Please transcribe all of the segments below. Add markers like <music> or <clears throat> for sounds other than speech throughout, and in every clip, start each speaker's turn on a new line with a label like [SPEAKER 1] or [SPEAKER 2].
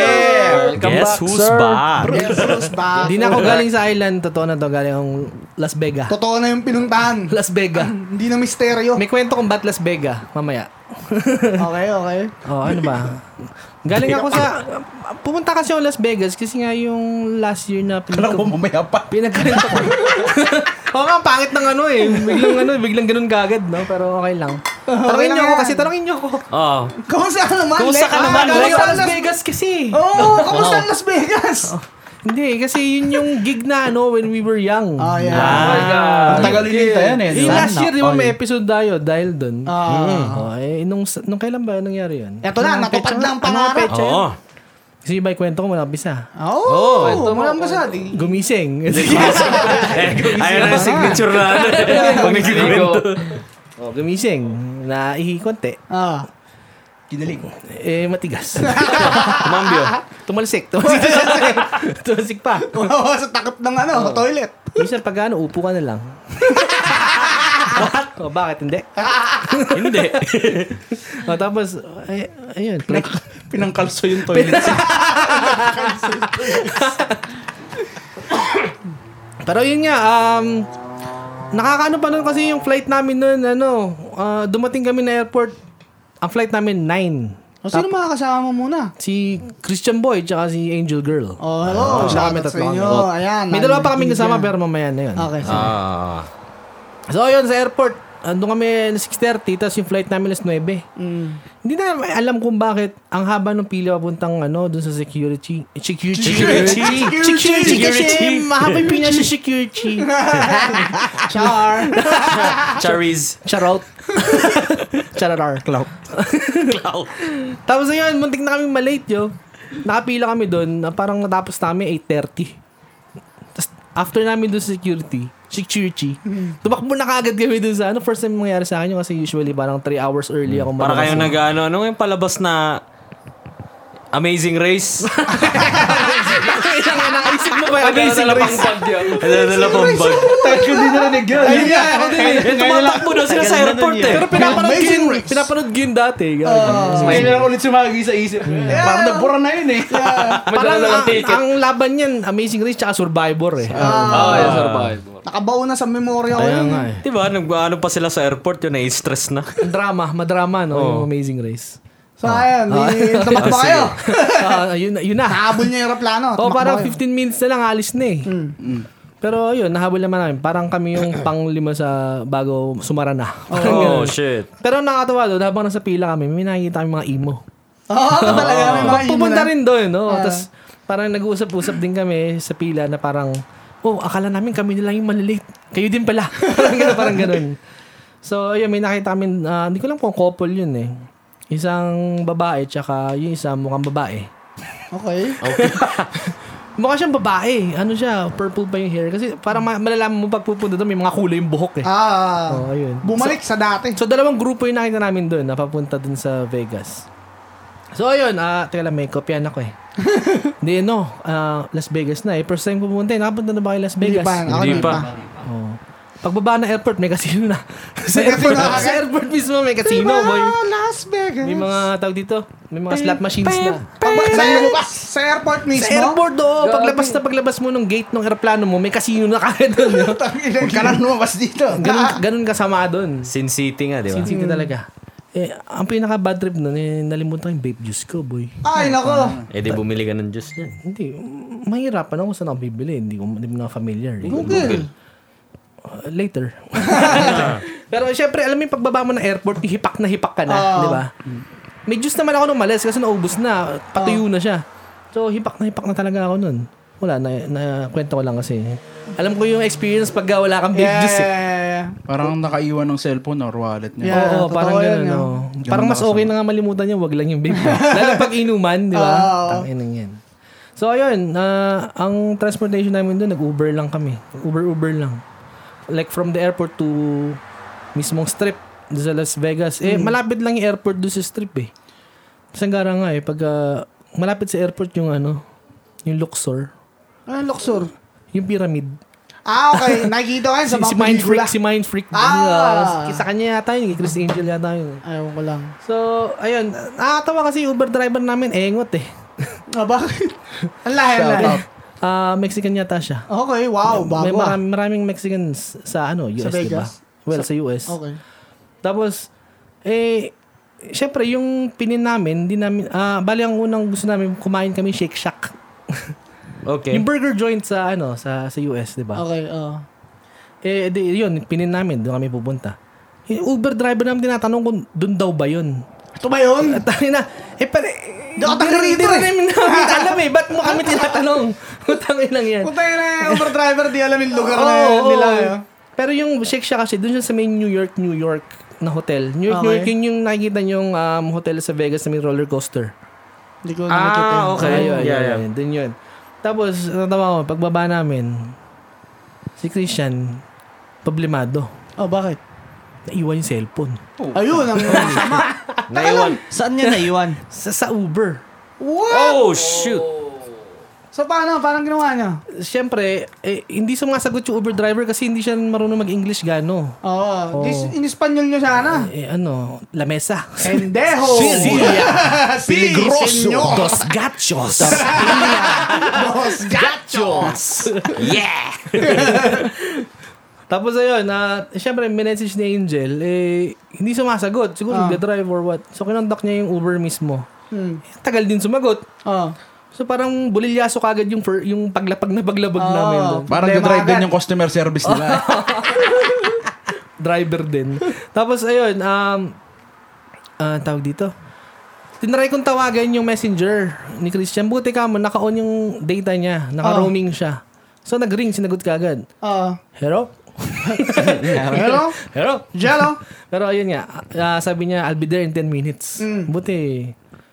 [SPEAKER 1] sir. Come
[SPEAKER 2] Guess
[SPEAKER 1] back,
[SPEAKER 2] who's
[SPEAKER 1] sir.
[SPEAKER 2] back?
[SPEAKER 3] Yes, Bruce back.
[SPEAKER 4] Hindi na ako galing sa island. Totoo na to. Galing akong Las Vegas.
[SPEAKER 3] Totoo na yung pinuntahan.
[SPEAKER 4] Las Vegas.
[SPEAKER 3] Hindi na misteryo.
[SPEAKER 4] May kwento kung ba't Las Vegas. Mamaya.
[SPEAKER 3] okay, okay.
[SPEAKER 4] Oh, ano ba? Galing ako sa... Pumunta kasi ako Las Vegas kasi nga yung last year na
[SPEAKER 2] Kala ko
[SPEAKER 4] pinag-
[SPEAKER 2] mamaya pa.
[SPEAKER 4] pinagkalit
[SPEAKER 3] <laughs>
[SPEAKER 4] ako. Oo nga, pangit ng ano eh. Biglang ano, biglang ganun kagad, no? Pero okay lang. Tanungin niyo ako
[SPEAKER 3] lang yan.
[SPEAKER 4] kasi, tanungin niyo ako.
[SPEAKER 2] Oh.
[SPEAKER 3] Kamusta ka naman?
[SPEAKER 2] Kamusta
[SPEAKER 3] Lek?
[SPEAKER 2] ka
[SPEAKER 3] Ah,
[SPEAKER 2] naman,
[SPEAKER 3] galing
[SPEAKER 4] Galing
[SPEAKER 2] Lek?
[SPEAKER 4] ako Las
[SPEAKER 3] ka Las Vegas.
[SPEAKER 4] Vegas kasi.
[SPEAKER 3] Oo, oh, kamusta ang Las Vegas?
[SPEAKER 4] Hindi, kasi yun yung gig na ano, when we were young.
[SPEAKER 3] Oh, yeah.
[SPEAKER 2] Ah.
[SPEAKER 4] Ah,
[SPEAKER 2] Ang tagal nilita yan eh.
[SPEAKER 4] Yung
[SPEAKER 2] Sana
[SPEAKER 4] last year, di ba
[SPEAKER 2] all.
[SPEAKER 4] may episode tayo dahil dun?
[SPEAKER 3] Ah.
[SPEAKER 4] Oh, eh, nung, nung kailan ba nangyari yun?
[SPEAKER 3] Eto na, natupad lang ang pangarap.
[SPEAKER 4] Check.
[SPEAKER 2] Oo.
[SPEAKER 4] Kasi iba kwento ko, malapis na.
[SPEAKER 3] Oo, oh, walang basadi.
[SPEAKER 4] Gumising.
[SPEAKER 2] Eh, Ayun na yung signature na. <laughs> ano eh. Pag nagkikwento.
[SPEAKER 4] oh, gumising. Naihi konti.
[SPEAKER 3] Ah.
[SPEAKER 2] Kinalig.
[SPEAKER 4] Eh, matigas.
[SPEAKER 2] Kumambyo.
[SPEAKER 4] <laughs> tumalsik. Tumalsik. <laughs> tumalsik pa.
[SPEAKER 3] Oo, sa takip ng ano, toilet.
[SPEAKER 4] Minsan pag ano, upo ka na <laughs> lang. What? Oh, bakit <laughs> hindi?
[SPEAKER 2] Hindi.
[SPEAKER 4] Oh, tapos, ay, ayun. Play,
[SPEAKER 2] Pinangkalso yung toilet.
[SPEAKER 4] <laughs> Pero yun nga, um, nakakaano pa nun kasi yung flight namin nun, ano, ah, dumating kami na airport, ang flight namin, 9.
[SPEAKER 3] O, sino mga kasama mo muna?
[SPEAKER 4] Si Christian Boy, tsaka si Angel Girl.
[SPEAKER 3] Oh, hello.
[SPEAKER 4] Sila kami
[SPEAKER 3] Shoutout sa
[SPEAKER 4] tatlo kami.
[SPEAKER 3] inyo.
[SPEAKER 4] Oh.
[SPEAKER 3] Ayan.
[SPEAKER 4] May dalawa pa kaming
[SPEAKER 3] nakikinig
[SPEAKER 4] kasama,
[SPEAKER 3] yan.
[SPEAKER 4] pero mamaya na yun.
[SPEAKER 3] Okay, sige.
[SPEAKER 2] Ah.
[SPEAKER 4] So, yun, sa airport, andun kami alas 6.30, tapos yung flight namin alas 9.
[SPEAKER 3] Mm.
[SPEAKER 4] Hindi na alam kung bakit ang haba ng pila papuntang ano, dun sa security. Eh, Security.
[SPEAKER 2] Security.
[SPEAKER 4] Security.
[SPEAKER 2] Security.
[SPEAKER 4] Kasi mahaba yung pila sa security.
[SPEAKER 3] Char.
[SPEAKER 2] <laughs> Charis. <laughs>
[SPEAKER 4] Charot. Chararar. Clout.
[SPEAKER 2] Cloud.
[SPEAKER 4] Tapos ayun, muntik na kami malate, yo. Nakapila kami doon, na parang natapos namin 8.30. Tapos after namin doon sa security, security,
[SPEAKER 2] Hmm.
[SPEAKER 4] tumakbo na kaagad kami doon sa ano. First time nangyari sa akin yun kasi usually parang 3 hours early ako.
[SPEAKER 2] Para kayong
[SPEAKER 4] <laughs> malasing.
[SPEAKER 2] nag ano, ano yung palabas na Amazing <laughs> Race?
[SPEAKER 4] Naisip mo ba
[SPEAKER 2] Amazing Race. Ano na lang pang bag.
[SPEAKER 5] Tagal din na narinig yun.
[SPEAKER 3] Ayun nga, ako din.
[SPEAKER 2] Tumatakbo daw sila sa airport eh.
[SPEAKER 4] Pero pinapanood ko
[SPEAKER 3] Amazing
[SPEAKER 4] yun,
[SPEAKER 3] race.
[SPEAKER 4] pinapanood ko yun dati.
[SPEAKER 3] Ah.
[SPEAKER 5] Kaya lang ulit sumagi sa isip. Parang nabura na yun eh.
[SPEAKER 4] parang ang, ang laban niyan, Amazing Race tsaka Survivor eh.
[SPEAKER 3] Ah.
[SPEAKER 5] Oh, yeah, survivor.
[SPEAKER 3] Nakabao na sa memorya ko
[SPEAKER 4] Kaya
[SPEAKER 3] yun.
[SPEAKER 4] nga eh.
[SPEAKER 2] Diba, nag, ano pa sila sa airport yun, na-stress na.
[SPEAKER 4] Ang drama, madrama no,
[SPEAKER 2] Oo.
[SPEAKER 4] yung Amazing Race. <laughs>
[SPEAKER 3] So, ayan. di- <laughs> Tumakbo kayo.
[SPEAKER 4] Ah, yun, yun na.
[SPEAKER 3] Habol niya yung aeroplano.
[SPEAKER 4] Ah, Oh,
[SPEAKER 3] tumakbo
[SPEAKER 4] parang
[SPEAKER 3] kayo.
[SPEAKER 4] 15 minutes na lang alis na eh.
[SPEAKER 3] Mm.
[SPEAKER 4] Pero yun, nahabol naman namin. Parang kami <coughs> yung pang lima sa bago sumara na. Parang
[SPEAKER 2] Oh,
[SPEAKER 4] ganun.
[SPEAKER 2] shit.
[SPEAKER 4] Pero nakakatawa doon, habang nasa pila kami, may nakikita kami mga emo.
[SPEAKER 3] Oo, talaga. May mga imo
[SPEAKER 4] Pupunta
[SPEAKER 3] na.
[SPEAKER 4] Ah,
[SPEAKER 3] Ah.
[SPEAKER 4] rin doon, no? Tapos parang nag-uusap-usap din kami sa pila na parang, oh, akala namin kami na lang yung malilate. Kayo din pala. <laughs> parang ganun, parang ganun. So, ayun, may nakita kami, ah, hindi ko lang kung couple yun eh. Isang babae, tsaka yung isa mukhang babae. <laughs>
[SPEAKER 3] Okay.
[SPEAKER 4] Oh. Mukha siyang babae. Ano siya? Purple pa yung hair. Kasi parang ma- malalaman mo pag pupunta doon, may mga kulay yung buhok eh.
[SPEAKER 3] Ah.
[SPEAKER 4] Oo, ayun.
[SPEAKER 3] Bumalik sa dati.
[SPEAKER 4] So, dalawang grupo yung nakita namin doon, napapunta doon sa Vegas. So, ayun. ah teka lang, may kopyan ako
[SPEAKER 3] <laughs>
[SPEAKER 4] eh. Hindi, no. ah, Las Vegas na eh. First time pumunta eh. Nakapunta na ba kayo Las
[SPEAKER 3] Hindi
[SPEAKER 4] Vegas?
[SPEAKER 3] pa. Ako
[SPEAKER 2] Hindi
[SPEAKER 3] hindi
[SPEAKER 2] pa.
[SPEAKER 3] pa.
[SPEAKER 4] Oo. Pagbaba ng airport, may casino na. sa,
[SPEAKER 3] May
[SPEAKER 4] airport,
[SPEAKER 3] casino na
[SPEAKER 4] sa
[SPEAKER 3] agad?
[SPEAKER 4] airport mismo, may casino.
[SPEAKER 3] Diba,
[SPEAKER 4] Boy.
[SPEAKER 3] Las Vegas. Ah,
[SPEAKER 4] May mga tawag dito. May mga slot machines na.
[SPEAKER 3] Pagba- sa, lumabas, sa airport mismo.
[SPEAKER 4] Sa airport do, paglabas na paglabas mo ng gate ng aeroplano mo, may casino na kagad doon.
[SPEAKER 3] <laughs>
[SPEAKER 4] no?
[SPEAKER 3] Huwag ka lang lumabas dito.
[SPEAKER 4] <laughs> Ganun, ganun kasama doon.
[SPEAKER 2] Sin City nga, diba? di ba?
[SPEAKER 3] Hmm.
[SPEAKER 4] Sinsiti talaga. Eh, ang pinaka bad trip nun, eh, nalimutan ko yung vape juice ko, boy.
[SPEAKER 3] Ay, nako.
[SPEAKER 2] Eh di bumili ka ng juice niyan.
[SPEAKER 4] Hindi, mm, mahirapan ako saan ako bibili. Hindi ko hindi mo na familiar. eh.
[SPEAKER 3] Google.
[SPEAKER 4] Uh,
[SPEAKER 3] <laughs>
[SPEAKER 4] later. Pero syempre, alam mo yung pagbaba mo ng airport, yung hipak na hipak ka na,
[SPEAKER 3] Oo.
[SPEAKER 4] di ba? May juice naman ako nung malis kasi naubos na, patuyo na siya. So, hipak na hipak na talaga ako nun. Wala, na, na kwento ko lang kasi. Alam ko yung experience pag wala kang vape
[SPEAKER 3] Yeah,
[SPEAKER 4] juice eh.
[SPEAKER 3] yeah, yeah, yeah.
[SPEAKER 5] Parang nakaiwan ng cellphone or wallet niya.
[SPEAKER 3] Yeah.
[SPEAKER 4] Oo,
[SPEAKER 3] totoo
[SPEAKER 4] parang
[SPEAKER 3] yun,
[SPEAKER 4] ganun.
[SPEAKER 3] no?
[SPEAKER 4] oo. Parang mas okay na nga malimutan yun, wag lang yung vape. Lalo pag inuman, di <laughs> ba?
[SPEAKER 3] Oo.
[SPEAKER 4] Tanginang yan. So, ayun, na ang transportation namin doon, nag-Uber lang kami. Uber-Uber lang. Like from the airport to mismong strip doon sa Las Vegas. Eh, malapit lang yung airport doon sa strip eh. Sanggara nga eh, pag ah, malapit sa airport yung ano, yung Luxor, Ah,
[SPEAKER 3] Ano Luxor?
[SPEAKER 4] yung pyramid.
[SPEAKER 3] Ah, okay. Nakikita ko yan sa
[SPEAKER 4] Si,
[SPEAKER 3] mga
[SPEAKER 4] si Mind
[SPEAKER 3] pelikula.
[SPEAKER 4] Freak, si Mind Freak.
[SPEAKER 3] Ah!
[SPEAKER 4] Ah! sa kanya yata yun, kay Chris Angel yata yun.
[SPEAKER 3] Ayaw ko lang.
[SPEAKER 4] So, ayun. Nakakatawa kasi yung Uber driver namin, engot eh.
[SPEAKER 3] Ah,
[SPEAKER 4] <laughs>
[SPEAKER 3] bakit? Ang lahi, ang
[SPEAKER 5] Shout
[SPEAKER 3] lahi.
[SPEAKER 5] out.
[SPEAKER 4] Ah, Mexican yata siya.
[SPEAKER 3] Okay, wow, bago
[SPEAKER 4] May
[SPEAKER 3] ah.
[SPEAKER 4] maraming, maraming Mexicans sa ano, US,
[SPEAKER 3] Sa
[SPEAKER 4] di ba?
[SPEAKER 3] Vegas?
[SPEAKER 4] Well, sa, US.
[SPEAKER 3] Okay.
[SPEAKER 4] Tapos, eh, syempre, yung pinin namin, di namin, ah, bali ang unang gusto namin, kumain kami Shake Shack.
[SPEAKER 2] Okay.
[SPEAKER 4] Yung burger joint sa, ano, sa, sa US, di ba?
[SPEAKER 3] Okay, oo.
[SPEAKER 4] Eh, di, yun, pinin namin, doon kami pupunta. Yung Uber driver namin tinatanong kung doon daw ba yun.
[SPEAKER 3] Ito ba yun?
[SPEAKER 4] At tayo na, eh, pare,
[SPEAKER 3] Doon ka
[SPEAKER 4] di-
[SPEAKER 3] taga rito
[SPEAKER 4] di rin
[SPEAKER 3] eh.
[SPEAKER 4] namin namin alam eh, ba't mo
[SPEAKER 3] <laughs>
[SPEAKER 4] kami tinatanong? Utangin lang yan.
[SPEAKER 3] Puta yun eh, Uber driver, di alam yung lugar na
[SPEAKER 4] Oo,
[SPEAKER 3] yun
[SPEAKER 4] oo.
[SPEAKER 3] nila. eh.
[SPEAKER 4] Pero yung Shake Shack kasi, dun siya sa may New York, New York na hotel. New York, New York,
[SPEAKER 3] Okay.
[SPEAKER 4] yun yung nakikita yung um, hotel sa Vegas na may roller coaster.
[SPEAKER 3] Hindi ko nakikita yun.
[SPEAKER 2] Ah, okay.
[SPEAKER 4] Ayun, yun,
[SPEAKER 2] yeah, yeah.
[SPEAKER 4] yun, dun yun. Tapos, natawa ko, pagbaba namin, si Christian, problemado.
[SPEAKER 3] Oh, bakit?
[SPEAKER 4] Naiwan yung cellphone.
[SPEAKER 3] Ayun,
[SPEAKER 4] <laughs>
[SPEAKER 3] ang sama.
[SPEAKER 2] Naiwan.
[SPEAKER 1] Saan niya naiwan?
[SPEAKER 4] Sa, sa Uber.
[SPEAKER 3] What?
[SPEAKER 2] Oh, shoot.
[SPEAKER 3] So paano? Parang ginawa niya?
[SPEAKER 4] Siyempre, eh, hindi sumasagot yung Uber driver kasi hindi siya marunong mag-English gano.
[SPEAKER 3] Oo. Oh, In Espanyol niya sana.
[SPEAKER 4] Eh, ano, la mesa.
[SPEAKER 3] Eh, Pendejo. <laughs> si
[SPEAKER 4] Peligroso.
[SPEAKER 3] señor.
[SPEAKER 4] Dos gachos.
[SPEAKER 3] Dos gachos.
[SPEAKER 2] Yeah!
[SPEAKER 4] Tapos ayun, na siyempre minessage ni Angel, eh, hindi sumasagot.
[SPEAKER 3] Ah.
[SPEAKER 4] Siguro the drive or what. So, kinontak niya yung Uber mismo.
[SPEAKER 3] Hmm.
[SPEAKER 4] Eh, tagal din sumagot.
[SPEAKER 3] Oh.
[SPEAKER 4] So, parang bulilyaso kagad yung, fir- yung paglapag na paglabag
[SPEAKER 3] Oo.
[SPEAKER 4] namin doon.
[SPEAKER 5] Parang
[SPEAKER 3] Problema
[SPEAKER 5] na-drive
[SPEAKER 3] agad.
[SPEAKER 5] din yung customer service nila. eh.
[SPEAKER 4] Driver din. Tapos ayun, um, ah, tawag dito. Tinry kong tawagan yung messenger ni Christian. Buti ka mo, naka-on yung data niya. Naka-roaming siya. So, nag-ring, sinagot ka agad.
[SPEAKER 3] Oh.
[SPEAKER 4] Hello? <laughs> Ano?
[SPEAKER 3] Hello?
[SPEAKER 4] Hello?
[SPEAKER 3] Jello?
[SPEAKER 4] Pero ayun nga, ah, sabi niya, I'll be there in 10 minutes.
[SPEAKER 3] Mm.
[SPEAKER 4] Buti.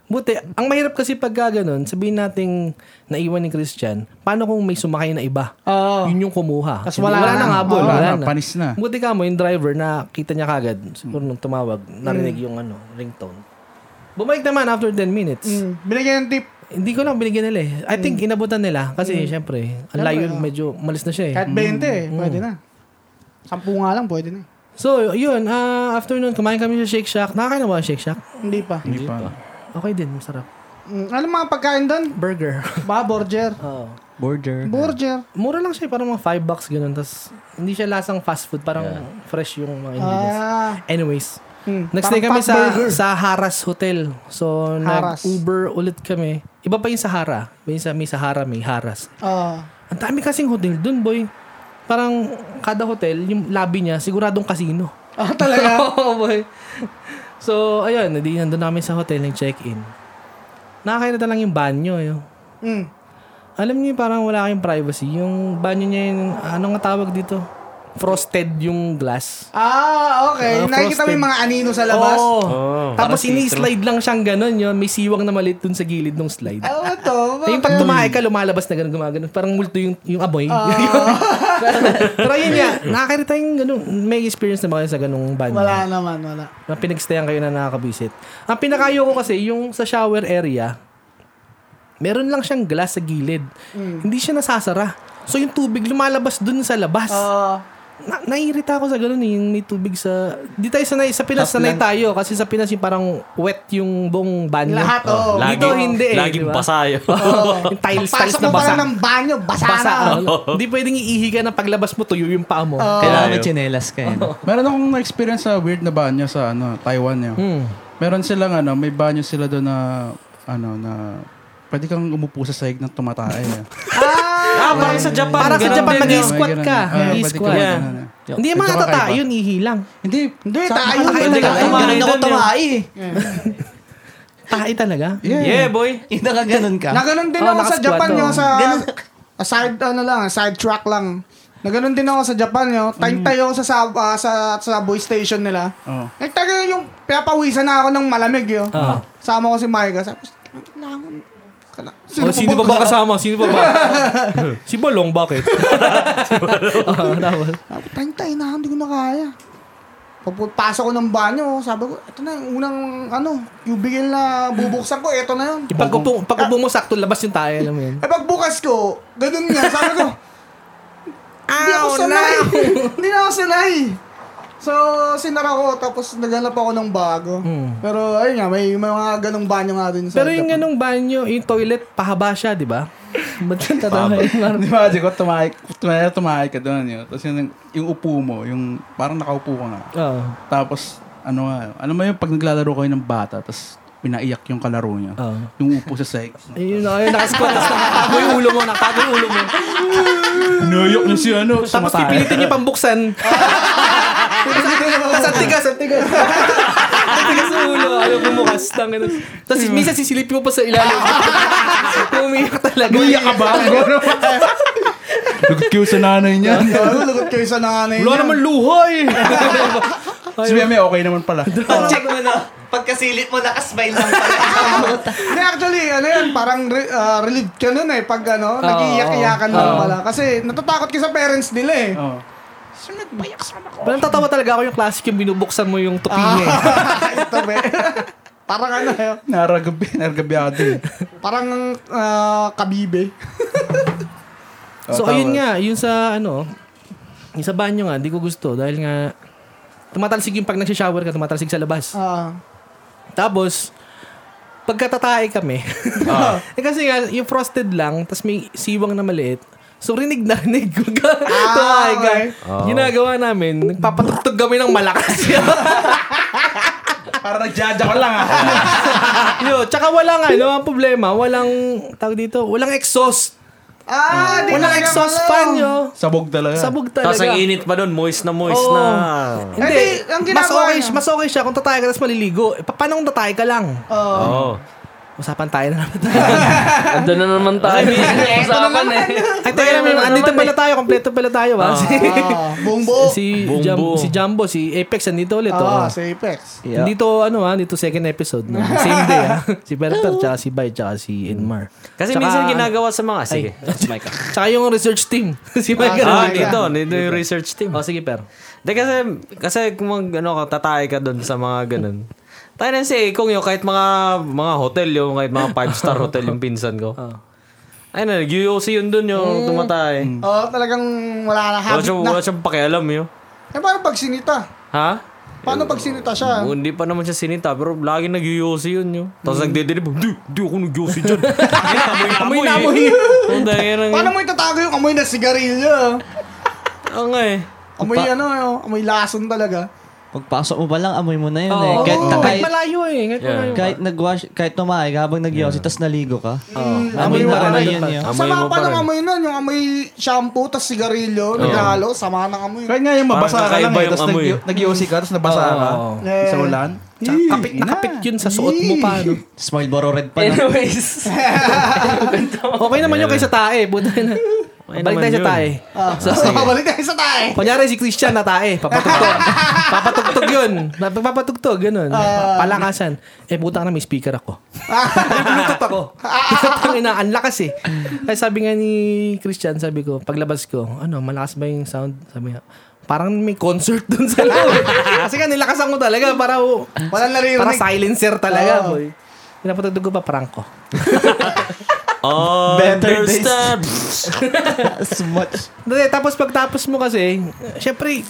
[SPEAKER 4] Buti. Ang mahirap kasi pagka ganun, sabihin nating naiwan ni Christian, paano kung may sumakay na iba?
[SPEAKER 3] Oo.
[SPEAKER 4] Yun yung kumuha.
[SPEAKER 3] Oh. Tas wala na. Oh.
[SPEAKER 4] nang habol.
[SPEAKER 5] Oo.
[SPEAKER 4] wala
[SPEAKER 5] Wala na, panis na.
[SPEAKER 4] Buti ka mo, yung driver na kita niya kagad, siguro nung tumawag, narinig yung ano, ringtone. Bumalik naman after 10 minutes.
[SPEAKER 3] Hmm. Binigyan ng tip.
[SPEAKER 4] Hindi ko lang binigyan nila eh. I think inabutan nila kasi syempre, ang layo,
[SPEAKER 3] Syempre, oo.
[SPEAKER 4] medyo malis na siya eh.
[SPEAKER 3] Kahit 20 eh. Pwede na. Sampu nga lang, pwede na. eh.
[SPEAKER 4] So, yun, ah, after nun, kumain kami sa Shake Shack. Nakakain na ba ang Shake Shack?
[SPEAKER 3] Hindi pa.
[SPEAKER 5] Hindi pa.
[SPEAKER 4] Okay din, masarap.
[SPEAKER 3] Mm, ano mga pagkain doon?
[SPEAKER 4] Burger.
[SPEAKER 3] Ba, burger.
[SPEAKER 4] Oo.
[SPEAKER 1] Border.
[SPEAKER 3] Burger.
[SPEAKER 4] Mura lang siya, eh, parang mga 5 bucks ganun. Tapos, hindi siya lasang fast food. Parang fresh yung mga ingredients.
[SPEAKER 3] Ah.
[SPEAKER 4] Anyways,
[SPEAKER 3] Hmm.
[SPEAKER 4] next day kami
[SPEAKER 3] Parang
[SPEAKER 4] sa
[SPEAKER 3] burger.
[SPEAKER 4] sa Haras Hotel. So,
[SPEAKER 3] Haras.
[SPEAKER 4] nag-Uber ulit kami. Iba pa yung Sahara. May, sa, may Sahara, may Haras.
[SPEAKER 3] Oo.
[SPEAKER 4] Ang dami kasing hotel dun, boy. Parang kada hotel, yung lobby niya, siguradong casino.
[SPEAKER 3] Ah, talaga?
[SPEAKER 4] <laughs> Oo, boy. So, ayun, hindi nandun namin sa hotel, nag-check-in. Nakakain na lang yung banyo. Yung.
[SPEAKER 3] Mm.
[SPEAKER 4] Alam niyo parang wala kayong privacy. Yung banyo niya yung, ano nga tawag dito? Frosted yung glass.
[SPEAKER 3] Ah,
[SPEAKER 4] Ah,
[SPEAKER 3] okay. Nakikita
[SPEAKER 4] frosted.
[SPEAKER 3] mo yung mga anino sa labas?
[SPEAKER 4] Oo.
[SPEAKER 2] Oh,
[SPEAKER 4] Tapos
[SPEAKER 2] parang see-through.
[SPEAKER 4] ini-slide lang siyang ganun yun. May siwang na maliit dun sa gilid ng slide.
[SPEAKER 3] Ah, ito.
[SPEAKER 4] Eh, yung pag tumae ka, lumalabas na ganun, gumagano. Parang multo yung, yung amoy.
[SPEAKER 3] Ah.
[SPEAKER 4] <laughs> Pero yun nga, nakakarita yung ganun. May experience na ba kayo sa ganung banyo?
[SPEAKER 3] Wala naman, wala.
[SPEAKER 4] Na pinagstayan kayo na nakakabisit. Ang pinakayo ko kasi, yung sa shower area, meron lang siyang glass sa gilid.
[SPEAKER 3] Mm.
[SPEAKER 4] Hindi siya nasasara. So yung tubig lumalabas dun sa labas.
[SPEAKER 3] Ah,
[SPEAKER 4] na, naiirita ako sa ganun eh, yung may tubig sa... Di tayo sanay, sa Pinas sanay tayo kasi sa Pinas yung parang wet yung buong banyo.
[SPEAKER 3] lahat,
[SPEAKER 4] Ano?
[SPEAKER 3] oh.
[SPEAKER 4] Lagi. Dito, hindi eh,
[SPEAKER 2] Laging
[SPEAKER 4] di ba?
[SPEAKER 2] basa yun.
[SPEAKER 4] <laughs> yung tiles, tiles
[SPEAKER 3] Pasok
[SPEAKER 4] na
[SPEAKER 3] mo
[SPEAKER 4] basa.
[SPEAKER 3] pa lang ng banyo, basa,
[SPEAKER 4] Basa.
[SPEAKER 3] na.
[SPEAKER 4] oh. Hindi pwedeng iihi ka na paglabas mo, tuyo yung paa mo.
[SPEAKER 3] Oh.
[SPEAKER 1] Kailangan
[SPEAKER 4] <laughs>
[SPEAKER 1] may chinelas ka yun. <laughs>
[SPEAKER 5] Meron akong na-experience sa weird na banyo sa ano, Taiwan yun. Meron silang ano, may banyo sila doon na ano na pwede kang umupo sa sahig ng tumatay. eh.
[SPEAKER 2] ah, parang sa Japan.
[SPEAKER 4] Parang sa
[SPEAKER 2] ganun
[SPEAKER 4] Japan,
[SPEAKER 2] din yun.
[SPEAKER 5] May
[SPEAKER 4] nag-squat
[SPEAKER 5] ganun
[SPEAKER 4] ka.
[SPEAKER 5] yun. Ah, pwede ka
[SPEAKER 4] Nag-squat.
[SPEAKER 5] ganun,
[SPEAKER 2] Yeah.
[SPEAKER 5] ano.
[SPEAKER 4] Hindi yung mga
[SPEAKER 5] Medyo
[SPEAKER 4] tata,
[SPEAKER 5] kakaiba.
[SPEAKER 4] yun, ihi lang.
[SPEAKER 5] Hindi.
[SPEAKER 3] Hindi,
[SPEAKER 5] Sa-
[SPEAKER 3] tayo.
[SPEAKER 4] Nakakain
[SPEAKER 2] Pwede ka
[SPEAKER 4] talaga.
[SPEAKER 2] kumain
[SPEAKER 1] Ganun ako
[SPEAKER 2] doon yun.
[SPEAKER 1] tumae.
[SPEAKER 4] Tahi talaga.
[SPEAKER 2] Yeah, boy.
[SPEAKER 1] Yung nakaganon ka.
[SPEAKER 3] Na ganun
[SPEAKER 4] Oh,
[SPEAKER 3] din ako sa
[SPEAKER 4] nakasquat,
[SPEAKER 3] Japan
[SPEAKER 4] oh.
[SPEAKER 3] yung sa... Aside, ano lang, <laughs> side track lang. Na ganun din ako sa Japan yo. Time tayo ako sa, sa, ah, sa, sa boy station nila.
[SPEAKER 5] Oo.
[SPEAKER 3] Eh, taga yung pinapawisan na ako ng malamig yo. Sama ko si Micah. Sabi, "Kailangan- kala-
[SPEAKER 4] Sino, oh, sino pa ba kasama? Sino pa ba? si Balong, bakit? <laughs> Oo, tapos.
[SPEAKER 3] Sabi, tayong tayo na, hindi ko na kaya. Pagpasok ko ng banyo, sabi ko, ito na yung unang, ano, cubicle na bubuksan ko, ito na yun.
[SPEAKER 4] Yung pag-upo, pag-upo mo sakto, labas yung tayo, alam mo yun.
[SPEAKER 3] Eh, pagbukas ko, ganun nga, sabi ko, hindi ako sanay. hindi na ako sanay. So, sinara ko, tapos naghanap ako ng bago.
[SPEAKER 4] Hmm.
[SPEAKER 3] Pero, ayun nga, may, may mga ganong banyo nga din sa
[SPEAKER 4] Pero yung ganung banyo, yung toilet, pahaba siya, di <laughs> ba? Ba't yung tatama yung ano?
[SPEAKER 5] Di ba, Jiko, tumahay, tumahay, tumahay ka doon. Yun. Tapos yun, yung upo mo, yung parang nakaupo ka nga.
[SPEAKER 4] Oo.
[SPEAKER 5] Tapos, ano nga, alam mo yung pag naglalaro kayo ng bata, tapos pinaiyak yung kalaro niya.
[SPEAKER 4] Oo.
[SPEAKER 5] Yung upo sa sex.
[SPEAKER 4] Ayun, oh, ayun, <laughs> nakaskot. Tapos nakatago yung ulo mo, nakatago yung ulo mo.
[SPEAKER 5] Nuyok na si ano,
[SPEAKER 4] Tapos pipilitin niya <laughs> pambuksan.
[SPEAKER 3] <laughs>
[SPEAKER 4] Tapos ang tigas, ang tigas. ang tigas ng ulo. Ano, bumukas. Tangin. Tapos minsan sisilipin mo pa sa <laughs> ilalim. Umiyak talaga.
[SPEAKER 5] Nuyok
[SPEAKER 4] <laughs>
[SPEAKER 5] ka ba? Lugot kayo sa nanay niya.
[SPEAKER 3] Ano, lagot kayo sa nanay
[SPEAKER 5] Wala naman luhoy. Sabi may okay naman pala.
[SPEAKER 1] Pag-check mo na, pagkasilip mo, nakasmile lang pala.
[SPEAKER 3] Hindi, actually, ano yan, parang re- ah, relieved ka nun eh, pag ano, nag-iiyak-iyakan lang pala. Kasi natatakot ka sa parents nila eh.
[SPEAKER 5] Oo.
[SPEAKER 4] Parang tatawa talaga ako yung classic yung binubuksan mo yung tupi niya. eh.
[SPEAKER 3] <laughs> Ito be. parang ano eh,
[SPEAKER 5] Naragabi, naragabiado eh.
[SPEAKER 3] parang ah, kabibe.
[SPEAKER 4] So
[SPEAKER 5] Oo,
[SPEAKER 4] ayun
[SPEAKER 5] tama.
[SPEAKER 4] nga, yun sa ano, yung sa banyo nga, di ko gusto dahil nga tumatalsig yung pag nagsha-shower ka, tumatalsig sa labas.
[SPEAKER 3] Ah.
[SPEAKER 4] Tapos, pagkatatay kami. <laughs>
[SPEAKER 3] Ah.
[SPEAKER 4] eh kasi nga, yung frosted lang, tapos may siwang na maliit. So, rinig na rinig ko. <laughs> Ah, Tumahay ka.
[SPEAKER 3] okay. Oh.
[SPEAKER 4] Ginagawa namin, nagpapatugtog kami ng malakas. <laughs>
[SPEAKER 5] Para nagjaja ko lang ah.
[SPEAKER 4] Yo, tsaka walang ano, ang problema, walang, tawag dito, walang exhaust.
[SPEAKER 3] ah, di
[SPEAKER 4] Walang
[SPEAKER 3] talaga
[SPEAKER 4] exhaust
[SPEAKER 3] pala.
[SPEAKER 4] fan yo.
[SPEAKER 5] <laughs> Sabog talaga.
[SPEAKER 4] Sabog talaga.
[SPEAKER 2] Tapos ang init pa doon, moist na moist
[SPEAKER 4] Oo.
[SPEAKER 2] na.
[SPEAKER 3] Eh,
[SPEAKER 4] Hindi,
[SPEAKER 3] di, ang
[SPEAKER 4] mas
[SPEAKER 3] ginagawa
[SPEAKER 4] okay,
[SPEAKER 3] niya.
[SPEAKER 4] mas okay siya kung tatay ka tapos maliligo. Eh, pa- paano kung tatay ka lang?
[SPEAKER 2] Oo.
[SPEAKER 4] Usapan tayo na naman.
[SPEAKER 6] Andun na naman tayo. Usapan eh.
[SPEAKER 4] Ay, tayo na naman. Andito pala tayo. Kompleto pala tayo. Ah. Si,
[SPEAKER 3] Ah, buong
[SPEAKER 4] <laughs>
[SPEAKER 3] buo.
[SPEAKER 4] si,
[SPEAKER 2] Bumbo.
[SPEAKER 4] Jam, si Jumbo, si Apex, andito ulit. Oh.
[SPEAKER 3] Ah, sa Apex.
[SPEAKER 2] Yeah.
[SPEAKER 4] Hindi to, ano ha, dito second episode.
[SPEAKER 2] <laughs>
[SPEAKER 4] No? Same day ha. Si Bertar, tsaka si Bay, tsaka si Enmar. Tsaka-
[SPEAKER 2] Kasi minsan ginagawa sa mga, sige.
[SPEAKER 4] Tsaka yung research team. <laughs> si Mike.
[SPEAKER 2] Ah,
[SPEAKER 4] Ah,
[SPEAKER 2] dito, dito yung research team.
[SPEAKER 4] Oh, sige, pero.
[SPEAKER 2] Hindi kasi, kasi kung mag, ano, ka, tatay ka doon sa mga ganun. Tayo na si Ikong yung kahit mga mga hotel yung kahit mga
[SPEAKER 4] <laughs>
[SPEAKER 2] five-star hotel yung pinsan ko.
[SPEAKER 4] Oh.
[SPEAKER 2] Ayun na, nag-UOC yun doon
[SPEAKER 4] Mm.
[SPEAKER 2] yung tumatay.
[SPEAKER 3] Oh, talagang wala na
[SPEAKER 2] Wala
[SPEAKER 3] habit
[SPEAKER 2] siyang,
[SPEAKER 3] na.
[SPEAKER 2] wala siyang pakialam yun.
[SPEAKER 3] Eh, paano pag sinita?
[SPEAKER 2] Ha?
[SPEAKER 3] Paano pag sinita siya?
[SPEAKER 2] Oh, hindi pa naman siya sinita pero lagi nag-UOC yun yun. Tapos nagdedelib, hindi, hindi ako nag-UOC dyan. Amoy na amoy. Amoy na
[SPEAKER 3] Paano mo itatago yung amoy na sigarilyo?
[SPEAKER 2] Oo nga eh.
[SPEAKER 3] Amoy ano, eh, amoy lason talaga.
[SPEAKER 1] Pagpasok mo pa lang, amoy mo na yun eh. Kahit,
[SPEAKER 4] Oh, Kahit
[SPEAKER 1] kahit,
[SPEAKER 4] malayo eh. Kahit
[SPEAKER 2] Yeah.
[SPEAKER 4] malayo.
[SPEAKER 1] kahit nag-wash, kahit tumahay, ka habang nag-yosi, tas naligo ka.
[SPEAKER 3] Mm,
[SPEAKER 1] Amoy
[SPEAKER 3] mo
[SPEAKER 1] pa rin
[SPEAKER 3] pa
[SPEAKER 1] na
[SPEAKER 3] rin.
[SPEAKER 1] yun yun.
[SPEAKER 2] Amoy
[SPEAKER 3] sama
[SPEAKER 2] mo
[SPEAKER 3] pa
[SPEAKER 2] pa
[SPEAKER 3] ng
[SPEAKER 2] rin.
[SPEAKER 3] amoy nun, yung amoy shampoo, tas sigarilyo, naghalo, sama ng amoy.
[SPEAKER 5] Kaya nga yung
[SPEAKER 2] Parang
[SPEAKER 5] mabasa ka lang
[SPEAKER 2] kakaiba
[SPEAKER 5] eh.
[SPEAKER 2] yung
[SPEAKER 5] Tapos
[SPEAKER 2] amoy.
[SPEAKER 5] nag- nag-iossi ka, tapos nabasa ka.
[SPEAKER 3] Yeah.
[SPEAKER 5] Sa ulan.
[SPEAKER 4] Eh. Tsaka kapit na kapit yun sa suot mo pa. No?
[SPEAKER 1] Tas Marlboro red pa
[SPEAKER 4] <laughs>
[SPEAKER 1] na.
[SPEAKER 6] Anyways.
[SPEAKER 2] <laughs>
[SPEAKER 4] Okay naman yun kaysa tae. Buta na. Balik
[SPEAKER 2] naman
[SPEAKER 4] tayo sa
[SPEAKER 2] yun.
[SPEAKER 4] tae.
[SPEAKER 3] Ah, Pabalik tayo sa tae.
[SPEAKER 4] Kunyari si Christian na tae. Papatugtog. papatugtog yun. Papatugtog. Ganun. Palakasan. Eh, buta ka na may speaker ako. <laughs> May Bluetooth ako. Tangina, ang lakas eh. Kaya sabi nga ni Christian, sabi ko, paglabas ko, ano, malakas ba yung sound? Sabi niya, parang may concert dun sa loob. Kasi nga, nilakasan ko talaga para,
[SPEAKER 3] <laughs> Walang naririnig.
[SPEAKER 4] para silencer talaga,
[SPEAKER 3] Oo.
[SPEAKER 4] boy. Pinapatugtog ko pa, prank ko.
[SPEAKER 1] Better days.
[SPEAKER 2] Understand.
[SPEAKER 1] That's much.
[SPEAKER 4] Hindi, tapos pagtapos mo kasi, syempre,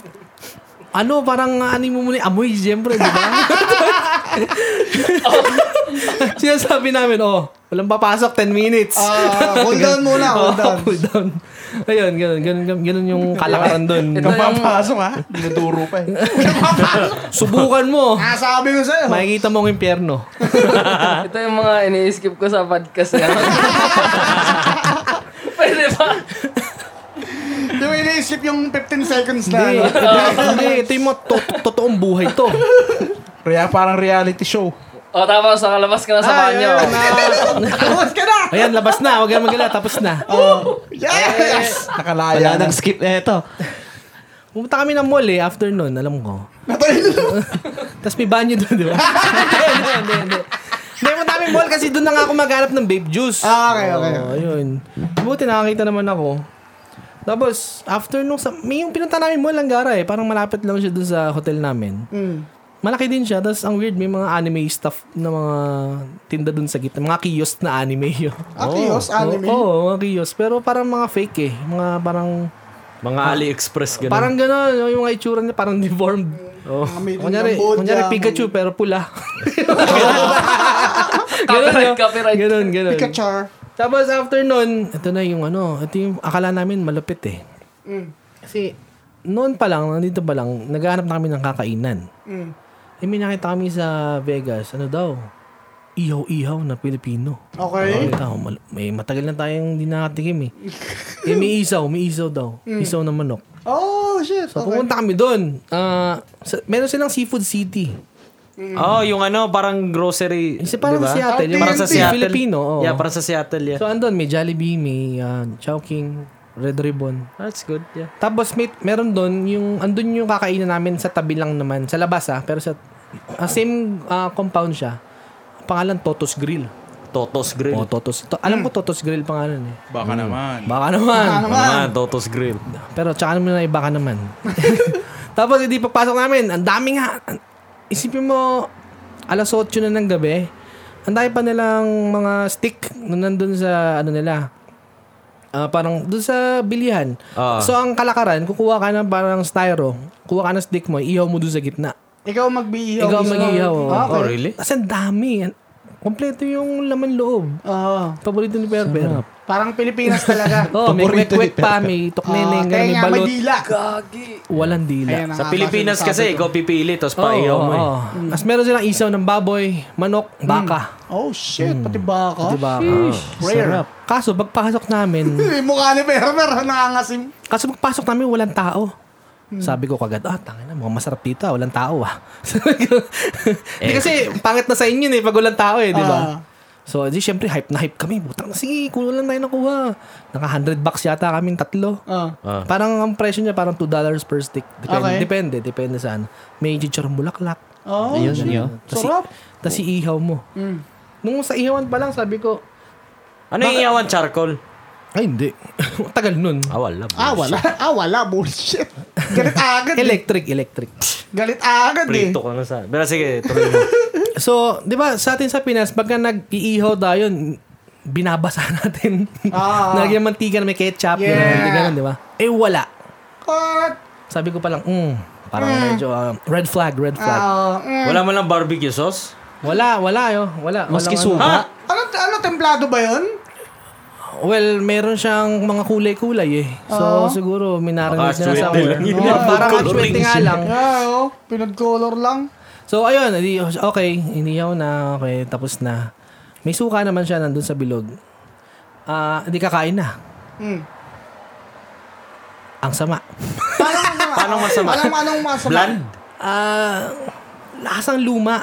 [SPEAKER 4] ano, parang uh, ano mo muna, yung amoy, syempre, di
[SPEAKER 3] <laughs>
[SPEAKER 4] ba? Sinasabi namin, oh, walang papasok, 10 minutes.
[SPEAKER 3] Ah, hold down muna, hold
[SPEAKER 4] <laughs>
[SPEAKER 2] <laughs>
[SPEAKER 3] down.
[SPEAKER 4] Pull down. Ayun, ganun, ganun, ganun, ganun yung kalakaran doon.
[SPEAKER 5] Ikaw papasok ha. ah. Dinuduro pa eh.
[SPEAKER 4] Subukan mo.
[SPEAKER 3] <laughs> Ah, sabi ko sa'yo.
[SPEAKER 4] Makikita mo ang impyerno.
[SPEAKER 6] <laughs> Ito yung mga ini-skip ko sa
[SPEAKER 3] <laughs>
[SPEAKER 6] podcast na. Pwede ba?
[SPEAKER 3] Di mo iniisip yung 15 seconds na.
[SPEAKER 4] Hindi,
[SPEAKER 3] ano.
[SPEAKER 4] <laughs> hindi, ito yung mga to- totoong buhay to.
[SPEAKER 5] Kaya parang reality show.
[SPEAKER 6] O tapos nakalabas ka na
[SPEAKER 3] Ah,
[SPEAKER 6] sa
[SPEAKER 4] Ay,
[SPEAKER 6] banyo.
[SPEAKER 4] ayun,
[SPEAKER 3] Tapos ka na!
[SPEAKER 4] Ayan, labas na. Huwag kang magala. Tapos na.
[SPEAKER 3] Oh. Yes!
[SPEAKER 1] Wala
[SPEAKER 5] Nakalaya na.
[SPEAKER 1] nang skip. Eto.
[SPEAKER 4] Pumunta kami ng mall eh, after nun, alam ko. Tapos may banyo doon, di ba? Hindi, hindi, hindi. Hindi, madaming mall kasi doon na nga ako maghanap ng babe juice.
[SPEAKER 3] Ah, okay, okay.
[SPEAKER 4] Oo, ayun. Buti nakakita naman ako. Tapos, after nung, sa, may yung pinunta namin mall ang gara eh. Parang malapit lang siya doon sa hotel namin.
[SPEAKER 3] Mm.
[SPEAKER 4] Malaki din siya. Tapos, ang weird, may mga anime stuff na mga tinda doon sa gitna. Mga kiosk na anime <laughs> yun.
[SPEAKER 3] Akios, anime.
[SPEAKER 4] Oo, oo, mga kiosk. Pero parang mga fake eh. Mga parang
[SPEAKER 2] Mga AliExpress ganun.
[SPEAKER 4] Parang gano'n, yung mga itsura niya, parang <laughs> deformed. Ah,
[SPEAKER 2] Oh.
[SPEAKER 3] Mga made in
[SPEAKER 4] Kunyari,
[SPEAKER 3] Cambodia,
[SPEAKER 4] kunyari
[SPEAKER 3] mga-
[SPEAKER 4] Pikachu, pero <laughs> pula.
[SPEAKER 6] Copyright, copyright.
[SPEAKER 4] Ganun, ganun.
[SPEAKER 3] Pikachar.
[SPEAKER 4] Tapos after nun, ito na yung ano, ito yung akala namin malupit eh.
[SPEAKER 3] Mm.
[SPEAKER 4] Kasi noon pa lang, nandito pa lang, naghahanap na kami ng kakainan.
[SPEAKER 3] Mm.
[SPEAKER 4] Eh may nakita kami sa Vegas, ano daw, ihaw-ihaw na Pilipino.
[SPEAKER 3] Okay.
[SPEAKER 4] Ay, tao, mal- may matagal na tayong hindi <laughs> nakatikim eh. eh may isaw, may isaw daw. Isaw na manok.
[SPEAKER 3] Oh, shit.
[SPEAKER 4] So
[SPEAKER 3] okay.
[SPEAKER 4] pumunta kami doon. Ah, sa, meron silang Seafood City.
[SPEAKER 2] Oh, yung ano, parang grocery.
[SPEAKER 4] Kasi parang
[SPEAKER 2] diba?
[SPEAKER 4] Seattle. yung
[SPEAKER 2] Parang
[SPEAKER 4] mga
[SPEAKER 2] sa Seattle.
[SPEAKER 4] Filipino. oo.
[SPEAKER 2] Yeah, parang sa Seattle, yeah.
[SPEAKER 4] So andun, may Jollibee, may ah, Chowking, Red Ribbon.
[SPEAKER 2] That's good, yeah.
[SPEAKER 4] Tapos may meron doon yung andun yung kakainan namin sa tabi lang naman sa labas ah pero sa ah, same ah, compound siya. Pangalan Totos Grill.
[SPEAKER 2] Totos Grill.
[SPEAKER 4] Oh, Totos. To- alam ko Totos Grill pangalan eh.
[SPEAKER 5] Baka naman.
[SPEAKER 4] Baka naman.
[SPEAKER 2] Ano nga, Totos Grill.
[SPEAKER 4] Pero tsaka naman na iba ka naman. <laughs> Tapos hindi pagpasok namin, ang dami nga. Ang- Isipin mo, alas 8 na ng gabi, ang dami pa nilang mga stick na nandun sa ano nila. Ah, parang doon sa bilihan.
[SPEAKER 2] Ah.
[SPEAKER 4] So ang kalakaran, kukuha ka ng parang styro, kuha ka ng stick mo, ihaw mo doon sa gitna.
[SPEAKER 3] Ikaw mag-iihaw.
[SPEAKER 4] Ikaw mag-iihaw,
[SPEAKER 3] Ah,
[SPEAKER 4] oo.
[SPEAKER 2] Oh, really?
[SPEAKER 4] Kasi ang dami. Ang- Kompleto yung laman loob.
[SPEAKER 3] Oo.
[SPEAKER 4] Paborito ni Perper.
[SPEAKER 3] Parang Pilipinas talaga.
[SPEAKER 4] <laughs> Oh, may
[SPEAKER 1] Paborito ni
[SPEAKER 4] kwek-kwek pa, may
[SPEAKER 3] Ah,
[SPEAKER 4] tukneneng, ganun, may
[SPEAKER 3] tenga,
[SPEAKER 4] balot.
[SPEAKER 3] madila.
[SPEAKER 6] Gagi.
[SPEAKER 4] Walang dila.
[SPEAKER 3] Ayan ang
[SPEAKER 2] Sa
[SPEAKER 3] nga,
[SPEAKER 2] Pilipinas kasi,
[SPEAKER 3] sinasabi ko.
[SPEAKER 2] ikaw pipili, tapos paiyaw mo eh. Hmm.
[SPEAKER 4] oo. Mas meron silang isaw ng baboy, manok, baka.
[SPEAKER 3] Oh, shit. Pati baka.
[SPEAKER 4] Di
[SPEAKER 2] Ah,
[SPEAKER 4] ba?
[SPEAKER 3] Rare.
[SPEAKER 4] Kaso pagpasok
[SPEAKER 2] <laughs>
[SPEAKER 4] namin,
[SPEAKER 3] <laughs> Yung mukha ni Permer, nangangasim.
[SPEAKER 4] kaso pagpasok namin walang tao.
[SPEAKER 2] Hmm.
[SPEAKER 4] Sabi ko kagad, ah, tangin na, mukhang masarap dito, ah, walang tao ah. <laughs> Sabi ko, Di
[SPEAKER 2] Eh,
[SPEAKER 4] kasi pangit na sa inyo eh, pag walang tao eh, di ba?
[SPEAKER 3] Ah.
[SPEAKER 4] So, di syempre, hype na hype kami. Butang na, sige, kulang lang tayo nakuha. Naka 100 bucks yata kaming tatlo.
[SPEAKER 3] Ah.
[SPEAKER 2] Ah.
[SPEAKER 4] Parang ang presyo niya, parang 2 dollars per stick. Depende,
[SPEAKER 3] Okay.
[SPEAKER 4] depende, depende sa ano. May chicharong bulaklak.
[SPEAKER 3] Oh,
[SPEAKER 1] Ayun,
[SPEAKER 3] shit.
[SPEAKER 1] yun.
[SPEAKER 3] Sarap.
[SPEAKER 4] Tapos iihaw mo.
[SPEAKER 3] Mm.
[SPEAKER 4] Nung sa ihawan pa lang, sabi ko,
[SPEAKER 2] Ano yung iyawan charcoal?
[SPEAKER 4] ay hindi. <laughs> Tagal nun.
[SPEAKER 2] Ah, wala.
[SPEAKER 3] Ah, wala. Ah, wala. Bullshit. Galit agad. eh.
[SPEAKER 4] Electric,
[SPEAKER 3] <laughs>
[SPEAKER 4] electric.
[SPEAKER 3] Galit agad eh.
[SPEAKER 2] Prito ka na sa... Pero sige, tuloy mo.
[SPEAKER 4] So, di ba sa atin sa Pinas, pagka nag-iihaw tayo, binabasa <laughs> natin.
[SPEAKER 3] Ah.
[SPEAKER 4] Nalagyan ng mantika na may ketchup.
[SPEAKER 3] Yeah.
[SPEAKER 4] Yeah. Ganun, di ba? Eh, wala.
[SPEAKER 3] What?
[SPEAKER 4] Sabi ko palang, mm, parang medyo ah, red flag, red flag.
[SPEAKER 3] Ah, mm.
[SPEAKER 2] Wala mo lang barbecue sauce?
[SPEAKER 4] Wala, wala yo. Wala.
[SPEAKER 1] Maski
[SPEAKER 4] walang ano.
[SPEAKER 1] suka.
[SPEAKER 3] Ano, ano, templado ba yun?
[SPEAKER 4] Well, meron siyang mga kulay-kulay eh.
[SPEAKER 3] Ah.
[SPEAKER 4] So, siguro minarinig
[SPEAKER 2] Baka
[SPEAKER 4] na sa
[SPEAKER 2] aswerte lang yun.
[SPEAKER 4] Oo, Parang
[SPEAKER 2] Coloring
[SPEAKER 4] aswerte nga lang.
[SPEAKER 3] Yeah, oh. Pinod color lang.
[SPEAKER 4] So, ayun. edi- Okay, iniyaw na. Okay, tapos na. May suka naman siya nandun sa bilog. Ah, hindi kakain na.
[SPEAKER 3] Mm.
[SPEAKER 4] Ang sama.
[SPEAKER 2] Paano masama?
[SPEAKER 3] Alam mo anong masama?
[SPEAKER 2] Bland?
[SPEAKER 4] Ah, lasang luma.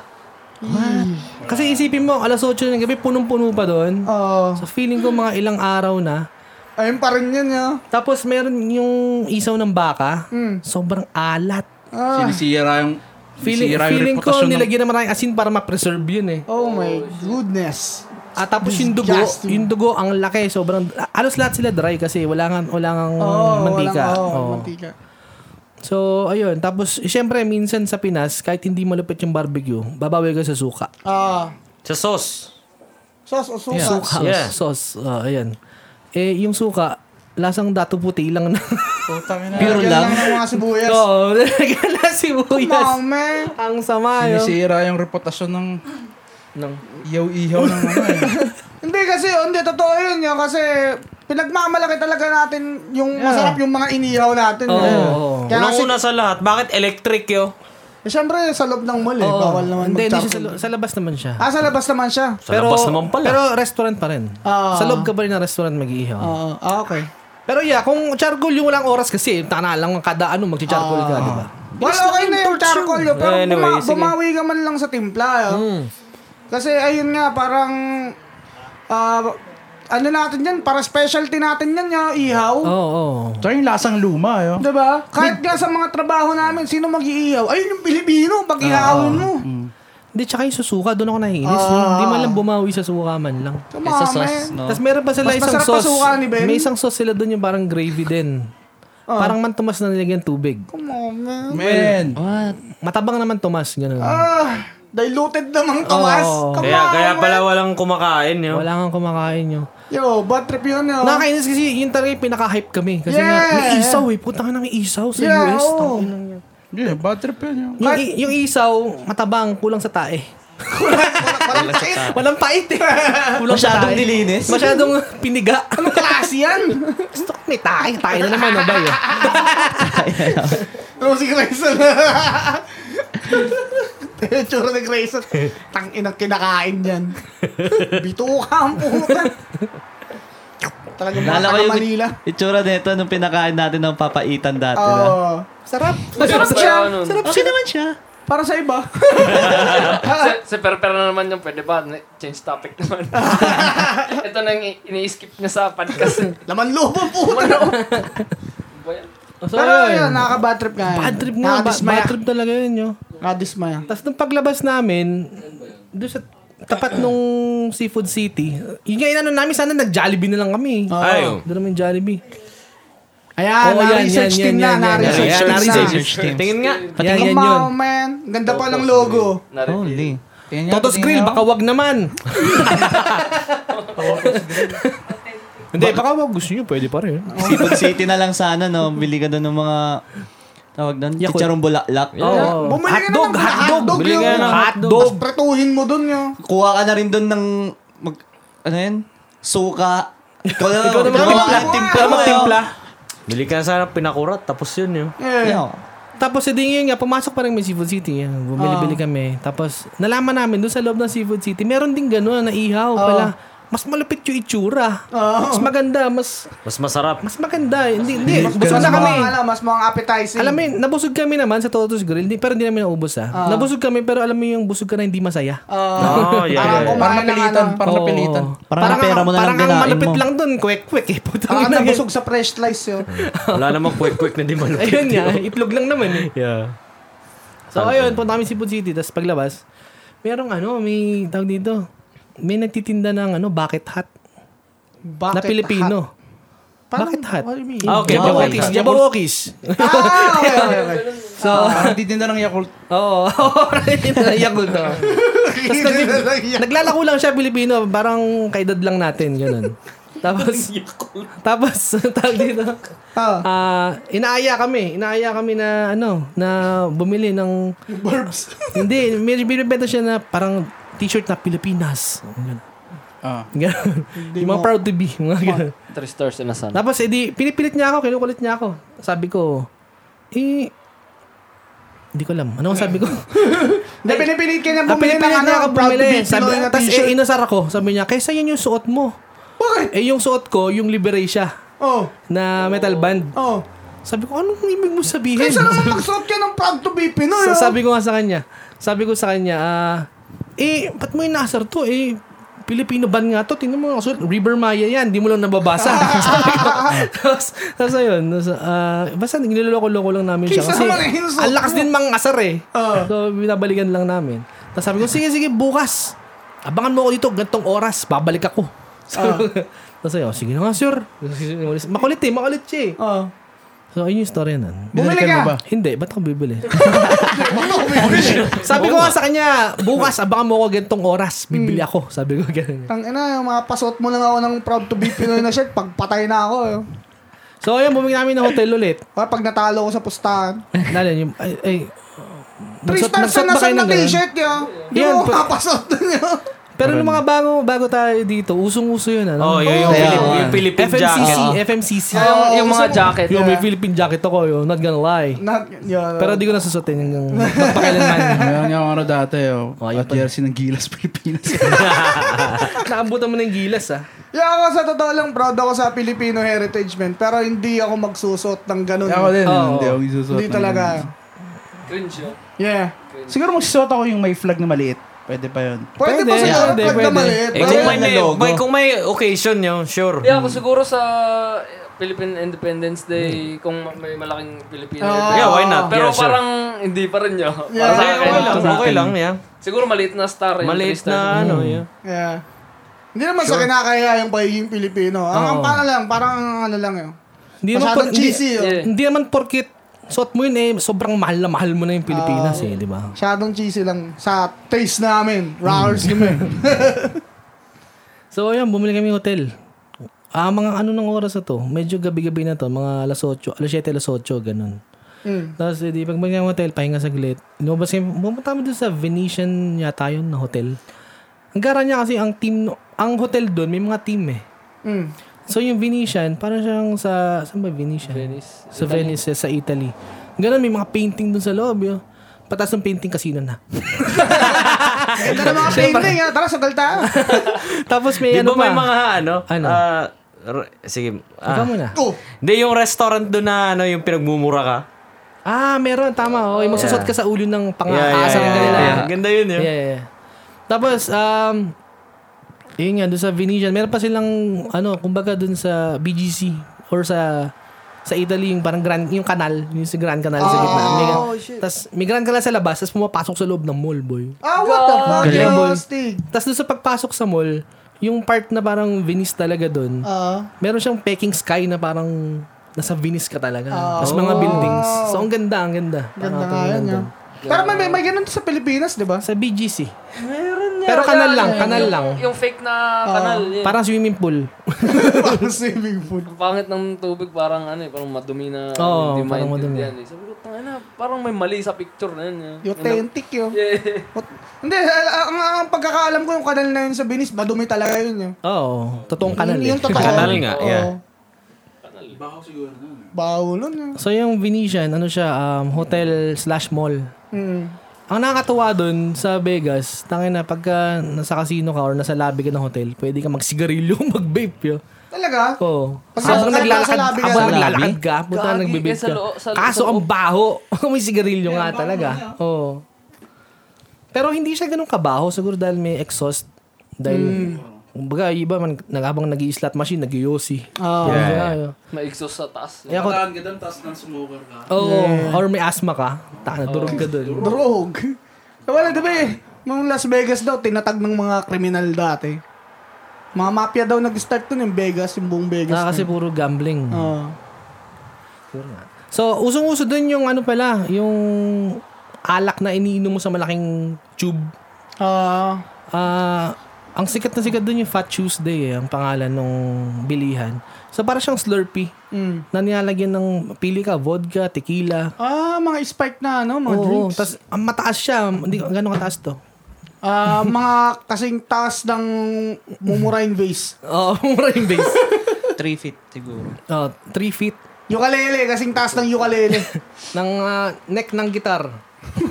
[SPEAKER 4] Kasi isipin mo, alas 8 ng gabi, punong-puno pa doon.
[SPEAKER 3] Oo.
[SPEAKER 4] So, feeling ko mga ilang araw na.
[SPEAKER 3] Oh, ayun pa rin yun, ya.
[SPEAKER 4] Tapos, meron yung isaw ng baka. Sobrang alat.
[SPEAKER 5] Sinisira yung...
[SPEAKER 4] Ah. Feeling,
[SPEAKER 5] sinisira yung
[SPEAKER 4] feeling ko
[SPEAKER 5] reputasyon ng-
[SPEAKER 4] nilagyan ng maraming asin para ma-preserve yun eh.
[SPEAKER 3] Oh my goodness.
[SPEAKER 4] At Ah, tapos yung dugo,
[SPEAKER 3] Disgusting.
[SPEAKER 4] yung dugo ang laki, sobrang alos lahat sila dry kasi wala nga wala ngang
[SPEAKER 3] Oh,
[SPEAKER 4] Hmm, mantika.
[SPEAKER 3] Walang, oh,
[SPEAKER 4] Oo.
[SPEAKER 3] mantika.
[SPEAKER 4] So ayun, tapos syempre minsan sa Pinas kahit hindi malupit yung barbecue, babawi ka sa suka.
[SPEAKER 3] Ah.
[SPEAKER 2] Sa sauce?
[SPEAKER 3] Sauce o suka.
[SPEAKER 4] Suka,
[SPEAKER 2] Yeah.
[SPEAKER 4] sauce, ah, ayan. Eh yung suka, lasang dato puti lang na.
[SPEAKER 1] Pure
[SPEAKER 3] Lagyan
[SPEAKER 1] lang.
[SPEAKER 3] ng mga
[SPEAKER 4] <laughs>
[SPEAKER 3] sibuyas.
[SPEAKER 4] Oo, nilagyan na sibuyas.
[SPEAKER 3] Mame.
[SPEAKER 4] Ang sama yun.
[SPEAKER 5] Sinisira yung reputasyon ng
[SPEAKER 4] Nang-
[SPEAKER 5] iyaw-ihaw ng ano <laughs> eh.
[SPEAKER 3] Hindi kasi, oh, hindi, totoo yun yun. Kasi, pinagmamalaki talaga natin yung masarap yung mga inihaw natin.
[SPEAKER 4] Oo.
[SPEAKER 3] yun. Kaya
[SPEAKER 2] Unang
[SPEAKER 3] kasi,
[SPEAKER 2] una sa lahat, bakit electric yo?
[SPEAKER 3] eh, syempre, sa loob ng mall eh,
[SPEAKER 4] Oo.
[SPEAKER 3] bawal naman
[SPEAKER 4] Hindi, hindi
[SPEAKER 3] mag-chop.
[SPEAKER 4] siya sa, lo- sa labas naman siya.
[SPEAKER 3] Ah, sa labas naman siya.
[SPEAKER 2] Sa labas naman pala.
[SPEAKER 4] Pero restaurant pa rin.
[SPEAKER 3] Ah.
[SPEAKER 4] Sa loob ka pa rin ng restaurant mag-iihaw.
[SPEAKER 3] Oo. ah, okay.
[SPEAKER 4] Pero yeah, kung charcoal yung walang oras kasi, tana lang ang kada ano, magsi-charcoal
[SPEAKER 3] Ah.
[SPEAKER 4] ka, di ba?
[SPEAKER 3] Well, okay na yung charcoal yun, pero
[SPEAKER 2] Anyway,
[SPEAKER 3] buma-
[SPEAKER 2] sige. Hmm.
[SPEAKER 3] bumawi ka man lang sa timpla. Oh. Kasi ayun nga, parang, ah, ano natin yan, para specialty natin yan, yung ihaw.
[SPEAKER 4] Oo, oo.
[SPEAKER 5] Tsaka yung lasang luma, yo.
[SPEAKER 2] Oh.
[SPEAKER 3] Diba? Kahit nga sa mga trabaho namin, sino mag-iihaw? Ayun yung Pilipino,
[SPEAKER 2] Ah.
[SPEAKER 3] pag ihawin mo.
[SPEAKER 2] Hmm.
[SPEAKER 4] Hindi, tsaka yung susuka, doon ako nahinis. Hindi man
[SPEAKER 3] Ah.
[SPEAKER 4] lang bumawi sa suka man lang.
[SPEAKER 1] Kesa
[SPEAKER 3] Tumama
[SPEAKER 1] sauce,
[SPEAKER 3] eh.
[SPEAKER 1] no?
[SPEAKER 4] Tapos meron pa sila
[SPEAKER 3] Mas
[SPEAKER 4] isang
[SPEAKER 3] masarap pa
[SPEAKER 4] sauce.
[SPEAKER 3] suka ni Ben. Ah.
[SPEAKER 4] May isang sauce sila doon yung parang gravy din. Parang man tumas na nilagyan tubig.
[SPEAKER 3] Tumama.
[SPEAKER 5] Man!
[SPEAKER 1] What?
[SPEAKER 4] Matabang naman tumas, gano'n.
[SPEAKER 3] Ah, Diluted naman kawas.
[SPEAKER 4] Oo.
[SPEAKER 3] Come
[SPEAKER 2] Oh. Kaya,
[SPEAKER 3] on,
[SPEAKER 2] kaya pala
[SPEAKER 3] man.
[SPEAKER 2] walang kumakain yun.
[SPEAKER 4] Wala kang kumakain nyo.
[SPEAKER 3] Yo, bad trip yun, yo.
[SPEAKER 4] Nakakainis kasi yun talaga yung pinaka-hype kami. Kasi nga,
[SPEAKER 3] Ah. Yeah.
[SPEAKER 4] may isaw eh. Puta ka na may isaw sa
[SPEAKER 3] Yeah, oh.
[SPEAKER 4] US.
[SPEAKER 3] oo.
[SPEAKER 4] Tangin na yan.
[SPEAKER 5] Yeah, bad trip yun.
[SPEAKER 4] Yung, i- yung isaw, matabang, kulang sa tae.
[SPEAKER 3] Walang sakit.
[SPEAKER 4] Walang pait eh. Kulang sa tae.
[SPEAKER 1] Masyadong nilinis.
[SPEAKER 4] Masyadong
[SPEAKER 3] <laughs>
[SPEAKER 4] piniga.
[SPEAKER 3] Anong klase yan?
[SPEAKER 4] Gusto ko may tae. Tae na naman, no, bay? eh.
[SPEAKER 3] Rosie Grayson. Tsura ni Grayson. Tangin ang kinakain yan. Bituka ang puta. Talagang mga
[SPEAKER 1] Nala ko
[SPEAKER 3] taga
[SPEAKER 1] yung
[SPEAKER 3] Manila.
[SPEAKER 1] itsura nito nung pinakain natin ng papaitan dati. na.
[SPEAKER 3] Oo. Sarap. Masarap siya.
[SPEAKER 6] Masarap nun.
[SPEAKER 3] Sarap siya naman siya. Para sa iba. Ah.
[SPEAKER 6] Si, si Perper na naman yung pwede ba? Na- Change topic
[SPEAKER 3] <laughs>
[SPEAKER 6] naman. Ito na yung i- ini-skip niya sa podcast.
[SPEAKER 3] Laman loob ang puta.
[SPEAKER 6] Ba yan?
[SPEAKER 4] So,
[SPEAKER 3] <laughs> Pero
[SPEAKER 4] yun.
[SPEAKER 3] yun, nakaka-bad trip nga yun.
[SPEAKER 4] Bad trip nga. Ba-
[SPEAKER 3] Nakadismaya.
[SPEAKER 4] bad trip talaga yun, yo.
[SPEAKER 3] Nakadismaya.
[SPEAKER 4] Tapos nung paglabas namin, doon sa tapat nung Seafood City, yun nga inano namin, sana nag-Jollibee na lang kami.
[SPEAKER 2] Ay, oh.
[SPEAKER 4] Doon namin Jollibee.
[SPEAKER 3] Ayan,
[SPEAKER 4] Oo, yan,
[SPEAKER 3] na-research
[SPEAKER 4] yan,
[SPEAKER 3] team
[SPEAKER 4] yan,
[SPEAKER 3] na.
[SPEAKER 4] yan, yan.
[SPEAKER 3] Na-research
[SPEAKER 2] Ayan,
[SPEAKER 3] team
[SPEAKER 2] na-research.
[SPEAKER 3] na.
[SPEAKER 2] Tingin nga.
[SPEAKER 4] Yan, yan,
[SPEAKER 3] Come
[SPEAKER 4] yun.
[SPEAKER 3] on, man. Ganda pa ng logo.
[SPEAKER 6] Na-reveal.
[SPEAKER 1] Holy.
[SPEAKER 4] Totos Grill, baka wag naman. Hindi, baka wag gusto nyo, pwede pa rin.
[SPEAKER 1] Seafood City na lang sana, no? Bili ka doon ng mga, tawag doon,
[SPEAKER 4] Yakult.
[SPEAKER 1] chicharong bulaklak.
[SPEAKER 4] Oh.
[SPEAKER 3] Bumili ka
[SPEAKER 4] Hotdog,
[SPEAKER 3] na ng
[SPEAKER 4] hotdog.
[SPEAKER 3] hotdog,
[SPEAKER 4] Bili ka
[SPEAKER 3] yo.
[SPEAKER 4] ng
[SPEAKER 3] Tapos
[SPEAKER 4] hotdog.
[SPEAKER 3] pretuhin mo dun yun.
[SPEAKER 1] Kuha ka na rin doon ng, mag, ano yan? Suka. Ikaw na
[SPEAKER 4] Ikaw naman
[SPEAKER 1] ikaw
[SPEAKER 4] magtimpla.
[SPEAKER 1] <laughs> ang
[SPEAKER 4] Ikaw naman
[SPEAKER 1] mo,
[SPEAKER 3] Eh,
[SPEAKER 4] magtimpla.
[SPEAKER 2] Bili ka na sana ng pinakurat, tapos yun yun.
[SPEAKER 1] yo.
[SPEAKER 3] Eh.
[SPEAKER 1] Yo.
[SPEAKER 4] Tapos hindi yun nga, pumasok pa rin may Seafood City. Yan, Bumili-bili kami. Tapos nalaman namin doon sa loob ng Seafood City, meron din gano'n na ihaw pala. Mas malupit yung itsura. Mas maganda, mas
[SPEAKER 2] Mas masarap.
[SPEAKER 4] mas maganda. eh. Hindi, Oh. hindi.
[SPEAKER 3] Mas
[SPEAKER 4] Busog
[SPEAKER 3] mas
[SPEAKER 4] na kami.
[SPEAKER 3] mukhang, ano, mas mukhang appetizing.
[SPEAKER 4] Alam mo, yun, nabusog kami naman sa Toto's Grill, hindi, pero hindi namin naubos ah. Nabusog kami, pero alam mo yung busog ka na hindi masaya.
[SPEAKER 3] <laughs> Ah,
[SPEAKER 2] Oh, yeah,
[SPEAKER 3] parang
[SPEAKER 2] yeah, yeah.
[SPEAKER 5] Parang
[SPEAKER 3] kumain ng
[SPEAKER 5] napilitan,
[SPEAKER 3] ano.
[SPEAKER 5] parang
[SPEAKER 4] <laughs>
[SPEAKER 5] napilitan.
[SPEAKER 4] Oo.
[SPEAKER 1] Parang ang pera mo na lang
[SPEAKER 4] parang
[SPEAKER 1] binain
[SPEAKER 4] ang malupit
[SPEAKER 1] mo.
[SPEAKER 4] lang doon, kwek-kwek eh. Putang
[SPEAKER 3] Parang
[SPEAKER 4] ina yun.
[SPEAKER 3] nabusog sa fresh slice yun.
[SPEAKER 2] Wala namang quick-quick na di
[SPEAKER 4] <laughs>
[SPEAKER 2] malupit.
[SPEAKER 4] Ayun nga, itlog lang naman eh.
[SPEAKER 2] Yeah.
[SPEAKER 4] So ayun, punta kami si City, tapos paglabas, merong ano, may tawag dito, may nagtitinda ng ano, bucket hat
[SPEAKER 3] Bakit?
[SPEAKER 4] na Pilipino.
[SPEAKER 3] Parang-
[SPEAKER 4] bucket hat.
[SPEAKER 3] what do you mean?
[SPEAKER 2] Ah, okay.
[SPEAKER 1] Jabawokis,
[SPEAKER 2] Jabawokis.
[SPEAKER 4] Jabawokis.
[SPEAKER 3] Ah, okay, okay,
[SPEAKER 4] <laughs>
[SPEAKER 3] okay.
[SPEAKER 4] So,
[SPEAKER 5] Parang titinda ng Yakult.
[SPEAKER 4] <laughs> oo. Naiyak ko to. Tapos nag- <laughs> naglalako lang siya Pilipino, parang kaedad lang natin, ganun. Tapos, tapos, <laughs> tawag dito,
[SPEAKER 3] Ah,
[SPEAKER 4] ah, inaaya kami, inaaya kami na, ano, na bumili ng
[SPEAKER 3] Burbs.
[SPEAKER 4] <laughs> Hindi, may binibenta siya na parang t-shirt na Pilipinas. Ganun.
[SPEAKER 5] Ah.
[SPEAKER 4] Ganun. Yung mga proud to be. Mga ganun.
[SPEAKER 6] Three stars na sana.
[SPEAKER 4] Tapos, edi, pinipilit niya ako, kinukulit niya ako. Sabi ko, eh, hindi ko alam. Ano ang sabi ko?
[SPEAKER 3] Hindi, pinipilit ka niya
[SPEAKER 4] Ah,
[SPEAKER 3] bumili ng
[SPEAKER 4] pinipilit
[SPEAKER 3] ano,
[SPEAKER 4] niya ako
[SPEAKER 3] proud to be
[SPEAKER 4] bumili. Sabi,
[SPEAKER 3] Pinoy na
[SPEAKER 4] tapos, eh,
[SPEAKER 3] t-shirt.
[SPEAKER 4] inasar ako. Sabi niya, kaysa yun yung suot mo.
[SPEAKER 3] Bakit?
[SPEAKER 4] Eh, yung suot ko, yung Liberation
[SPEAKER 3] Oh,
[SPEAKER 4] na metal band.
[SPEAKER 3] oh.
[SPEAKER 4] Sabi ko, anong ibig mo sabihin?
[SPEAKER 3] Kaysa
[SPEAKER 4] <laughs>
[SPEAKER 3] naman magsuot ka ng proud to be Pinoy.
[SPEAKER 4] Sa-
[SPEAKER 3] oh.
[SPEAKER 4] sabi ko nga sa kanya, sabi ko sa kanya, ah, eh, ba't mo inasar to? Eh, Filipino band nga to. Tingnan mo, kaso, River Maya yan. Di mo lang
[SPEAKER 3] <laughs>
[SPEAKER 4] nababasa. <laughs> sabi ko. tapos, tapos ayun. Tapos, ah, basta niloloko-loko lang namin siya.
[SPEAKER 3] Kaysa
[SPEAKER 4] Kasi,
[SPEAKER 3] naman eh, insult
[SPEAKER 4] ang lakas
[SPEAKER 3] mo.
[SPEAKER 4] din mang asar eh.
[SPEAKER 3] Ah.
[SPEAKER 4] So, binabalikan lang namin. Tapos sabi ko, sige, sige, bukas. Abangan mo ako dito, gantong oras. Babalik ako. <laughs> So,
[SPEAKER 3] Ah.
[SPEAKER 4] tapos ayun, sige na nga, sir. Makulit eh, makulit siya eh.
[SPEAKER 3] Oh.
[SPEAKER 4] So, ayun yung story nun.
[SPEAKER 3] Bumili
[SPEAKER 5] Binalikan
[SPEAKER 3] ka.
[SPEAKER 5] mo <laughs> ba?
[SPEAKER 4] Hindi, ba't ako bibili?
[SPEAKER 3] <laughs> Ano, bumili?
[SPEAKER 4] Sabi ko nga sa
[SPEAKER 3] <laughs>
[SPEAKER 4] kanya, bukas abangan mo ako gantong oras, bibili ako.
[SPEAKER 3] Hmm.
[SPEAKER 4] Sabi ko ganun.
[SPEAKER 3] Tang ina, yung mga pasuot mo lang ako ng proud to be Pinoy na shirt, pagpatay na ako. eh.
[SPEAKER 4] So ayun, bumili namin ng hotel
[SPEAKER 3] <laughs>
[SPEAKER 4] ulit.
[SPEAKER 3] O pag natalo ko sa pustahan.
[SPEAKER 4] Nalan yung, ay, ay,
[SPEAKER 3] Three
[SPEAKER 4] nagsuot-
[SPEAKER 3] stars
[SPEAKER 4] nagsuot
[SPEAKER 3] na
[SPEAKER 4] ba kayo
[SPEAKER 3] nasa na
[SPEAKER 4] ng ganun?
[SPEAKER 3] t-shirt yun. Hindi
[SPEAKER 4] Yan,
[SPEAKER 3] mo
[SPEAKER 4] pa-
[SPEAKER 3] kapasot yun.
[SPEAKER 4] Pero nung mga bago, bago tayo dito, usong-uso yun, ano?
[SPEAKER 2] Oh, yun yung,
[SPEAKER 1] Kaya,
[SPEAKER 2] Pilip,
[SPEAKER 1] oh.
[SPEAKER 2] yung Philippine
[SPEAKER 4] FMCC,
[SPEAKER 2] jacket.
[SPEAKER 4] FMCC.
[SPEAKER 3] Ah.
[SPEAKER 6] So, yung, yung mga jacket.
[SPEAKER 4] Yung may Philippine jacket ako, yun, not gonna lie.
[SPEAKER 3] Not, yun.
[SPEAKER 4] Pero di ko nasusutin yung
[SPEAKER 3] <laughs>
[SPEAKER 4] magpakailanman.
[SPEAKER 5] Meron nga ako ano dati, oh. At jersey ng Gilas, <laughs> Pilipinas.
[SPEAKER 4] Nakabutan mo ng gilas, ah.
[SPEAKER 3] Yung ako sa totoo lang, proud ako sa Filipino heritage, man. Pero hindi ako magsusot ng ganun.
[SPEAKER 5] ako din,
[SPEAKER 4] Oo.
[SPEAKER 5] hindi ako isusuot.
[SPEAKER 3] Hindi
[SPEAKER 5] ng
[SPEAKER 3] talaga.
[SPEAKER 6] Cringe yun.
[SPEAKER 3] Yeah.
[SPEAKER 5] ganun. Siguro magsusuot ako yung may flag na maliit. Pwede pa yun.
[SPEAKER 3] Pwede,
[SPEAKER 4] Pwede,
[SPEAKER 3] pa siguro
[SPEAKER 4] pwede,
[SPEAKER 3] pag na
[SPEAKER 4] pwede.
[SPEAKER 3] maliit.
[SPEAKER 2] Eh, kung
[SPEAKER 3] Pwede.
[SPEAKER 2] may, may,
[SPEAKER 1] Logo.
[SPEAKER 2] may- kung may occasion yun, sure.
[SPEAKER 6] Hindi ako siguro sa Philippine Independence Day kung ma- may malaking Filipino.
[SPEAKER 3] Ah.
[SPEAKER 2] Yeah, why not?
[SPEAKER 6] Pero
[SPEAKER 2] Yeah, sure.
[SPEAKER 6] parang hindi pa rin yun. Para
[SPEAKER 3] Yeah.
[SPEAKER 6] sa
[SPEAKER 2] Okay,
[SPEAKER 6] akin,
[SPEAKER 2] okay lang, okay lang, yeah.
[SPEAKER 6] Siguro maliit na star. yung
[SPEAKER 2] Maliit
[SPEAKER 6] three
[SPEAKER 2] na
[SPEAKER 6] stars.
[SPEAKER 2] ano,
[SPEAKER 3] Mm.
[SPEAKER 2] yeah.
[SPEAKER 3] Yeah. Hindi naman sa kinakaya yung pagiging Pilipino. Ang, ang
[SPEAKER 4] Oo.
[SPEAKER 3] para lang, parang ano lang yun.
[SPEAKER 4] Hindi naman,
[SPEAKER 3] Masyadong
[SPEAKER 4] por- hindi,
[SPEAKER 3] cheesy oh. yun.
[SPEAKER 6] Yeah.
[SPEAKER 4] hindi naman porkit Suot mo yun eh, sobrang mahal na mahal mo na yung Pilipinas
[SPEAKER 3] Ah.
[SPEAKER 4] eh, di ba?
[SPEAKER 3] Masyadong cheesy lang sa taste namin. Rockers
[SPEAKER 4] <laughs>
[SPEAKER 3] kami.
[SPEAKER 4] So, ayun, bumili kami ng hotel. Ah, mga ano ng oras na to? Medyo gabi-gabi na to, mga alas 8, alas 7, alas 8, ganun.
[SPEAKER 3] Mm.
[SPEAKER 4] Tapos, edi, pag ng hotel, pahinga saglit. Lumabas kami, pumunta kami doon sa Venetian yata yun na hotel. Ang gara niya kasi, ang team, no- ang hotel doon, may mga team eh.
[SPEAKER 3] Mm.
[SPEAKER 4] So, yung Venetian, parang siyang sa, saan ba Venetian?
[SPEAKER 6] Venice.
[SPEAKER 4] Sa Venice, eh, sa Italy. Ganun, may mga painting doon sa loob yun. Patas ng painting kasino na. <laughs>
[SPEAKER 3] Ganda ng mga painting ha. Tara, sagal tayo.
[SPEAKER 4] Tapos may
[SPEAKER 2] Di
[SPEAKER 4] ano
[SPEAKER 2] ba may
[SPEAKER 4] pa.
[SPEAKER 2] mga ano?
[SPEAKER 4] Ano?
[SPEAKER 2] ah, re- sige.
[SPEAKER 4] Ikaw
[SPEAKER 2] Ah,
[SPEAKER 4] muna.
[SPEAKER 3] Oh,
[SPEAKER 2] Hindi, yung restaurant doon na ano, yung pinagmumura ka.
[SPEAKER 4] Ah, meron. Tama. Oh, yung magsusot ka sa ulo ng pang-aasa ng kanila.
[SPEAKER 2] yeah. Ah, Ganda yun yun.
[SPEAKER 4] Yeah, yeah, yeah. Tapos, um, yun nga, doon sa Venetian, meron pa silang, ano, kumbaga doon sa BGC or sa sa Italy, yung parang grand, yung kanal, yung sa Grand Canal sa gitna. May,
[SPEAKER 3] Oh, shit.
[SPEAKER 4] tas, may Grand Canal sa labas, tapos pumapasok sa loob ng mall, boy.
[SPEAKER 3] ah, what the fuck?
[SPEAKER 4] Galing, boy.
[SPEAKER 3] Yo, Stig.
[SPEAKER 4] Tapos doon sa pagpasok sa mall, yung part na parang Venice talaga doon,
[SPEAKER 3] Ah.
[SPEAKER 4] meron siyang Peking Sky na parang nasa Venice ka talaga. Tapos mga buildings. So, ang ganda, ang ganda.
[SPEAKER 3] Oh. Ganda
[SPEAKER 4] Parang
[SPEAKER 3] nga
[SPEAKER 4] ito,
[SPEAKER 3] yan,
[SPEAKER 4] ganda.
[SPEAKER 3] yun. Pero may, may, may ganun sa Pilipinas, di ba? <laughs>
[SPEAKER 4] Sa BGC.
[SPEAKER 6] Meron niya.
[SPEAKER 4] Pero kanal
[SPEAKER 6] Wala,
[SPEAKER 4] lang,
[SPEAKER 6] yung-
[SPEAKER 4] kanal
[SPEAKER 6] yung-
[SPEAKER 4] lang.
[SPEAKER 6] Yung fake na kanal. yun.
[SPEAKER 4] Parang swimming pool.
[SPEAKER 3] Parang swimming pool.
[SPEAKER 6] Ang pangit ng tubig, parang ano eh, parang madumi na
[SPEAKER 4] Oo,
[SPEAKER 6] hindi
[SPEAKER 4] parang
[SPEAKER 6] maintindihan eh. Sabi ko, tangina, parang may mali sa picture na yun. eh."
[SPEAKER 3] Authentic yun.
[SPEAKER 6] Yeah.
[SPEAKER 3] What- Hindi, al- ang, ang pagkakaalam ko yung kanal na yun sa Venice, madumi talaga yun. Yun,
[SPEAKER 4] Oo. Totoong kanal eh.
[SPEAKER 3] yun, Mm. yung totoo.
[SPEAKER 2] Kanal nga,
[SPEAKER 3] Oo.
[SPEAKER 2] yeah.
[SPEAKER 3] Bawal yun.
[SPEAKER 4] So yung Venetian, ano siya, um, hotel slash mall.
[SPEAKER 3] eh. Mm.
[SPEAKER 4] Ang nakakatuwa dun sa Vegas, tangin na pagka nasa casino ka or nasa lobby ka ng hotel, pwede ka magsigarilyo, <laughs> mag-vape yo.
[SPEAKER 3] Talaga?
[SPEAKER 4] Oo.
[SPEAKER 3] Kasi
[SPEAKER 4] habang
[SPEAKER 3] nasa-
[SPEAKER 4] naglalakad,
[SPEAKER 3] nasa lobby ka.
[SPEAKER 4] habang
[SPEAKER 3] Sa
[SPEAKER 4] naglalakad ka, puta
[SPEAKER 6] Gagi,
[SPEAKER 4] nagbe-vape
[SPEAKER 6] kesa
[SPEAKER 4] ka.
[SPEAKER 6] loo- sa-
[SPEAKER 4] Kaso
[SPEAKER 6] sa
[SPEAKER 4] ang baho. <laughs> may sigarilyo nga talaga. Oo. Pero hindi siya ganun kabaho siguro dahil may exhaust.
[SPEAKER 3] Hmm.
[SPEAKER 4] Dahil, kumbaga, yung iba man, nag- habang nag slot machine, nag-yosi.
[SPEAKER 3] Ah.
[SPEAKER 6] <laughs> May exhaust sa taas.
[SPEAKER 4] Kaya ako,
[SPEAKER 5] ka doon, tapos nang smoker ka.
[SPEAKER 4] Oo. Or may asthma ka. Taka, durog ka dun.
[SPEAKER 3] Drog. Wala, di ba eh. Nung Las Vegas daw, tinatag ng mga kriminal dati. Mga mafia daw nag-start dun yung Vegas, yung buong Vegas.
[SPEAKER 4] Ah, kasi
[SPEAKER 3] na. Ah.
[SPEAKER 4] puro gambling.
[SPEAKER 3] Oo.
[SPEAKER 4] So, usong-uso dun yung ano pala, yung alak na iniinom mo sa malaking tube.
[SPEAKER 3] Ah,
[SPEAKER 4] Ah, ang sikat na sikat dun yung Fat Tuesday eh, ang pangalan nung bilihan. So, parang siyang Slurpee
[SPEAKER 3] mm.
[SPEAKER 4] na nilalagyan ng pili ka, vodka, tequila.
[SPEAKER 3] Ah, mga spike na ano, mga
[SPEAKER 4] Oo,
[SPEAKER 3] drinks.
[SPEAKER 4] tas ang mataas siya. Hindi, gano'ng kataas to?
[SPEAKER 3] Ah, mga kasing taas ng mumurain vase.
[SPEAKER 4] Oo, mura yung base.
[SPEAKER 1] 3 feet siguro.
[SPEAKER 4] Oo, 3 feet
[SPEAKER 3] Ukulele, kasing taas ng ukulele.
[SPEAKER 4] <laughs> ng ah, neck ng gitar. <laughs>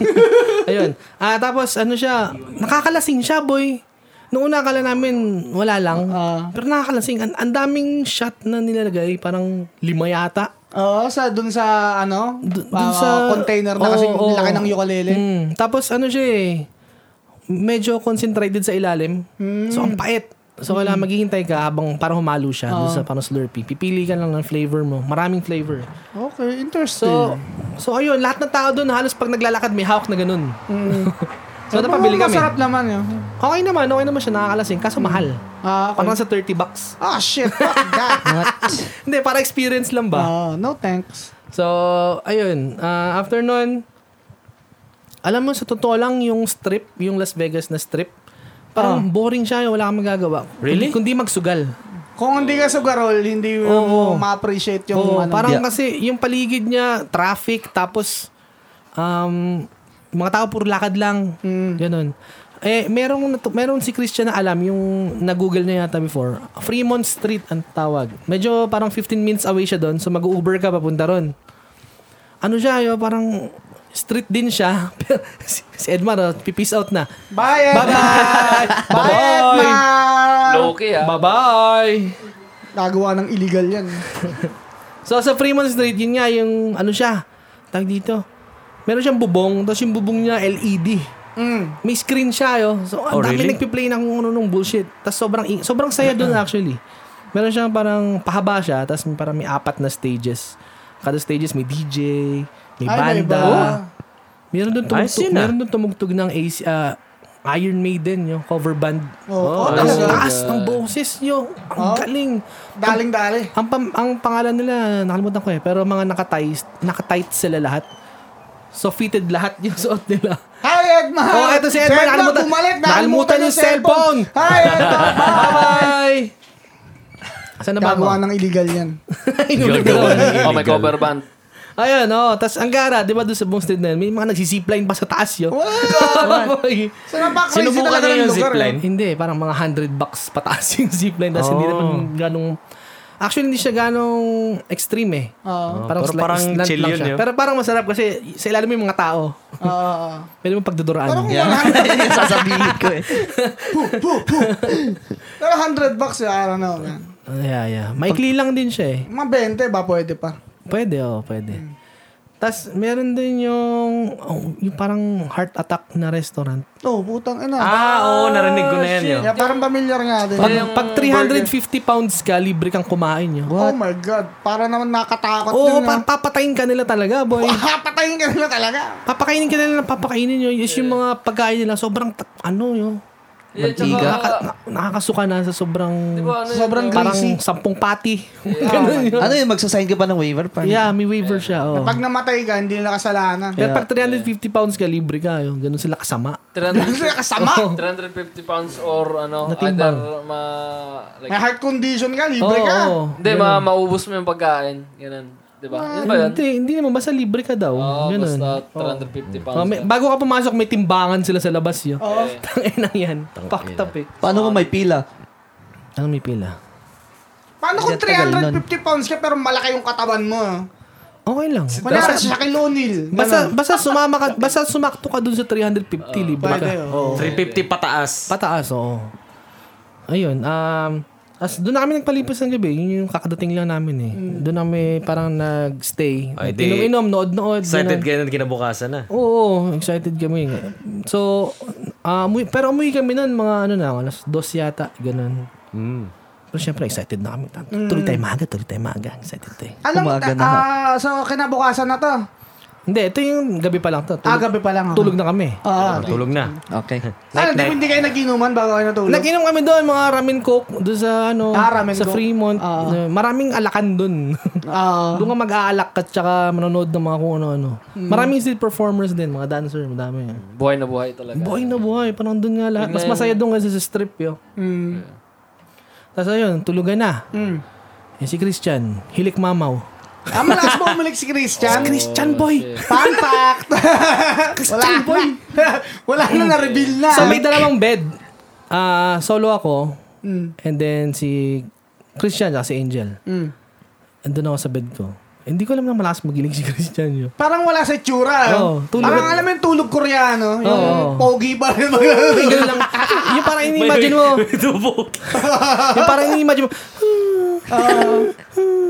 [SPEAKER 4] Ayun. Ah, tapos ano siya, nakakalasing siya, boy. Noong una akala namin wala lang.
[SPEAKER 3] Ah.
[SPEAKER 4] pero nakakalasing. Ang ang daming shot na nilalagay, parang lima yata.
[SPEAKER 3] Oo, sa dun sa ano,
[SPEAKER 4] Dun- dun
[SPEAKER 3] ah,
[SPEAKER 4] sa-
[SPEAKER 3] container na
[SPEAKER 4] Oo,
[SPEAKER 3] kasing
[SPEAKER 4] oo.
[SPEAKER 3] laki ng ukulele.
[SPEAKER 4] Mm. Tapos ano siya eh, medyo concentrated sa ilalim.
[SPEAKER 3] Hmm.
[SPEAKER 4] So ang pait. So kailangan maghihintay ka habang parang humalo siya dun sa parang slurpee. Pipili ka lang ng flavor mo. Maraming flavor.
[SPEAKER 3] Okay, interesting.
[SPEAKER 4] So, so ayun, lahat ng tao doon halos pag naglalakad may hawak na ganun. <laughs> so,
[SPEAKER 3] Pero
[SPEAKER 4] napabili kami.
[SPEAKER 3] Hmm. Masarap naman yun.
[SPEAKER 4] Okay naman, okay naman siya nakakalasing. Kaso mahal.
[SPEAKER 3] Ah, okay.
[SPEAKER 4] Parang Diba? sa 30 bucks.
[SPEAKER 3] Ah, shit. Fuck
[SPEAKER 4] <laughs>
[SPEAKER 3] that.
[SPEAKER 4] Hindi, para experience lang ba?
[SPEAKER 3] Ah, no thanks.
[SPEAKER 4] So, ayun. Ah, after nun, alam mo, sa totoo lang, yung strip, yung Las Vegas na strip,
[SPEAKER 3] Ah.
[SPEAKER 4] parang boring siya, wala kang magagawa.
[SPEAKER 2] Really?
[SPEAKER 4] Kundi, kundi magsugal.
[SPEAKER 3] Kung hindi ka sugarol, hindi
[SPEAKER 4] Oo.
[SPEAKER 3] mo ma-appreciate yung
[SPEAKER 4] Oo,
[SPEAKER 3] ano.
[SPEAKER 4] parang kasi yung paligid niya, traffic, tapos um, mga tao puro lakad lang.
[SPEAKER 3] Mm.
[SPEAKER 4] Ganun. Eh, merong, natu- merong si Christian na alam, yung na-google niya yata before. Fremont Street ang tawag. Medyo parang 15 minutes away siya doon, so mag-Uber ka papunta ron. Ano siya, yo, parang street din siya. <laughs> si si Edmar, oh, pipiss out na.
[SPEAKER 3] Bye, Bye-bye! Bye, Edmar!
[SPEAKER 6] Low-key ah.
[SPEAKER 4] Bye-bye!
[SPEAKER 3] Nagawa ng illegal yan.
[SPEAKER 4] So sa Fremont Street, yun nga yung ano siya. Tag dito. Meron siyang bubong, tapos yung bubong niya E LED.
[SPEAKER 3] Mm.
[SPEAKER 4] May screen siya, yo. So, ang
[SPEAKER 2] Oh,
[SPEAKER 4] dami
[SPEAKER 2] really?
[SPEAKER 4] nagpi-play ng kung ano nung bullshit. Tapos sobrang, ing- sobrang saya doon actually. Meron siyang parang pahaba siya, tapos may- parang may apat na stages. Kada stages may DJ, may
[SPEAKER 3] Ay, may
[SPEAKER 4] banda.
[SPEAKER 3] iba. Oh,
[SPEAKER 4] Meron doon
[SPEAKER 2] Ayos
[SPEAKER 4] tumugtog,
[SPEAKER 2] yun, ah.
[SPEAKER 4] meron doon tumugtog ng AC, ah, Iron Maiden, yung cover band.
[SPEAKER 3] Oo.
[SPEAKER 2] Oh,
[SPEAKER 4] Ang
[SPEAKER 3] talaga.
[SPEAKER 4] taas ng boses nyo. Ang
[SPEAKER 3] Oo.
[SPEAKER 4] galing.
[SPEAKER 3] Daling-dali.
[SPEAKER 4] Ang, pam- ang pangalan nila, nakalimutan ko eh. Pero mga nakatais, nakatight sila lahat. So fitted lahat yung suot nila.
[SPEAKER 3] Hi, Edma!
[SPEAKER 4] Oh, eto si Edma, nakalimutan-
[SPEAKER 3] bumalik!
[SPEAKER 4] nakalimutan yung cellphone.
[SPEAKER 3] Hi, Edma!
[SPEAKER 4] <laughs> Bye! Saan na ba <laughs>
[SPEAKER 3] Gagawa
[SPEAKER 4] ako?
[SPEAKER 3] ng illegal yan.
[SPEAKER 4] Inulit ko.
[SPEAKER 6] Oh, may cover band.
[SPEAKER 4] Ayun, oh. Tapos ang gara, di ba doon sa Bumstead na yun, may mga nagsisipline pa sa taas yun. Boy.
[SPEAKER 3] So, napaka-crazy
[SPEAKER 2] Sinubukan
[SPEAKER 3] talaga
[SPEAKER 2] niya
[SPEAKER 3] ng
[SPEAKER 2] yung
[SPEAKER 3] lugar. eh.
[SPEAKER 2] zipline.
[SPEAKER 4] Hindi, parang mga 100 bucks pataas <laughs> yung zipline. Tapos hindi
[SPEAKER 2] Oh.
[SPEAKER 4] naman ganong... Actually, hindi siya ganong extreme eh.
[SPEAKER 3] Oo.
[SPEAKER 2] Pero
[SPEAKER 4] slight
[SPEAKER 2] parang
[SPEAKER 4] slant
[SPEAKER 2] chill
[SPEAKER 4] lang
[SPEAKER 2] yun,
[SPEAKER 4] siya.
[SPEAKER 2] yun.
[SPEAKER 4] Pero parang masarap kasi sa ilalim mo yung mga tao.
[SPEAKER 3] Oo.
[SPEAKER 4] Pwede mo pagduduraan.
[SPEAKER 3] Pero kung
[SPEAKER 1] Yeah.
[SPEAKER 3] wala,
[SPEAKER 1] Sasabihin ko eh.
[SPEAKER 3] puh, puh, puh. Pero 100 bucks, I don't know, man.
[SPEAKER 4] Ah, yeah, yeah. Maikli lang din siya eh.
[SPEAKER 3] Mga 20 ba pwede pa?
[SPEAKER 4] Pwede, oh, pwede.
[SPEAKER 3] Hmm.
[SPEAKER 4] Tapos meron din yung, oh, yung parang heart attack na restaurant.
[SPEAKER 3] Oh, putang ina.
[SPEAKER 2] Ah, oo, narinig ko na yan. Yo.
[SPEAKER 3] Yeah, parang familiar nga din.
[SPEAKER 4] Pag,
[SPEAKER 6] Yung
[SPEAKER 4] pag 350 pounds ka, libre kang kumain yun.
[SPEAKER 3] Oh my God. Para naman nakatakot
[SPEAKER 4] Oo,
[SPEAKER 3] din.
[SPEAKER 4] pa- papatayin ka nila talaga, boy.
[SPEAKER 3] <laughs> Papatayin ka nila talaga.
[SPEAKER 4] Papakainin ka nila ng papakainin yun. Is yung mga pagkain nila, sobrang, ta- ano yun.
[SPEAKER 6] Yeah,
[SPEAKER 4] Nakaka,
[SPEAKER 3] Diba?
[SPEAKER 6] tsaka,
[SPEAKER 4] na, nakakasuka na sa sobrang,
[SPEAKER 6] di ba, ano yun,
[SPEAKER 3] Sobrang
[SPEAKER 6] yung-
[SPEAKER 4] parang
[SPEAKER 3] Diba? greasy.
[SPEAKER 4] sampung pati. <laughs> Ganun yun.
[SPEAKER 1] Ano yun, magsasign ka ba ng waiver? Parang,
[SPEAKER 4] Yeah, may waiver siya, oh.
[SPEAKER 3] Pag namatay ka, hindi nila kasalanan.
[SPEAKER 4] Pero pag 350 pounds ka, libre ka. Yun. Ganun sila kasama.
[SPEAKER 6] 300
[SPEAKER 3] Kasama.
[SPEAKER 4] Oh.
[SPEAKER 6] 350 pounds or ano,
[SPEAKER 4] Natimbang.
[SPEAKER 6] either ma... Like,
[SPEAKER 3] May heart condition ka, libre
[SPEAKER 4] Oo,
[SPEAKER 3] ka.
[SPEAKER 4] oo.
[SPEAKER 6] Hindi, ma maubos mo yung pagkain. Ganun. Di ba? Yun Ano ba yun?
[SPEAKER 4] Hindi, hindi naman. Basta libre ka daw.
[SPEAKER 6] Oo,
[SPEAKER 4] Ganun.
[SPEAKER 6] basta 350 pounds.
[SPEAKER 4] Oh, may- bago ka pumasok, may timbangan sila sa labas yun. Oh. Tangin yan. Fucked up eh.
[SPEAKER 1] Paano kung may pila?
[SPEAKER 4] Ano may pila?
[SPEAKER 3] Paano kung
[SPEAKER 1] Tagal
[SPEAKER 3] 350
[SPEAKER 1] nun.
[SPEAKER 3] pounds ka pero malaki yung katawan mo? ah?
[SPEAKER 4] Okay lang.
[SPEAKER 3] Kunyari, si Shaquille O'Neal.
[SPEAKER 4] Basta, basta sumama ka, basta sumakto ka dun sa 350 libre ka.
[SPEAKER 3] Pwede, oh.
[SPEAKER 2] 350 pataas.
[SPEAKER 4] Pataas, oo. Ayun, um, as doon na kami nagpalipas ng gabi, yun yung kakadating lang namin eh.
[SPEAKER 3] Mm.
[SPEAKER 4] Doon kami parang nagstay.
[SPEAKER 2] Ay, di-
[SPEAKER 4] Inom-inom, nood-nood. ganun.
[SPEAKER 2] Excited kayo nun kinabukasan na.
[SPEAKER 4] Oo, excited kami. So, ah, umuwi- pero umuwi kami nun mga ano na, alas dos yata, ganun.
[SPEAKER 2] Mm.
[SPEAKER 4] Pero syempre, excited na kami.
[SPEAKER 3] Mm.
[SPEAKER 4] Tuloy tayo maaga, tuloy tayo maaga. Excited tayo.
[SPEAKER 3] Anong,
[SPEAKER 1] Umaga na,
[SPEAKER 3] ah, so kinabukasan na to.
[SPEAKER 4] Hindi, ito yung gabi pa lang to.
[SPEAKER 3] Ah,
[SPEAKER 4] Tulog,
[SPEAKER 3] gabi pa lang. ah.
[SPEAKER 4] tulog na kami.
[SPEAKER 3] Ah,
[SPEAKER 2] Tulog na.
[SPEAKER 1] Okay.
[SPEAKER 3] ano, di ba hindi kayo naginuman bago kayo natulog?
[SPEAKER 4] Nag-inom kami doon, mga ramen coke doon sa ano,
[SPEAKER 3] Ah, ramen
[SPEAKER 4] sa
[SPEAKER 3] coke.
[SPEAKER 4] Fremont.
[SPEAKER 3] Ah.
[SPEAKER 4] Maraming alakan doon.
[SPEAKER 3] <laughs> Ah, Hmm.
[SPEAKER 4] doon ka mag-aalak at saka manonood ng mga kung ano-ano. Maraming street performers din, mga dancer, madami.
[SPEAKER 6] Buhay na buhay talaga.
[SPEAKER 4] Buhay na buhay, parang doon nga lahat. Mas masaya doon kasi sa strip yo.
[SPEAKER 3] mm,
[SPEAKER 4] Tapos ayun, tulugan na.
[SPEAKER 3] mm.
[SPEAKER 4] Eh, si Christian, hilik mamaw.
[SPEAKER 3] Ah, malakas ba umulik si Christian?
[SPEAKER 1] Oh,
[SPEAKER 4] Christian boy!
[SPEAKER 3] Fun
[SPEAKER 4] <laughs>
[SPEAKER 3] fact! Wala na. <laughs> Wala na, na-reveal na.
[SPEAKER 4] So may dalawang bed. Ah, solo ako.
[SPEAKER 3] Mm.
[SPEAKER 4] And then si Christian at si Angel.
[SPEAKER 3] Mm.
[SPEAKER 4] Andun ako sa bed ko. Hindi ko alam na malakas magiling si <laughs> Christian yo.
[SPEAKER 3] Parang wala sa
[SPEAKER 4] Oo,
[SPEAKER 3] itsura. Oh,
[SPEAKER 4] tulog.
[SPEAKER 3] Parang alam mo yung tulog koreano. Yung
[SPEAKER 4] Oo.
[SPEAKER 3] pogi <laughs> pa rin.
[SPEAKER 4] Ganun lang. <laughs> yung parang ini-imagine mo. <laughs> yung parang ini-imagine
[SPEAKER 1] <laughs>
[SPEAKER 4] mo.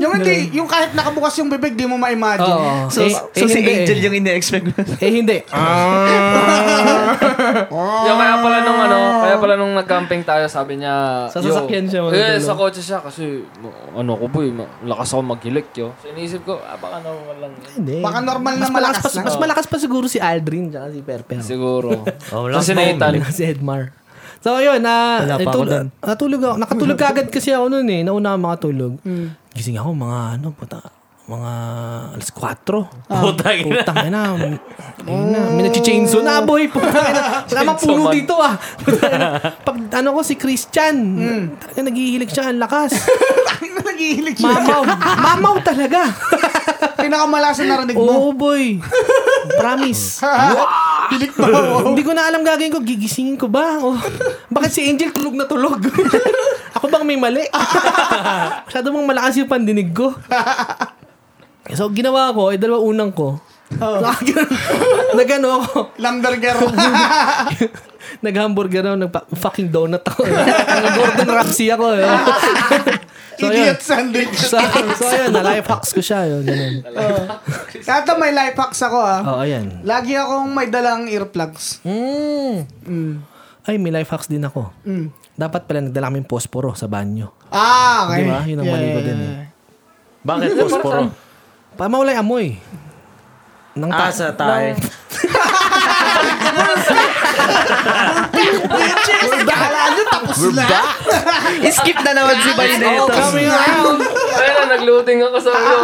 [SPEAKER 3] yung hindi, yung kahit nakabukas yung bibig, di mo ma-imagine.
[SPEAKER 4] Oo.
[SPEAKER 1] So,
[SPEAKER 4] Eh,
[SPEAKER 1] so si
[SPEAKER 4] hindi eh.
[SPEAKER 1] Angel Ah. yung ine-expect mo.
[SPEAKER 4] Eh, hindi.
[SPEAKER 6] Yo, kaya pala nung ano, kaya pala nung nag-camping tayo, sabi niya,
[SPEAKER 4] Ah. Sa
[SPEAKER 6] yo,
[SPEAKER 4] sasakyan siya matutulog.
[SPEAKER 6] Eh, sa kotse siya kasi ma- ano ko boy, ma- lakas ako maghilik yo. So iniisip ko, ah, baka normal lang yun.
[SPEAKER 4] Hindi.
[SPEAKER 3] Baka normal na
[SPEAKER 4] mas malakas,
[SPEAKER 3] malakas
[SPEAKER 4] pa,
[SPEAKER 3] lang. <laughs>
[SPEAKER 4] Mas malakas pa siguro si Aldrin at si Perper.
[SPEAKER 6] Siguro.
[SPEAKER 2] <laughs> Oh, wala
[SPEAKER 6] Kasi
[SPEAKER 2] pa ako
[SPEAKER 6] Nathan.
[SPEAKER 4] si Edmar. So, ayun. na
[SPEAKER 1] Wala pa ako doon.
[SPEAKER 4] Natulog ako. Nakatulog agad kasi ako noon eh. Nauna ako makatulog. Gising ako mga ano, puta, mga alas 4.
[SPEAKER 2] Putang ina.
[SPEAKER 4] Putang ina. Ayun na. May nag-chainsaw na, boy. Putang ina. Wala mang puno dito, ah. Putang ina. Pag ano ko, si Christian. Talaga naghihilig siya. Ang lakas.
[SPEAKER 3] Ang nagihilig siya.
[SPEAKER 4] Mamaw. Mamaw talaga.
[SPEAKER 3] Pinakamalakas na narinig mo.
[SPEAKER 4] Oo, boy. Promise.
[SPEAKER 3] Hilik pa ako.
[SPEAKER 4] Hindi ko na alam gagawin ko. Gigisingin ko ba? O, bakit si Angel tulog na tulog? <laughs> Ako bang may mali? <laughs> Masyado bang malakas yung pandinig ko? So, ginawa ko, eh, dalawa unang ko. <laughs> Nagano ako. <laughs>
[SPEAKER 3] Lamberger.
[SPEAKER 4] Nag-hamburger ako, nag-fucking donut ako. <laughs> Gordon Ramsay ako. Eh. So, yun.
[SPEAKER 3] Idiot sandwich.
[SPEAKER 4] So, so, yun, na life hacks ko siya. Yun, ganun.
[SPEAKER 3] Ito may life hacks ako ah.
[SPEAKER 4] Oo, ayan.
[SPEAKER 3] Lagi akong may dalang earplugs.
[SPEAKER 4] Mm.
[SPEAKER 3] Mm.
[SPEAKER 4] Ay, may life hacks din ako.
[SPEAKER 3] Mm.
[SPEAKER 4] Dapat pala nagdala kami yung posporo sa banyo.
[SPEAKER 3] Ah, okay.
[SPEAKER 4] Di ba? Yun ang mali ko din eh.
[SPEAKER 2] Bakit posporo?
[SPEAKER 4] Pa mawala yung amoy. Nang
[SPEAKER 2] Ah, sa tae.
[SPEAKER 3] Bitches! Bahala nyo, tapos
[SPEAKER 1] We're
[SPEAKER 3] na.
[SPEAKER 1] back! <laughs> Skip na naman si Bayneto.
[SPEAKER 6] <laughs> Ayun na, nagluting ako
[SPEAKER 4] <laughs>
[SPEAKER 6] sa ulo.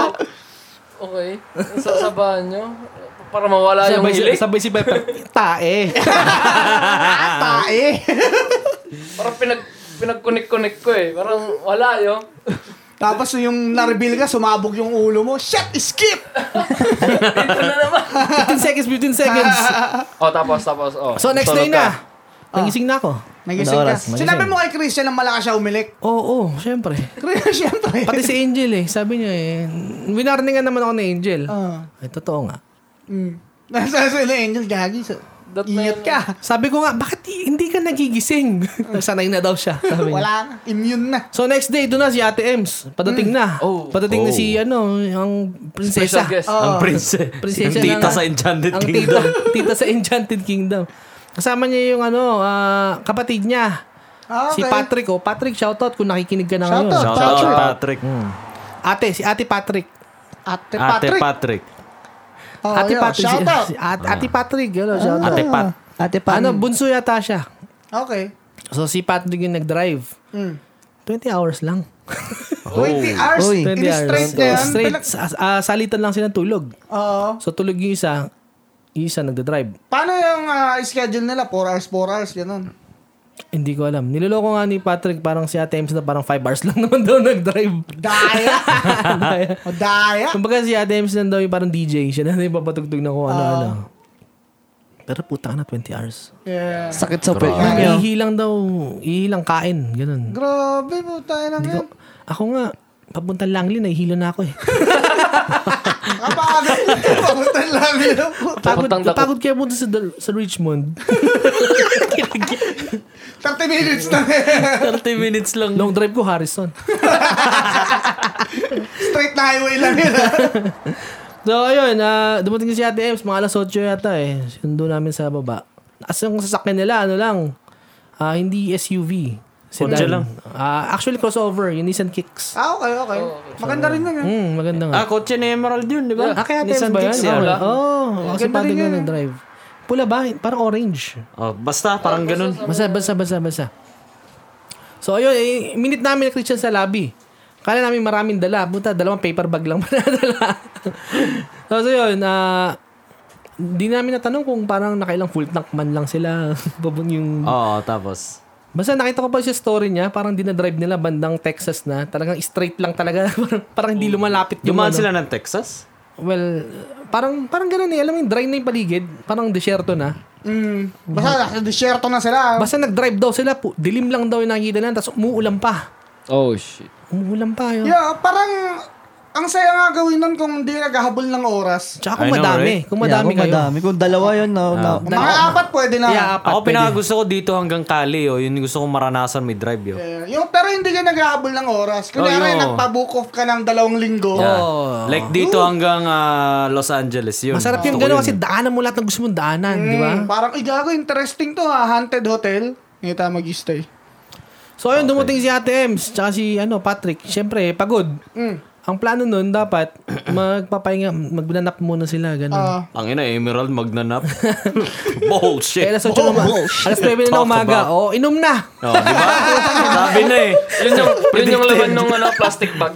[SPEAKER 6] Okay. Sasabahan nyo. Para mawala yung
[SPEAKER 4] Sabay, si-
[SPEAKER 6] hilik.
[SPEAKER 4] sabay si Bay, <laughs> tae.
[SPEAKER 3] Tae.
[SPEAKER 6] Parang pinag pinag-connect-connect ko eh. Parang wala yun.
[SPEAKER 3] Tapos yung na-reveal ka, sumabog yung ulo mo. Shit! Skip!
[SPEAKER 6] Dito na naman.
[SPEAKER 4] 15 seconds, 15 seconds.
[SPEAKER 6] Oh, tapos, tapos. Oh.
[SPEAKER 4] So next
[SPEAKER 6] Tulog
[SPEAKER 4] day na.
[SPEAKER 6] ka.
[SPEAKER 4] Nagising na ako.
[SPEAKER 3] Nagising
[SPEAKER 1] Ano
[SPEAKER 3] ka.
[SPEAKER 1] oras? Nagising.
[SPEAKER 3] Sinabi mo kay Christian na malakas siya
[SPEAKER 4] <laughs>
[SPEAKER 3] umilik.
[SPEAKER 4] Oo, oh, oh, syempre.
[SPEAKER 3] Siyempre.
[SPEAKER 4] Pati si Angel eh. Sabi niya eh. Winarningan naman ako ni Angel.
[SPEAKER 3] <laughs> Ah.
[SPEAKER 4] Ay, totoo nga.
[SPEAKER 3] Mm. Nasa sa Angel, gagi. So,
[SPEAKER 6] That
[SPEAKER 3] ingat
[SPEAKER 6] man-
[SPEAKER 3] ka.
[SPEAKER 4] Sabi ko nga, bakit i- hindi ka nagigising? <laughs> Sanay na daw siya. Sabi niya.
[SPEAKER 3] Wala na. Immune na.
[SPEAKER 4] So next day, doon na si Ate Ems. Padating na.
[SPEAKER 6] Oh.
[SPEAKER 4] Padating na
[SPEAKER 1] Oh.
[SPEAKER 4] si ano, ang prinsesa.
[SPEAKER 6] Special guest.
[SPEAKER 3] Oh.
[SPEAKER 2] Ang princess.
[SPEAKER 4] <laughs> Prinsesa
[SPEAKER 2] Yung tita
[SPEAKER 4] ng-
[SPEAKER 2] sa Enchanted
[SPEAKER 4] Ang tita,
[SPEAKER 2] Kingdom.
[SPEAKER 4] <laughs> tita sa Enchanted Kingdom. Kasama niya yung ano, ah, kapatid niya.
[SPEAKER 3] Ah,
[SPEAKER 4] Si
[SPEAKER 3] okay.
[SPEAKER 4] Patrick. Oh, Patrick, shoutout kung nakikinig ka na
[SPEAKER 3] Shoutout.
[SPEAKER 4] ngayon.
[SPEAKER 2] <laughs> Shout out
[SPEAKER 3] Patrick.
[SPEAKER 2] Patrick.
[SPEAKER 4] Hmm. Ate, si Ate Patrick.
[SPEAKER 3] Ate
[SPEAKER 2] Ate
[SPEAKER 3] Patrick.
[SPEAKER 2] Patrick.
[SPEAKER 3] Oh,
[SPEAKER 4] Ate
[SPEAKER 3] yun,
[SPEAKER 4] Patrick.
[SPEAKER 3] Shout
[SPEAKER 4] si-
[SPEAKER 3] out.
[SPEAKER 4] si Ate, Ate Patrick. Ano, shout
[SPEAKER 3] Ah.
[SPEAKER 4] out.
[SPEAKER 2] Ate Pat.
[SPEAKER 1] Ate
[SPEAKER 4] Ano, bunso yata siya.
[SPEAKER 3] Okay.
[SPEAKER 4] So si Patrick yung nag-drive.
[SPEAKER 3] Mm.
[SPEAKER 4] 20 hours lang.
[SPEAKER 3] <laughs> Oh. hours.
[SPEAKER 1] Uy,
[SPEAKER 3] in
[SPEAKER 4] 20
[SPEAKER 3] straight na yan.
[SPEAKER 4] Oh, Straight.
[SPEAKER 3] Pinag-
[SPEAKER 4] Sa- ah, salitan lang sila tulog.
[SPEAKER 3] Oo.
[SPEAKER 4] So tulog yung isa, yung isa nagda-drive.
[SPEAKER 3] Paano yung ah, schedule nila? 4 hours, 4 hours, ganun.
[SPEAKER 4] Hindi ko alam. Niloloko nga ni Patrick parang si Ate Ems na parang 5 hours <laughs> lang naman daw nag-drive. <laughs>
[SPEAKER 3] Daya. o daya.
[SPEAKER 4] Kumbaga si Ate Ems lang daw yung parang DJ. Siya <laughs> na yung papatugtog na kung ano-ano. Pero puta ka na 20 hours.
[SPEAKER 3] Yeah.
[SPEAKER 1] Sakit sa pwede
[SPEAKER 4] Parang ihi lang daw, ihi lang kain. Ganun.
[SPEAKER 3] Grabe po tayo lang yan.
[SPEAKER 4] Ako nga, papunta Langley, nahihilo na ako eh.
[SPEAKER 3] Kapagal. Pabutan lang yun.
[SPEAKER 4] Pagod,
[SPEAKER 6] Papuntang Dakota.
[SPEAKER 4] pagod kaya punta sa, Dal- sa Richmond.
[SPEAKER 3] 30 minutes na eh.
[SPEAKER 2] 30 minutes lang.
[SPEAKER 4] Long drive ko, Harrison.
[SPEAKER 3] Straight na highway lang yun. ah.
[SPEAKER 4] So, ayun, ah, dumating si Ate Ems, mga alas 8 yata eh. Sundo namin sa baba. As yung sasakyan nila, ano lang, ah, hindi SUV.
[SPEAKER 2] Kotse lang.
[SPEAKER 4] Ah, actually, crossover, yung Nissan Kicks.
[SPEAKER 3] Ah, okay, okay. Maganda rin yun. ah.
[SPEAKER 4] Hmm, maganda nga.
[SPEAKER 2] Ah, kotse ni Emerald yun, di ba?
[SPEAKER 4] Ah, kaya Ate Ems
[SPEAKER 2] Nissan
[SPEAKER 4] ba yan?
[SPEAKER 2] Kicks
[SPEAKER 4] Ah,
[SPEAKER 2] yun.
[SPEAKER 4] wala. Oo, oh, kasi
[SPEAKER 3] Maganda rin
[SPEAKER 4] pating
[SPEAKER 3] yun,
[SPEAKER 4] na drive. Pula ba? Parang orange.
[SPEAKER 2] Oh, basta, parang ganun.
[SPEAKER 4] Basa, basa, basa, basa. So, ayun, eh, minute namin na Christian sa lobby. Kala namin maraming dala. Buta, dalawang paper bag lang <laughs> pinadala. so, so, yun, ah, di namin natanong kung parang nakailang full tank man lang sila. <laughs> Babon yung...
[SPEAKER 2] Oo, tapos.
[SPEAKER 4] Basta nakita ko pa sa story niya, parang dinadrive nila bandang Texas na. Talagang straight lang talaga. <laughs> parang, parang hindi lumalapit yung
[SPEAKER 2] Dumaan
[SPEAKER 4] ano.
[SPEAKER 2] sila ng Texas?
[SPEAKER 4] Well, parang parang ganun eh. Alam mo yung dry na yung paligid. Parang desierto na.
[SPEAKER 3] Mm. Basta
[SPEAKER 4] Mm-hmm.
[SPEAKER 3] nasa desierto na sila.
[SPEAKER 4] Basta nag-drive daw sila. pu- Dilim lang daw yung nakikita nila. Tapos umuulan pa.
[SPEAKER 6] Oh, shit.
[SPEAKER 4] Umuulan pa yun.
[SPEAKER 3] Yeah, parang ang saya nga gawin nun kung hindi naghahabol ng oras.
[SPEAKER 4] Tsaka kung
[SPEAKER 2] I know,
[SPEAKER 4] madami.
[SPEAKER 2] right?
[SPEAKER 4] Kung madami kayo.
[SPEAKER 1] Madami. Kung dalawa yun, na, na,
[SPEAKER 3] Mga apat pwede na.
[SPEAKER 4] Yeah, apat. eh.
[SPEAKER 2] Ako
[SPEAKER 4] pwede.
[SPEAKER 2] pinakagusto ko dito hanggang Cali, oh. Yun yung gusto kong maranasan may drive, yo.
[SPEAKER 3] Eh, yung, pero hindi ka naghahabol ng oras. Kunyari,
[SPEAKER 2] yun.
[SPEAKER 3] nagpa-book off ka ng dalawang linggo.
[SPEAKER 2] Yeah.
[SPEAKER 4] Oh.
[SPEAKER 2] Like dito hanggang ah, Los Angeles, yun.
[SPEAKER 4] Masarap yung
[SPEAKER 2] Gusto
[SPEAKER 4] gano'n
[SPEAKER 2] ko yun.
[SPEAKER 4] kasi daanan mo lahat ng gusto mong daanan. Di ba?
[SPEAKER 3] eh. Mm, Parang, igago, interesting to ha. Haunted hotel. Ngita mag-stay.
[SPEAKER 4] So ayun, dumating si Ate Ems. Tsaka si ano, Patrick. Siyempre, pagod.
[SPEAKER 3] Mm.
[SPEAKER 4] Ang plano nun dapat <clears throat> magpapahinga, magnanap muna sila. Ganun.
[SPEAKER 3] Ah.
[SPEAKER 2] Ang ina, Emerald
[SPEAKER 4] <laughs>
[SPEAKER 2] magnanap. Bullshit.
[SPEAKER 4] Eh, alas 8
[SPEAKER 2] <laughs>
[SPEAKER 4] na ma- alas 9 na
[SPEAKER 2] Oh, Talk
[SPEAKER 4] umaga.
[SPEAKER 2] about-
[SPEAKER 4] Oh, inom na.
[SPEAKER 2] Oh, di
[SPEAKER 4] <laughs>
[SPEAKER 2] ba? Sabi na eh.
[SPEAKER 6] Yun yung, yun yung laman ng ano, plastic bag.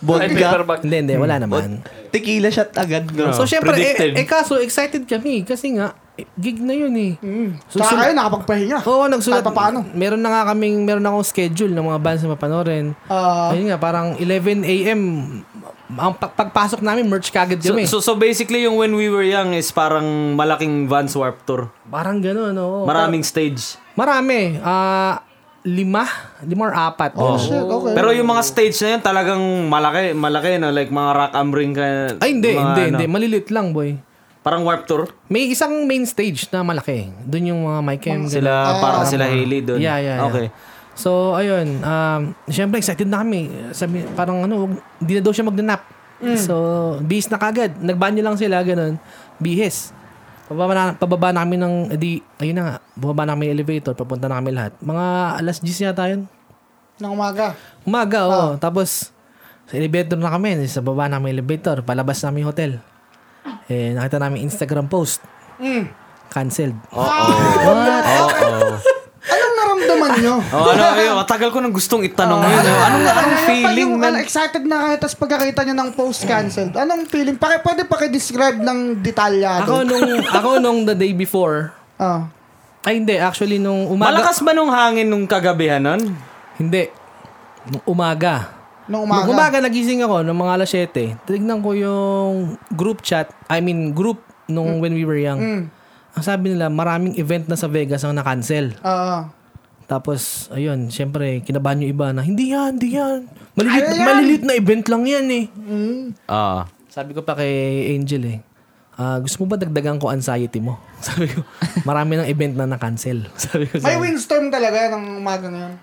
[SPEAKER 6] Ay,
[SPEAKER 1] Bodga.
[SPEAKER 6] paper bag.
[SPEAKER 4] Hindi, hindi. Wala naman.
[SPEAKER 1] Tequila shot agad. No?
[SPEAKER 4] So, syempre,
[SPEAKER 2] Hmm. Oh, predicted.
[SPEAKER 4] eh, eh, kaso, excited kami. Kasi nga, eh, gig na yun eh.
[SPEAKER 3] Mm.
[SPEAKER 4] So,
[SPEAKER 3] hmm. Tsaka
[SPEAKER 4] sul-
[SPEAKER 3] kayo, nakapagpahinga.
[SPEAKER 4] Oo, oh, nagsulat.
[SPEAKER 3] Kahit paano.
[SPEAKER 4] Meron na nga kaming, meron na akong schedule ng mga bands na mapanorin.
[SPEAKER 3] Ah.
[SPEAKER 4] Ayun nga, parang 11 a.m. Ang pag- pagpasok namin, merch kagad
[SPEAKER 2] So,
[SPEAKER 4] kami.
[SPEAKER 2] so, so basically yung When We Were Young is parang malaking Vans Warped Tour.
[SPEAKER 4] parang gano'n, oo.
[SPEAKER 2] Maraming stage.
[SPEAKER 4] Par- Marami. Ah, lima? Lima or apat.
[SPEAKER 2] Oh.
[SPEAKER 3] Shit, okay.
[SPEAKER 2] Pero yung mga stage na yun talagang malaki, malaki no? Like mga rock am ring ka.
[SPEAKER 4] Ay, hindi,
[SPEAKER 2] mga
[SPEAKER 4] hindi,
[SPEAKER 2] ano.
[SPEAKER 4] hindi. Malilit lang, boy.
[SPEAKER 2] Parang warp tour.
[SPEAKER 4] May isang main stage na malaki. Doon yung mga mic cam. ganun.
[SPEAKER 2] Sila, parang sila Hailey doon.
[SPEAKER 4] Ah. Yeah, yeah, yeah.
[SPEAKER 2] Okay.
[SPEAKER 4] So, ayun. Um, Siyempre, excited na kami. Sabi, parang ano, wag- hindi na daw siya magnanap. So, bihis na kagad. Nagbanyo lang sila, ganun. Bihis. Pababa na, pababa na kami ng, di, ayun na nga, bumaba na kami ng elevator, papunta na kami lahat. Mga alas 10 yata yun.
[SPEAKER 3] Nang umaga.
[SPEAKER 4] Umaga, oo. Tapos, sa elevator na kami. Sa baba namin elevator. Palabas namin hotel. Eh, nakita namin Instagram post.
[SPEAKER 3] Mm.
[SPEAKER 4] Cancelled.
[SPEAKER 3] Anong naramdaman
[SPEAKER 4] <laughs>
[SPEAKER 3] nyo?
[SPEAKER 2] Oh, ano, yun, matagal ko nang gustong itanong yun. eh. Anong, anong
[SPEAKER 4] <laughs>
[SPEAKER 3] Kaya pag
[SPEAKER 2] feeling
[SPEAKER 3] yung,
[SPEAKER 2] na...
[SPEAKER 3] ano, excited na kayo, tapos pagkakita nyo ng post cancelled, anong feeling? Paki, pwede paki-describe ng
[SPEAKER 4] Ako
[SPEAKER 3] detalyado.
[SPEAKER 4] nung, ako nung the day before,
[SPEAKER 3] Ah.
[SPEAKER 4] ay hindi, actually nung umaga.
[SPEAKER 2] Malakas ba nung hangin nung kagabihan nun?
[SPEAKER 4] Hindi. Nung umaga.
[SPEAKER 3] Nung umaga.
[SPEAKER 4] Nung umaga nagising ako, nung mga alas 7, tinignan ko yung group chat, I mean group nung when we were young. Ang sabi nila, maraming event na sa Vegas ang na-cancel.
[SPEAKER 3] Oo.
[SPEAKER 4] Tapos, ayun, syempre, kinabahan yung iba na, hindi yan, hindi yan. Malilit,
[SPEAKER 3] Ayaw yan."
[SPEAKER 4] malilit na event lang yan eh.
[SPEAKER 2] Ah.
[SPEAKER 4] Sabi ko pa kay Angel eh, "Ah, gusto mo ba dagdagan ko anxiety mo? <laughs> Sabi ko, marami ng event na na-cancel. <laughs> Sabi ko,
[SPEAKER 3] May windstorm talaga ng umaga ngayon.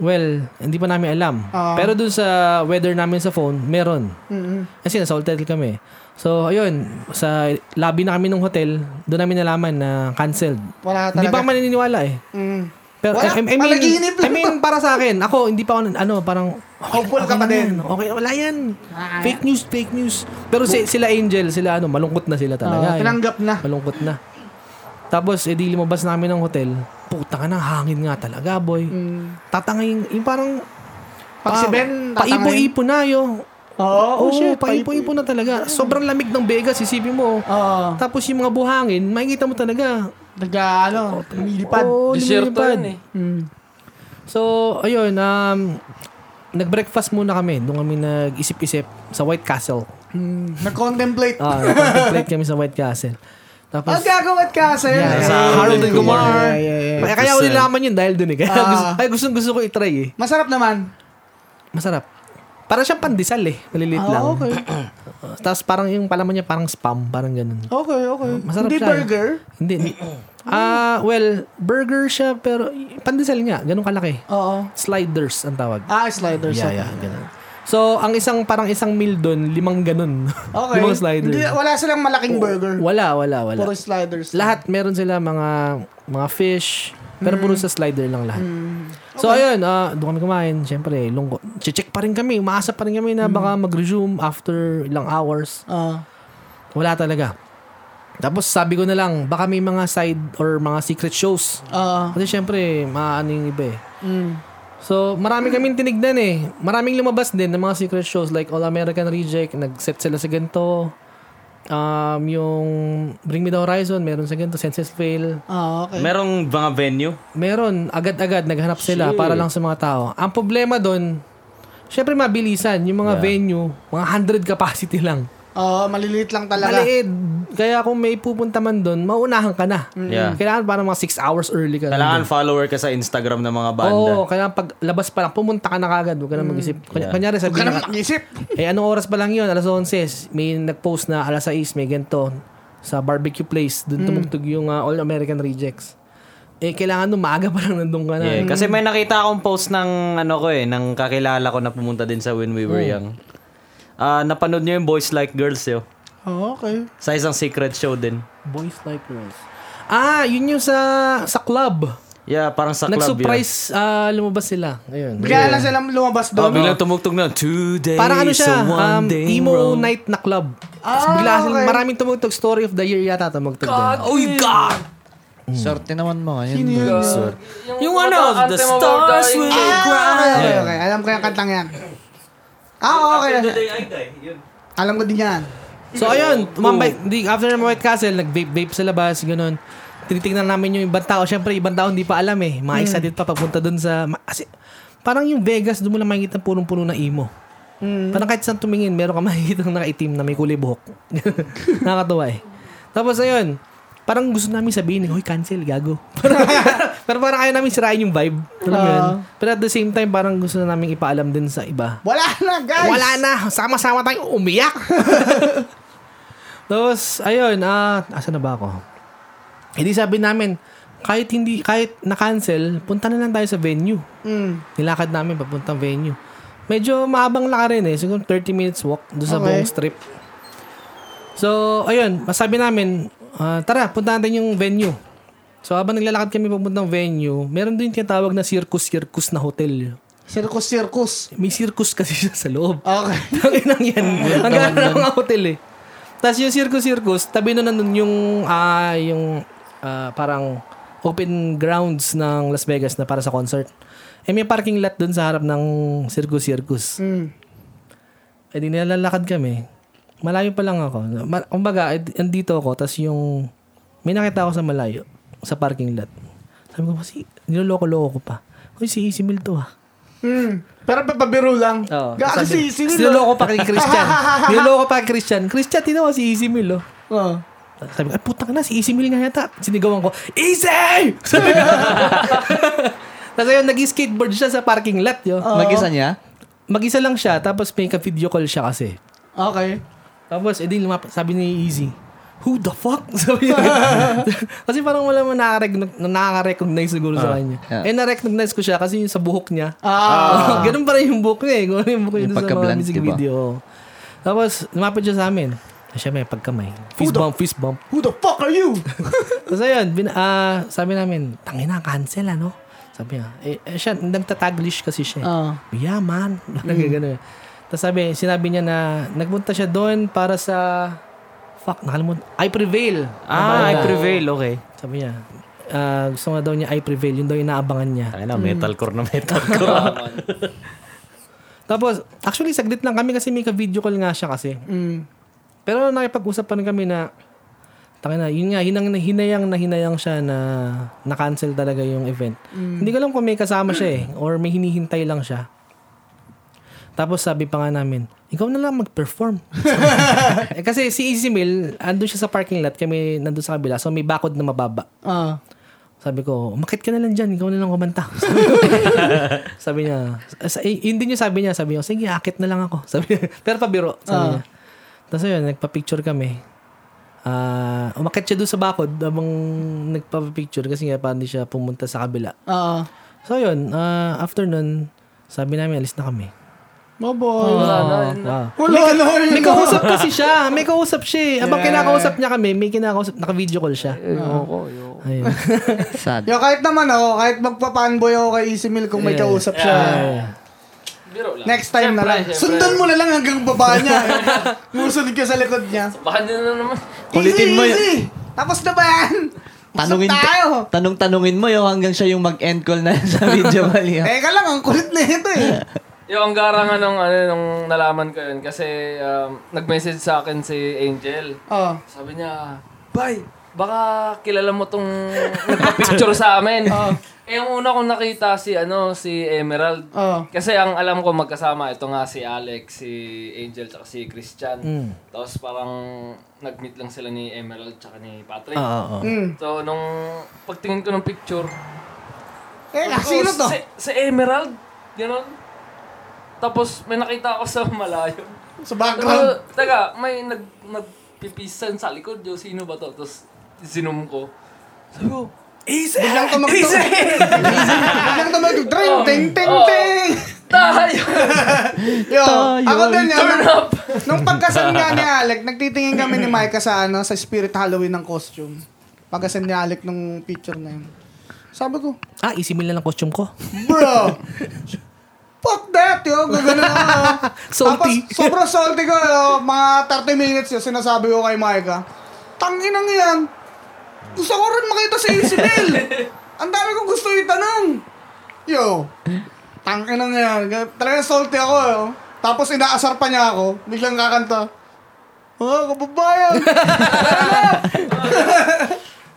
[SPEAKER 4] well, hindi pa namin alam.
[SPEAKER 3] Ah.
[SPEAKER 4] Pero dun sa weather namin sa phone, meron.
[SPEAKER 3] Mm-hmm.
[SPEAKER 4] Kasi nasa hotel kami. So, ayun, sa lobby na kami ng hotel, doon namin nalaman na canceled.
[SPEAKER 3] Wala
[SPEAKER 4] Hindi
[SPEAKER 3] Ah, talaga.
[SPEAKER 4] pa ako maniniwala eh.
[SPEAKER 3] Mm.
[SPEAKER 4] Pero eh,
[SPEAKER 3] Wala,
[SPEAKER 4] I, I- I mean,
[SPEAKER 3] panaginip lang.
[SPEAKER 4] I mean, para sa akin, ako hindi pa ako, ano, parang,
[SPEAKER 3] Hopeful ka
[SPEAKER 4] lang
[SPEAKER 3] pa din. Ah.
[SPEAKER 4] yan. Okay, wala yan. Fake news, fake news. Pero si, sila Angel, sila ano, malungkot na sila talaga.
[SPEAKER 3] Oo,
[SPEAKER 4] eh.
[SPEAKER 3] tinanggap na.
[SPEAKER 4] Malungkot na. Tapos, edi lumabas namin ng hotel. Puta ka na, hangin nga talaga, boy. Tatangayin, yung parang,
[SPEAKER 3] Mm. Pag si Ben, Oh, tatangayin.
[SPEAKER 4] paipo-ipo na yo.
[SPEAKER 3] Oo,
[SPEAKER 4] Oo, paipo-ipo na talaga. Sobrang lamig ng Vegas, isipin mo.
[SPEAKER 3] Oo.
[SPEAKER 4] Tapos yung mga buhangin, makikita mo talaga.
[SPEAKER 3] Naga, ano,
[SPEAKER 4] Oh,
[SPEAKER 3] lumilipad.
[SPEAKER 4] Oo,
[SPEAKER 6] Desierto
[SPEAKER 4] lumilipad.
[SPEAKER 6] yun eh.
[SPEAKER 3] Mm.
[SPEAKER 4] So, ayun, um, nag-breakfast muna kami. Doon kami nag-isip-isip sa White Castle.
[SPEAKER 3] Mm. Nag-contemplate.
[SPEAKER 4] Oh. Ah, nag-contemplate kami sa White Castle. Tapos,
[SPEAKER 3] Ang gagawa at castle.
[SPEAKER 4] yeah,
[SPEAKER 2] Sa
[SPEAKER 4] yeah,
[SPEAKER 2] Harold and Kumar.
[SPEAKER 3] Yeah, yeah, yeah.
[SPEAKER 4] Eh, Kaya, kaya ko nilaman yun dahil dun eh.
[SPEAKER 3] Ah.
[SPEAKER 4] Kaya gusto, ay, gusto, gusto ko itry eh.
[SPEAKER 3] Masarap naman.
[SPEAKER 4] Masarap. Para siyang pandesal eh. Malilit
[SPEAKER 3] Ah,
[SPEAKER 4] lang.
[SPEAKER 3] okay.
[SPEAKER 4] <clears throat> Tapos parang yung palaman niya parang spam. Parang ganun.
[SPEAKER 3] Okay, okay.
[SPEAKER 4] <laughs> Masarap
[SPEAKER 3] Hindi
[SPEAKER 4] siya. eh.
[SPEAKER 3] burger.
[SPEAKER 4] Hindi. hindi. <clears throat> Ah, well, burger siya pero pandesal nga. Ganun kalaki.
[SPEAKER 3] Oo.
[SPEAKER 4] Sliders ang tawag.
[SPEAKER 3] Ah, sliders.
[SPEAKER 4] Yeah, yeah, ganun. So, ang isang parang isang meal doon, limang ganun. <laughs>
[SPEAKER 3] Okay.
[SPEAKER 4] limang sliders.
[SPEAKER 3] Hindi, wala silang malaking burger.
[SPEAKER 4] Wala, wala, wala.
[SPEAKER 3] Puro sliders.
[SPEAKER 4] Lahat meron sila mga mga fish, pero puro sa slider lang lahat. So ayun, ah, doon kami kumain, syempre, lunggo. Check pa rin kami, umaasa pa rin kami na baka mag-resume after ilang hours.
[SPEAKER 3] Ah.
[SPEAKER 4] Wala talaga. Tapos sabi ko na lang, baka may mga side or mga secret shows.
[SPEAKER 3] Ah.
[SPEAKER 4] Kasi syempre, maano yung iba eh.
[SPEAKER 3] Mm.
[SPEAKER 4] So, marami kaming tinignan eh. Maraming lumabas din ng mga secret shows like All American Reject, nag-set sila sa ganito. Um, yung Bring Me the Horizon, meron sa ganito. Senses Fail.
[SPEAKER 3] Ah, okay.
[SPEAKER 2] Merong mga venue?
[SPEAKER 4] Meron, agad-agad naghanap sila para lang sa mga tao. Ang problema doon, syempre mabilisan. Yung mga venue, mga 100 capacity lang.
[SPEAKER 3] Oo, Ah, maliliit lang talaga.
[SPEAKER 4] Maliit. Kaya kung may pupunta man doon, maunahan ka na.
[SPEAKER 3] Mm.
[SPEAKER 2] Yeah.
[SPEAKER 4] Kailangan parang mga 6 hours early ka.
[SPEAKER 2] Kailangan follower ka sa Instagram ng mga banda.
[SPEAKER 4] Oo, kailangan pag labas pa lang, pumunta ka na kagad. Huwag ka na mag-isip. Kuny-
[SPEAKER 2] Yeah.
[SPEAKER 4] Kunyari,
[SPEAKER 3] Mm. Huwag ka
[SPEAKER 4] sabihin
[SPEAKER 3] naman
[SPEAKER 4] na-
[SPEAKER 3] mag-isip.
[SPEAKER 4] Eh, anong oras pa lang yun? Alas 11. May nag-post na alas 6, may ganito. Sa barbecue place,
[SPEAKER 3] Mm.
[SPEAKER 4] dun tumugtog yung ah, All American Rejects. Eh, kailangan nung maaga pa lang nandun ka na.
[SPEAKER 2] Yeah, kasi may nakita akong post ng ano ko eh, ng kakilala ko na pumunta din sa When We Were Young. Ah, napanood niyo yung Boys Like Girls yo.
[SPEAKER 3] Oo, Ah, okay.
[SPEAKER 2] Sa isang secret show din.
[SPEAKER 4] Boys like girls. Ah, yun yung sa sa club.
[SPEAKER 2] Yeah, parang sa club yun.
[SPEAKER 4] Nag-surprise ah, lumabas sila. Ayun.
[SPEAKER 3] Bigla na silang lumabas
[SPEAKER 2] Oh,
[SPEAKER 3] doon.
[SPEAKER 2] biglang tumugtog na, Today
[SPEAKER 4] Parang ano siya,
[SPEAKER 2] is a one
[SPEAKER 4] um,
[SPEAKER 2] day
[SPEAKER 4] emo
[SPEAKER 2] road."
[SPEAKER 4] night na club. Tapos
[SPEAKER 3] Ah,
[SPEAKER 4] bigla silang-
[SPEAKER 3] okay.
[SPEAKER 4] maraming tumugtog. Story of the year yata tumugtog. doon.
[SPEAKER 2] Oh, you God!
[SPEAKER 1] Mm. Swerte naman mo ngayon.
[SPEAKER 3] Sino yun?
[SPEAKER 1] Lord, sir.
[SPEAKER 2] Yung ano, the stars will
[SPEAKER 6] ano,
[SPEAKER 3] Ah,
[SPEAKER 2] cry.
[SPEAKER 3] okay, okay, okay. Alam ko yung kantang yan. Ah, okay. okay. Alam ko din yan.
[SPEAKER 4] So ayun, tumambay, di, after ng White Castle, nag-vape-vape sa labas, ganun. Tinitingnan namin yung ibang tao. Siyempre, ibang tao hindi pa alam eh. Mga excited pa papunta dun sa... ma- Kasi, parang yung Vegas, doon mo lang makikita punong-puno na emo. Parang kahit saan tumingin, meron ka <laughs> makikita ng nakaitim na may kulay buhok. <laughs> Nakakatawa eh. Tapos ayun, parang gusto namin sabihin, hoy, cancel, gago. <laughs> Parang- Pero parang <laughs> ayaw namin sirain yung vibe. Alam mo yun? Pero at the same time, parang gusto na namin ipaalam din sa iba.
[SPEAKER 3] Wala na, guys.
[SPEAKER 4] Wala na. Sama-sama tayong umiyak. <laughs> Tapos, ayun, ah, asan na ba ako? Hindi sabi namin, kahit hindi, kahit na-cancel, punta na lang tayo sa venue.
[SPEAKER 3] Mm.
[SPEAKER 4] Nilakad namin papuntang venue. Medyo maabang laka rin eh. Siguro 30 minutes walk doon sa
[SPEAKER 3] Okay.
[SPEAKER 4] buong strip. So, ayun, masabi namin, ah, tara, punta natin yung venue. So, habang naglalakad kami papuntang venue, meron din tinatawag na circus-circus na hotel.
[SPEAKER 3] Circus, circus.
[SPEAKER 4] May circus kasi siya sa loob.
[SPEAKER 3] Okay.
[SPEAKER 4] Tanginang yan. Ang ganda ng mga hotel eh. Tapos yung circus-circus, tabi na nandun yung, ah, yung ah, parang open grounds ng Las Vegas na para sa concert. Eh may parking lot doon sa harap ng Circus Circus.
[SPEAKER 3] Mm.
[SPEAKER 4] Eh di nilalakad kami. Malayo pa lang ako. Ma- Kumbaga, eh, andito ako, tas yung... May nakita ako sa malayo, sa parking lot. Sabi ko, si, niloloko-loko ko pa. Uy, si Easy Meal to ah.
[SPEAKER 3] Mm. Pero papabiro lang.
[SPEAKER 4] Oo. Oh,
[SPEAKER 3] Gaano
[SPEAKER 4] Sabi-
[SPEAKER 3] si oh. Isin
[SPEAKER 4] Tas Niloloko pa kay Christian. <laughs> niloloko pa kay Christian. Christian, tinawa si Easy Meal, oh.
[SPEAKER 3] Oh.
[SPEAKER 4] Sabi ko, ay putang na, si Easy Meal nga yata. Sinigawan ko, Easy! <laughs> Sabi ko. Tapos ayun, nag-skateboard siya sa parking lot, yo.
[SPEAKER 1] Mag-isa niya?
[SPEAKER 4] Mag-isa lang siya, tapos may ka-video call siya kasi.
[SPEAKER 3] Okay.
[SPEAKER 4] Tapos, edi lumapit. Sabi ni Easy, who the fuck? <laughs> Sabi niya. kasi parang wala mo nakare- na- nakaka-recognize siguro sa kanya.
[SPEAKER 1] Ah. yeah.
[SPEAKER 4] Eh, na-recognize ko siya kasi yung sa buhok niya.
[SPEAKER 3] Ah.
[SPEAKER 4] <laughs> Ganun pa rin yung buhok niya eh. Ganun yung buhok niya
[SPEAKER 1] Yung
[SPEAKER 4] dun sa mga
[SPEAKER 1] pagka-blunt,
[SPEAKER 4] music
[SPEAKER 1] diba?
[SPEAKER 4] video. oh. Tapos, lumapit siya sa amin. Siya may pagkamay. Fist
[SPEAKER 3] Who the-
[SPEAKER 4] bump, fist bump.
[SPEAKER 3] Who the fuck are you?
[SPEAKER 4] Tapos ayun, bin, ah, sabi namin, tangina, cancel ano? Sabi niya, eh, eh, siya, nagtataglish kasi siya. eh.
[SPEAKER 3] Ah.
[SPEAKER 4] Yeah, man. <laughs> Nagagano. Tapos sabi, sinabi niya na nagpunta siya doon para sa, fuck, nakalimutan. I Prevail.
[SPEAKER 2] Ah, I
[SPEAKER 4] Banda.
[SPEAKER 2] prevail, okay.
[SPEAKER 4] Sabi niya, ah, gusto nga daw niya I Prevail. Yun daw yung inaabangan niya.
[SPEAKER 2] Ay na, metalcore na metalcore.
[SPEAKER 4] Tapos, actually, saglit lang kami kasi may ka-video call nga siya kasi.
[SPEAKER 3] Mm.
[SPEAKER 4] Pero nakipag-usap pa rin kami na Taka na, yun nga, hinang, hinayang na hinayang siya na na-cancel talaga yung event. Hindi ko alam kung may kasama siya eh, or may hinihintay lang siya. Tapos sabi pa nga namin, ikaw na lang mag-perform. <laughs> Eh, Kasi si Easy Mill, andun siya sa parking lot, kami nandun sa kabila, so may bakod na mababa.
[SPEAKER 3] Ah.
[SPEAKER 4] Sabi ko, umakit ka na lang dyan, ikaw na lang kumanta. <laughs> Sabi, ko. sabi niya, sa- eh, yun din yung sabi niya, sabi niya, sige, akit na lang ako. <laughs> Sabi niya, pero pabiro, sabi
[SPEAKER 6] Ah.
[SPEAKER 4] niya. Tapos ayun, nagpa-picture kami. Ah, umakit siya doon sa bakod habang nagpa-picture kasi nga paano siya pumunta sa kabila.
[SPEAKER 3] Ah.
[SPEAKER 4] So ayun, ah, after nun, sabi namin, alis na kami.
[SPEAKER 5] Oh,
[SPEAKER 3] Maboy.
[SPEAKER 6] Wala na.
[SPEAKER 4] Wow.
[SPEAKER 3] Wala na.
[SPEAKER 4] Ah. May kausap kasi siya. May kausap siya eh. Habang kinakausap niya kami, may kinakausap, naka-video call siya.
[SPEAKER 6] Ayoko, ayoko. <laughs>
[SPEAKER 4] Ayun.
[SPEAKER 1] Sad.
[SPEAKER 3] Yo, kahit naman ako, kahit magpa-fanboy ako kay Easy Milk kung may
[SPEAKER 4] Yeah.
[SPEAKER 3] kausap siya.
[SPEAKER 6] Biro lang.
[SPEAKER 3] Next time na
[SPEAKER 6] Siyempre,
[SPEAKER 3] lang.
[SPEAKER 6] siyempre.
[SPEAKER 3] Sundan mo na lang hanggang baba niya. <laughs> Musunod ka sa likod niya.
[SPEAKER 6] Baka din na naman. <laughs>
[SPEAKER 1] Kulitin
[SPEAKER 3] easy,
[SPEAKER 1] mo yun.
[SPEAKER 3] easy. Tapos na ba yan?
[SPEAKER 1] Tanungin,
[SPEAKER 3] Usap tayo.
[SPEAKER 1] tanong-tanungin mo yun hanggang siya yung mag-end call na <laughs> sa video mali.
[SPEAKER 3] Teka lang, ang kulit na ito
[SPEAKER 1] <laughs>
[SPEAKER 3] eh.
[SPEAKER 6] Yung ang garangan nung, ano, nung nalaman ko yun kasi um, nag-message sa akin si Angel.
[SPEAKER 3] Oh.
[SPEAKER 6] Sabi niya, Bay, baka kilala mo
[SPEAKER 3] <laughs>
[SPEAKER 6] tong nagpa-picture sa amin. Eh, yung una kong nakita si, ano, si Emerald.
[SPEAKER 3] Oh.
[SPEAKER 6] Kasi ang alam ko magkasama, ito nga si Alex, si Angel, tsaka si Christian.
[SPEAKER 3] Hmm.
[SPEAKER 6] Tapos parang nag-meet lang sila ni Emerald tsaka ni Patrick.
[SPEAKER 1] Oh.
[SPEAKER 3] Mm.
[SPEAKER 6] So, nung pagtingin ko ng picture,
[SPEAKER 3] Eh,
[SPEAKER 6] sabi ko,
[SPEAKER 3] sino to?
[SPEAKER 6] Si, si Emerald, gano'n. Tapos may nakita ako sa malayo.
[SPEAKER 3] Sa
[SPEAKER 6] Pero,
[SPEAKER 3] background.
[SPEAKER 6] <laughs> taga, may nag, nagpipisan sa likod yo, sino ba to? Tapos, zinom ko. Sabi ko,
[SPEAKER 3] Biglang tumagtog. Biglang tumagtog. Tring, ting, ting,
[SPEAKER 6] Oh.
[SPEAKER 3] ting.
[SPEAKER 6] tayo!
[SPEAKER 3] Yo, ako din yan.
[SPEAKER 6] <laughs> Turn up!
[SPEAKER 3] Nung pagkasal nga ni Alec, nagtitingin kami ni Micah sa ano, sa Spirit Halloween ng costume. Pagkasal ni Alec nung picture na yun. Sabi ko,
[SPEAKER 4] ah, Easy Meal na lang costume ko.
[SPEAKER 3] bro, fuck that, yo. Gagano ako.
[SPEAKER 6] <laughs>
[SPEAKER 4] Salty.
[SPEAKER 3] Tapos, sobrang salty ko, yo. Mga 30 minutes yun, sinasabi ko kay Micah, tanginang yan. Gusto ko rin makita si
[SPEAKER 6] <laughs>
[SPEAKER 3] Isabel. Ang dami kong gusto itanong. Yo, tanginang yan. Talagang salty ako, yo. Tapos inaasar pa niya ako. Biglang kakanta. Oh,
[SPEAKER 6] <laughs>
[SPEAKER 3] kababayan! <laughs>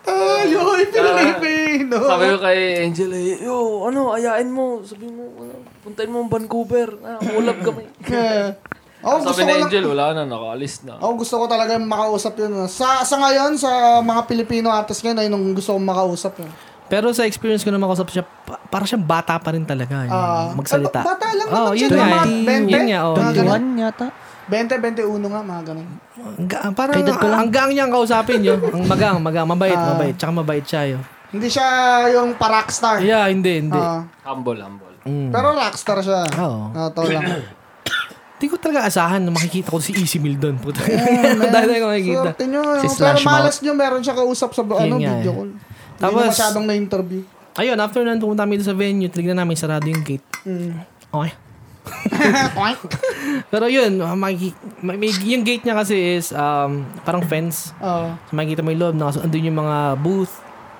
[SPEAKER 3] Ayoy, Pilipino!
[SPEAKER 6] Sabi ko kay Angel, eh, yo, ano, ayain mo. Sabi mo, ano, puntahin mo ang Vancouver. Ah, ulap kami.
[SPEAKER 3] Yeah. Oh, gusto
[SPEAKER 6] Sabi
[SPEAKER 3] ko
[SPEAKER 6] ni
[SPEAKER 3] lang,
[SPEAKER 6] Angel, wala na, nakaalis na.
[SPEAKER 3] oh, gusto ko talaga makausap yun. no. Sa, sa ngayon, sa mga Pilipino artists ngayon, ayun yung gusto kong makausap eh. yun.
[SPEAKER 4] Pero sa experience ko naman kausap siya, pa- parang siyang bata pa rin talaga. yung
[SPEAKER 3] Ah.
[SPEAKER 4] Hmm, magsalita.
[SPEAKER 3] Ah, ba- bata lang naman
[SPEAKER 4] Oo,
[SPEAKER 3] siya,
[SPEAKER 4] yun nga,
[SPEAKER 3] mga
[SPEAKER 4] eh.
[SPEAKER 3] 20?
[SPEAKER 4] Yun nga, oo.
[SPEAKER 3] Mga ganun.
[SPEAKER 1] 21 yata.
[SPEAKER 3] 20, 21 nga, mga ganun.
[SPEAKER 4] Ang ga- parang
[SPEAKER 1] Kaedad ko lang.
[SPEAKER 4] ang gang niya ang kausapin yun. Ang magang, magang. Mabait,
[SPEAKER 3] Ah.
[SPEAKER 4] mabait. Tsaka mabait siya yun.
[SPEAKER 3] Hindi siya yung pa-rockstar.
[SPEAKER 4] Yeah, hindi, hindi.
[SPEAKER 3] Ah,
[SPEAKER 6] Humble, humble.
[SPEAKER 4] Mm.
[SPEAKER 3] pero rockstar siya.
[SPEAKER 4] Oo.
[SPEAKER 3] Ah, to lang.
[SPEAKER 4] Hindi ko talaga asahan na makikita ko si Easy Meal doon. Puta. <clears throat> <laughs> Dahil ko makikita.
[SPEAKER 3] Swerte nyo.
[SPEAKER 1] Si
[SPEAKER 3] pero
[SPEAKER 1] Slash
[SPEAKER 3] malas nyo, meron siya kausap sa ano,
[SPEAKER 4] nga,
[SPEAKER 3] video
[SPEAKER 4] eh.
[SPEAKER 3] call. Tapos,
[SPEAKER 4] Tapos-
[SPEAKER 3] Hindi nyo masyadong na-interview.
[SPEAKER 4] Ayun, after nun, pumunta kami doon sa venue. Tinignan namin, sarado yung gate.
[SPEAKER 3] <laughs> Mm.
[SPEAKER 4] Okay. Pero yun, makiki- may- may- yung gate niya kasi is um, parang fence.
[SPEAKER 3] Oo.
[SPEAKER 4] So, makikita mo yung loob. Nakas- andun yung mga booth.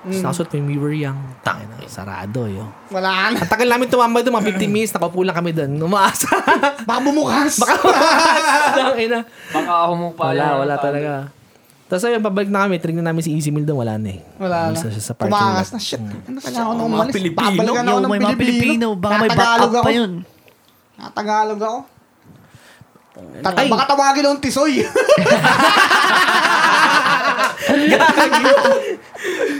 [SPEAKER 4] Mm. Nakasuot when we were young. Tangin na, sarado yo.
[SPEAKER 3] Wala na.
[SPEAKER 4] Ang tagal namin tumambay doon, mga <clears throat> 50 minutes, nakaupo lang kami doon. <laughs> Umaasa.
[SPEAKER 3] Baka bumukas.
[SPEAKER 4] Baka umaasa. Tangin na.
[SPEAKER 6] Baka humupa
[SPEAKER 4] Wala,
[SPEAKER 6] yan.
[SPEAKER 4] wala talaga. Tapos ayun, pabalik na kami, tingnan namin si Easy Meal doon, wala na eh.
[SPEAKER 3] Wala na.
[SPEAKER 4] Umalis siya sa parking
[SPEAKER 3] Kumakas
[SPEAKER 4] lot.
[SPEAKER 3] na. Shit. Ano kailangan ko nang
[SPEAKER 1] Mga
[SPEAKER 3] umalis?
[SPEAKER 1] Pilipino.
[SPEAKER 3] Babalikan ako
[SPEAKER 1] Yo,
[SPEAKER 3] ng
[SPEAKER 1] may mga Pilipino. Baka may
[SPEAKER 3] Natagalog
[SPEAKER 1] backup pa
[SPEAKER 3] ako.
[SPEAKER 1] yun.
[SPEAKER 3] Natagalog ako. Tata-
[SPEAKER 4] Ay.
[SPEAKER 3] baka tawagin akong tisoy.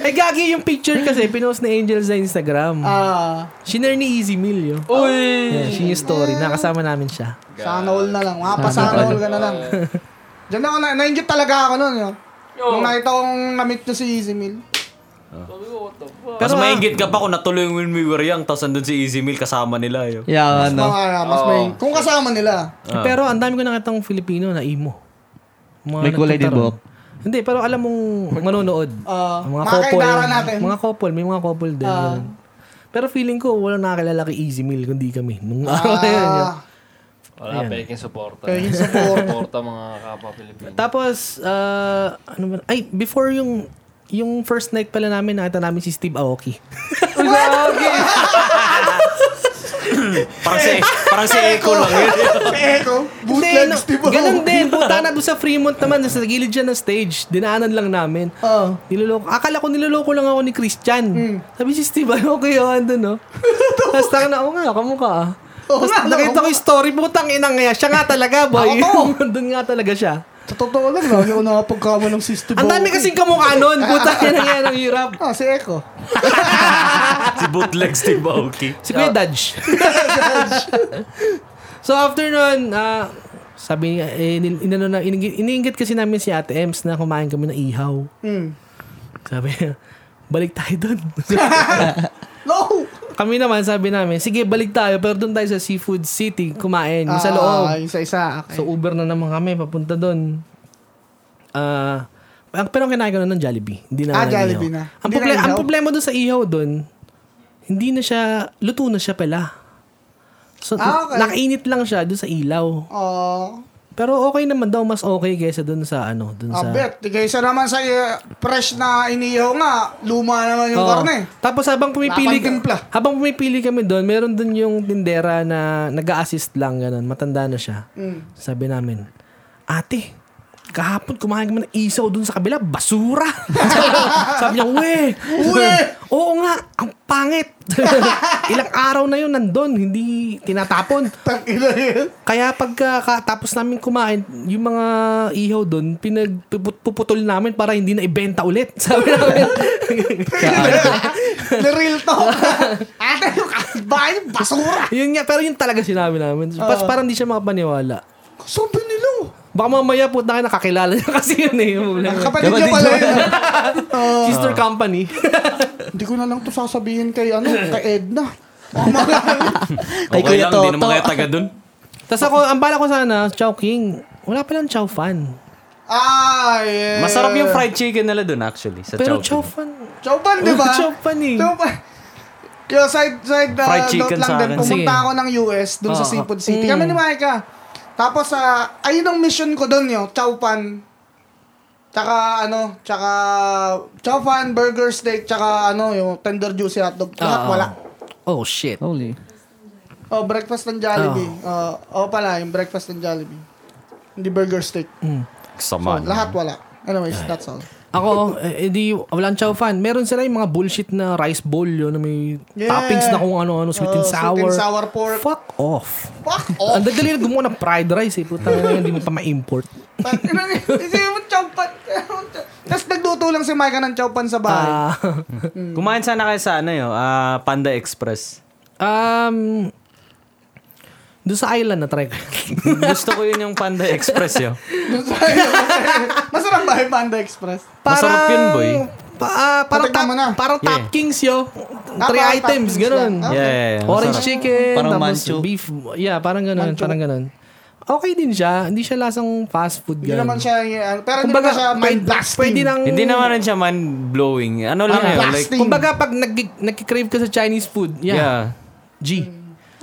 [SPEAKER 4] Eh, gagi yung picture kasi, pinost ni Angel sa Instagram.
[SPEAKER 3] <laughs> Ah,
[SPEAKER 4] Shinare ni Easy Meal yun. Uy! Yeah, yun yung story. Nakasama namin siya.
[SPEAKER 3] sana all na lang. Mga pa sana all ka na lang. Diyan ako na, nainggit talaga ako nun. Yo.
[SPEAKER 6] Yo.
[SPEAKER 3] Nung nakita kong na-meet nyo si Easy Meal.
[SPEAKER 6] Sabi ko, what the fuck?
[SPEAKER 2] Mas maingit ka pa kung natuloy yung when we were young, tapos andun si Easy Meal kasama nila. eh. Yo.
[SPEAKER 1] Yeah,
[SPEAKER 3] <laughs> Mga,
[SPEAKER 1] ano.
[SPEAKER 3] ah, mas may, kung kasama nila.
[SPEAKER 1] Ah.
[SPEAKER 4] Pero ang dami ko nakitang Filipino na emo. Mga
[SPEAKER 1] May kulay din
[SPEAKER 4] nagtataron.
[SPEAKER 1] buhok.
[SPEAKER 4] Hindi, pero alam mong manonood.
[SPEAKER 3] Ah,
[SPEAKER 4] Ang mga
[SPEAKER 3] mga
[SPEAKER 4] couple.
[SPEAKER 3] kaindaran natin. Ah.
[SPEAKER 4] Mga couple. May mga couple din. ganun. Pero feeling ko, walang nakakilala kay Easy Meal kundi kami. Nung araw na yun. yun.
[SPEAKER 3] Ah,
[SPEAKER 6] Wala, peking suporta.
[SPEAKER 3] Peking suporta.
[SPEAKER 6] Suporta mga kapwa Pilipino.
[SPEAKER 4] Tapos, ah, ano ba? Ay, before yung yung first night pala namin, nakita namin si Steve
[SPEAKER 3] <laughs>
[SPEAKER 4] Aoki.
[SPEAKER 2] Parang si, E-
[SPEAKER 1] <laughs>
[SPEAKER 2] parang si Echo lang
[SPEAKER 3] <laughs>
[SPEAKER 2] yun.
[SPEAKER 3] Pero,
[SPEAKER 4] Hindi, no,
[SPEAKER 3] bootlegs, di ba?
[SPEAKER 4] Ganun din. Punta na doon sa Fremont naman. Sa gilid dyan ng stage. Dinaanan lang namin.
[SPEAKER 3] Oo.
[SPEAKER 4] Niloloko. Akala ko niloloko lang ako ni Christian.
[SPEAKER 3] Hmm.
[SPEAKER 4] Sabi si Steve, ano ko yun? Doon,
[SPEAKER 3] <laughs>
[SPEAKER 4] no? Tapos taka na, oo nga, kamukha ah.
[SPEAKER 3] Oo
[SPEAKER 4] Tapos
[SPEAKER 3] nga,
[SPEAKER 4] nakita ko
[SPEAKER 3] kamukha.
[SPEAKER 4] yung story, putang ina nga. Siya nga
[SPEAKER 3] <laughs>
[SPEAKER 4] talaga, boy. <laughs> Doon nga talaga siya.
[SPEAKER 3] Sa totoo lang, lagi ako nakapagkama ng si Steve
[SPEAKER 4] Ang dami
[SPEAKER 3] Aoki.
[SPEAKER 4] kasing kamukha
[SPEAKER 3] <laughs>
[SPEAKER 4] nun. Putang ina nga ng hirap.
[SPEAKER 3] Ah, si Echo.
[SPEAKER 2] si Bootleg Steve Aoki.
[SPEAKER 4] Si Kuya
[SPEAKER 3] <laughs>
[SPEAKER 4] Dodge. <laughs> so after nun, ah, sabi niya, eh, nil- inano na, iningit, iniinggit kasi namin si Ate Ems na kumain kami ng ihaw.
[SPEAKER 3] Hmm.
[SPEAKER 4] Sabi niya, balik tayo
[SPEAKER 3] <laughs>
[SPEAKER 4] doon.
[SPEAKER 3] No!
[SPEAKER 4] kami naman, sabi namin, sige, balik tayo, pero doon tayo sa Seafood City kumain, yung sa
[SPEAKER 3] Ah,
[SPEAKER 4] loob.
[SPEAKER 3] yung sa isa. Okay.
[SPEAKER 4] So Uber na naman kami, papunta doon. Ah, ang- pero ang kinain ko na ng Jollibee. Hindi na
[SPEAKER 3] Ah,
[SPEAKER 4] ng
[SPEAKER 3] Jollibee
[SPEAKER 4] ihaw.
[SPEAKER 3] na.
[SPEAKER 4] Ang,
[SPEAKER 3] Hindi na
[SPEAKER 4] problema, ang
[SPEAKER 3] ihaw?
[SPEAKER 4] problema doon sa ihaw doon, hindi na siya, luto na siya pala. So,
[SPEAKER 3] Ah, okay.
[SPEAKER 4] nakainit lang siya doon sa ilaw.
[SPEAKER 3] Oh,
[SPEAKER 4] Pero okay naman daw, mas okay kaysa doon sa ano, doon
[SPEAKER 3] ah,
[SPEAKER 4] sa...
[SPEAKER 3] bet. Kaysa naman sa eh, fresh na inihaw nga, luma naman yung
[SPEAKER 4] Oo.
[SPEAKER 3] karne.
[SPEAKER 4] Tapos habang pumipili,
[SPEAKER 3] Wala pang timpla.
[SPEAKER 4] habang pumipili kami doon, meron doon yung tindera na nag assist lang, ganun. Matanda na siya.
[SPEAKER 3] Mm.
[SPEAKER 4] Sabi namin, ate, kahapon kumain kami ng isaw doon sa kabila,
[SPEAKER 3] <laughs>
[SPEAKER 4] basura. Sabi niya, we,
[SPEAKER 3] Uwe!
[SPEAKER 4] oo nga, ang pangit. <laughs> Ilang araw na yun nandun, hindi tinatapon.
[SPEAKER 3] Takina yun.
[SPEAKER 4] Kaya pagka ka- tapos namin kumain, yung mga ihaw doon, pinagpuputol namin para hindi na ibenta ulit. <laughs> Sabi
[SPEAKER 3] <laughs>
[SPEAKER 4] namin.
[SPEAKER 3] The real talk. Ate, yung bahay, basura.
[SPEAKER 4] Yun nga, pero yun talaga sinabi namin. Pas, parang di siya makapaniwala.
[SPEAKER 3] Sabi nila. oh.
[SPEAKER 4] Baka mamaya po na nakakilala niya <laughs> kasi yun eh. yung problema.
[SPEAKER 3] Ang kapatid niya pala yun. Ah,
[SPEAKER 4] Sister company. <laughs>
[SPEAKER 3] Hindi ko na lang to sasabihin kay, ano, kay Edna. Oh, mga-
[SPEAKER 1] Kay
[SPEAKER 2] Okay
[SPEAKER 1] Kuya
[SPEAKER 2] lang, di naman
[SPEAKER 1] Toto.
[SPEAKER 2] kaya taga dun.
[SPEAKER 4] Tapos ako, ang bala ko sana, Chow King. Wala palang Chow Fan.
[SPEAKER 3] ah, yeah.
[SPEAKER 1] Eh.
[SPEAKER 2] Masarap yung fried chicken nila dun actually. Sa
[SPEAKER 4] Pero
[SPEAKER 2] Chow
[SPEAKER 4] Chow
[SPEAKER 2] King.
[SPEAKER 4] Fan.
[SPEAKER 3] Chowpan, di ba?
[SPEAKER 4] Chow Fan eh.
[SPEAKER 3] Chowpan. Yo, side, side uh,
[SPEAKER 2] Fried
[SPEAKER 3] note
[SPEAKER 2] chicken
[SPEAKER 3] lang
[SPEAKER 2] sa
[SPEAKER 3] din.
[SPEAKER 2] akin.
[SPEAKER 3] Pumunta
[SPEAKER 4] Sige. Mm.
[SPEAKER 3] ako ng US, dun sa
[SPEAKER 2] Oo.
[SPEAKER 3] Seafood City. Kami ni Micah. Tapos, ah, ayun ang mission ko dun, yo. Chowpan. Tsaka, ano, tsaka, chowpan, burger steak, tsaka, ano, yung tender juicy hotdog. Lahat
[SPEAKER 4] Oo.
[SPEAKER 3] wala.
[SPEAKER 4] Oh, shit.
[SPEAKER 1] Holy.
[SPEAKER 3] Oh, breakfast ng Jollibee. Oh. oh, pala, yung breakfast ng Jollibee. Hindi burger steak.
[SPEAKER 4] Mm.
[SPEAKER 2] Sama.
[SPEAKER 3] Lahat wala. Anyways, that's all.
[SPEAKER 4] Ako, eh, di, walang Chow Fan. Meron sila yung mga bullshit na rice bowl yun, na may
[SPEAKER 3] Yeah.
[SPEAKER 4] toppings na kung ano-ano, sweet
[SPEAKER 3] Oh,
[SPEAKER 4] and sour.
[SPEAKER 3] Sweet and sour pork.
[SPEAKER 4] Fuck off.
[SPEAKER 3] Fuck off!
[SPEAKER 4] Ang dagali na gumawa ng fried rice eh. Puta na hindi mo pa ma-import.
[SPEAKER 3] Kasi yung chowpan. <laughs> Tapos nagluto lang si Micah ng chowpan sa <laughs> bahay.
[SPEAKER 4] Ah... <laughs>
[SPEAKER 2] Kumain sana kayo sa ano yun, ah, Panda Express.
[SPEAKER 4] Um, doon sa island na
[SPEAKER 2] <laughs>
[SPEAKER 4] try ko.
[SPEAKER 2] Gusto ko yun yung Panda Express
[SPEAKER 1] <laughs>
[SPEAKER 2] yun.
[SPEAKER 3] Masarap ba yung Panda Express?
[SPEAKER 2] Masarap yun, boy.
[SPEAKER 4] Pa, ah, parang,
[SPEAKER 3] Patignan
[SPEAKER 4] top,
[SPEAKER 3] mo na.
[SPEAKER 4] parang top
[SPEAKER 2] Yeah.
[SPEAKER 4] kings yo.
[SPEAKER 3] Ah,
[SPEAKER 4] Three
[SPEAKER 3] parang top
[SPEAKER 4] items,
[SPEAKER 3] kings
[SPEAKER 4] ganun.
[SPEAKER 3] lang. Ah.
[SPEAKER 2] Yeah, yeah, yeah.
[SPEAKER 4] Orange
[SPEAKER 2] Masarap.
[SPEAKER 4] chicken,
[SPEAKER 1] Parang
[SPEAKER 4] tapos
[SPEAKER 1] manchu.
[SPEAKER 4] beef. Yeah, parang ganun, parang ganun. Okay din siya. Hindi siya lasang fast food.
[SPEAKER 3] Hindi
[SPEAKER 4] ganun.
[SPEAKER 3] naman siya, uh, pero hindi naman siya mind blasting.
[SPEAKER 4] Pwede nang...
[SPEAKER 2] Hindi naman rin siya mind-blowing. Ano lang yun, like,
[SPEAKER 3] blasting.
[SPEAKER 4] Kumbaga, pag nag- nagkikrave ka sa Chinese food, yeah,
[SPEAKER 2] yeah.
[SPEAKER 4] G.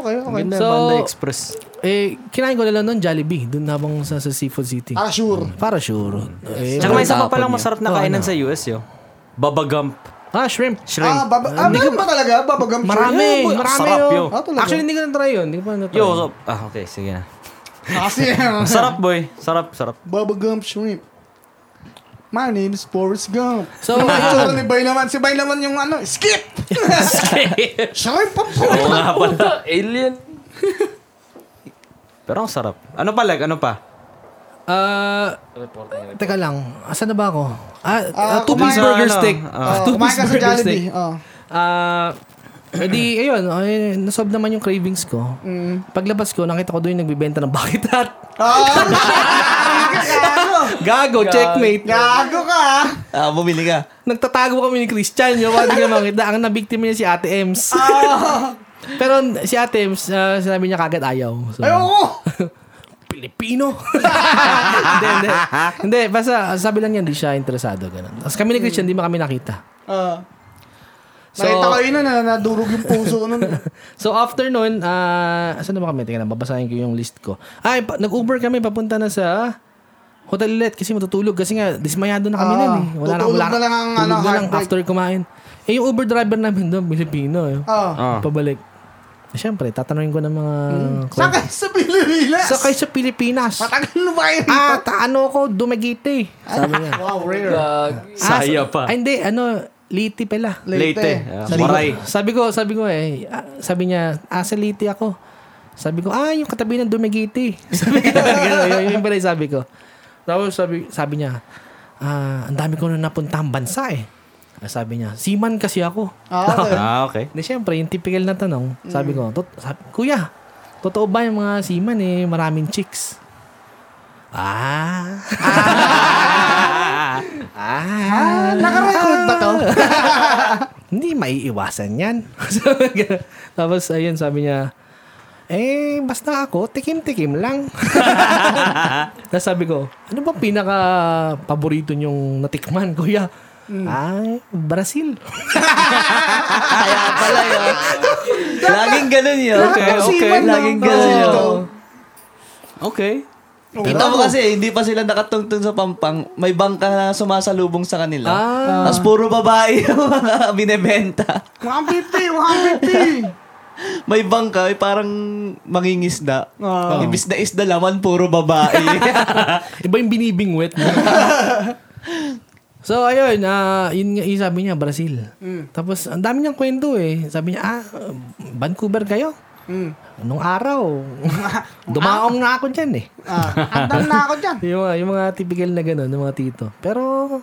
[SPEAKER 3] Okay, okay.
[SPEAKER 2] Ganda,
[SPEAKER 4] So-
[SPEAKER 2] Panda Express.
[SPEAKER 4] Eh, kinain ko na lang noon Jollibee, dun habang sa, sa Seafood City.
[SPEAKER 3] Ah, sure.
[SPEAKER 4] Para sure. Eh,
[SPEAKER 2] Tsaka may isa pa
[SPEAKER 1] Tapon
[SPEAKER 2] palang
[SPEAKER 1] yun.
[SPEAKER 2] masarap na kainan sa US yun. Baba Gump.
[SPEAKER 4] Ah, shrimp.
[SPEAKER 3] Ah, baba, ah, meron ba talaga? Babagam
[SPEAKER 4] Marami,
[SPEAKER 2] Yeah, boy.
[SPEAKER 4] marami
[SPEAKER 2] Sarap
[SPEAKER 4] yun.
[SPEAKER 2] yun.
[SPEAKER 3] Ah, talaga?
[SPEAKER 4] Actually, hindi ko na-try yun. Hindi ko pa na-try.
[SPEAKER 2] Yo, so, ah, okay, sige na.
[SPEAKER 3] Kasi,
[SPEAKER 4] <laughs>
[SPEAKER 2] Sarap, boy. Sarap, sarap.
[SPEAKER 3] Ah, Bubblegum shrimp. My name is Forrest Gump.
[SPEAKER 4] So, ah.
[SPEAKER 3] So,
[SPEAKER 4] ayun.
[SPEAKER 3] ni Bay naman. Si Bay naman yung ano,
[SPEAKER 4] <laughs>
[SPEAKER 3] skip! shrimp pa po!
[SPEAKER 2] Oo nga pala.
[SPEAKER 6] Puta, alien.
[SPEAKER 2] Pero ang sarap. Ano pa, like, ano pa?
[SPEAKER 4] Ah, teka lang. Asan na ba ako? Ah,
[SPEAKER 3] Ah,
[SPEAKER 4] ah, two-piece
[SPEAKER 3] kumain-
[SPEAKER 4] burger
[SPEAKER 2] Ano?
[SPEAKER 4] steak.
[SPEAKER 2] Ah.
[SPEAKER 4] two-piece
[SPEAKER 3] Oh, kumain ka sa
[SPEAKER 4] burger
[SPEAKER 3] Jollibee.
[SPEAKER 4] steak.
[SPEAKER 3] Oh.
[SPEAKER 4] Ah, edi, ayun, ay, nasolve naman yung cravings ko.
[SPEAKER 3] Mm.
[SPEAKER 4] Paglabas ko, nakita ko doon yung nagbibenta ng bucket hat.
[SPEAKER 3] <laughs> Ah, gago.
[SPEAKER 4] Gago, checkmate.
[SPEAKER 3] Gago ka, ah.
[SPEAKER 1] Ah, bumili ka.
[SPEAKER 4] Nagtatago kami ni Christian. Yung mga tingnan makita, ang nabiktima niya si Ate Ems.
[SPEAKER 3] Ah.
[SPEAKER 4] Pero si Ate Ems, ah, sinabi niya kagad ayaw. So,
[SPEAKER 3] Ayoko!
[SPEAKER 4] Pilipino. <laughs> hindi, hindi. Hindi, basta sabi lang niya, hindi siya interesado. Ganun. Tapos kami ni Christian, hindi makami nakita.
[SPEAKER 3] Ah. Nakita
[SPEAKER 4] So-
[SPEAKER 3] ko yun na nadurog yung puso nun.
[SPEAKER 4] So after nun, ah, saan na ba kami? Tingnan, babasahin ko yung list ko. Ay, pa- nag-Uber kami, papunta na sa Hotel Let kasi matutulog kasi nga dismayado na kami
[SPEAKER 3] Ah,
[SPEAKER 4] nun eh. Wala na,
[SPEAKER 3] tutulog
[SPEAKER 4] wala
[SPEAKER 3] na lang
[SPEAKER 4] tulog
[SPEAKER 3] ang, ano,
[SPEAKER 4] na lang
[SPEAKER 3] heartbreak.
[SPEAKER 4] after kumain. Eh yung Uber driver namin doon, Pilipino. Eh. <laughs>
[SPEAKER 3] Ah.
[SPEAKER 2] Ah.
[SPEAKER 4] Pabalik. Eh, Siyempre, tatanungin ko ng mga...
[SPEAKER 3] Hmm. Saka sa Pilipinas.
[SPEAKER 4] Sakay sa Pilipinas.
[SPEAKER 3] Matagal na ba yun?
[SPEAKER 4] Ah, taano ko, Dumaguete. Sabi niya.
[SPEAKER 3] Wow, rare.
[SPEAKER 6] Gag.
[SPEAKER 4] Ah, sa-
[SPEAKER 2] Saya pa.
[SPEAKER 4] Ay, hindi, ano, Liti pala.
[SPEAKER 3] Leyte.
[SPEAKER 4] eh.
[SPEAKER 2] Leyte. Ah,
[SPEAKER 4] Sabi
[SPEAKER 2] Waray.
[SPEAKER 4] ko, sabi ko, sabi ko eh, ah, sabi niya, ah, sa Liti ako. Sabi ko, ah, yung katabi ng Dumaguete. <laughs> Sabi ko, gano'n, yun, yun pala yung sabi ko. Tapos sabi, sabi niya, ah, ang dami ko na napuntang bansa eh. Ah, Sabi niya, seaman kasi ako.
[SPEAKER 3] Ah, okay.
[SPEAKER 2] Ah, okay.
[SPEAKER 4] Di syempre, yung typical na tanong, sabi ko, tot, sabi, kuya, totoo ba yung mga seaman eh, maraming chicks? Ah. <laughs> ah.
[SPEAKER 3] Ah, nakarecord ba to?
[SPEAKER 4] <laughs> Hindi maiiwasan yan. <laughs> So, ganun. Tapos, ayun, sabi niya, eh, basta ako, tikim-tikim lang. <laughs> Tapos sabi ko, ano ba pinaka-paborito niyong natikman, kuya? Ay, Brazil.
[SPEAKER 1] Kaya pala yun. Laging ganun eh, oh. yun.
[SPEAKER 2] Okay,
[SPEAKER 3] Lahat ng
[SPEAKER 2] okay.
[SPEAKER 3] seaman ng
[SPEAKER 1] Laging ganun
[SPEAKER 3] Brazil
[SPEAKER 1] yun.
[SPEAKER 3] to.
[SPEAKER 2] Okay.
[SPEAKER 1] Kita mo kasi, eh, hindi pa sila nakatungtong sa pampang. May bangka na sumasalubong sa kanila.
[SPEAKER 4] Ah.
[SPEAKER 1] Tapos puro babae <laughs> yung mga binebenta.
[SPEAKER 4] <laughs>
[SPEAKER 3] 150, 150.
[SPEAKER 1] May bangka, eh, parang mangingisda.
[SPEAKER 3] Ah.
[SPEAKER 1] Ibis na isda laman, puro babae.
[SPEAKER 4] <laughs> Iba yung binibingwit <laughs> mo. so, ayun, ah, yun nga, yung sabi niya, Brazil. Tapos, ang dami niyang kwento eh. Sabi niya, ah, Vancouver kayo?
[SPEAKER 3] Mm.
[SPEAKER 4] Nung araw, dumaong na ako dyan eh.
[SPEAKER 3] Ah, andan na ako dyan.
[SPEAKER 4] Yung, mga- yung mga typical na gano'n, yung mga tito. Pero,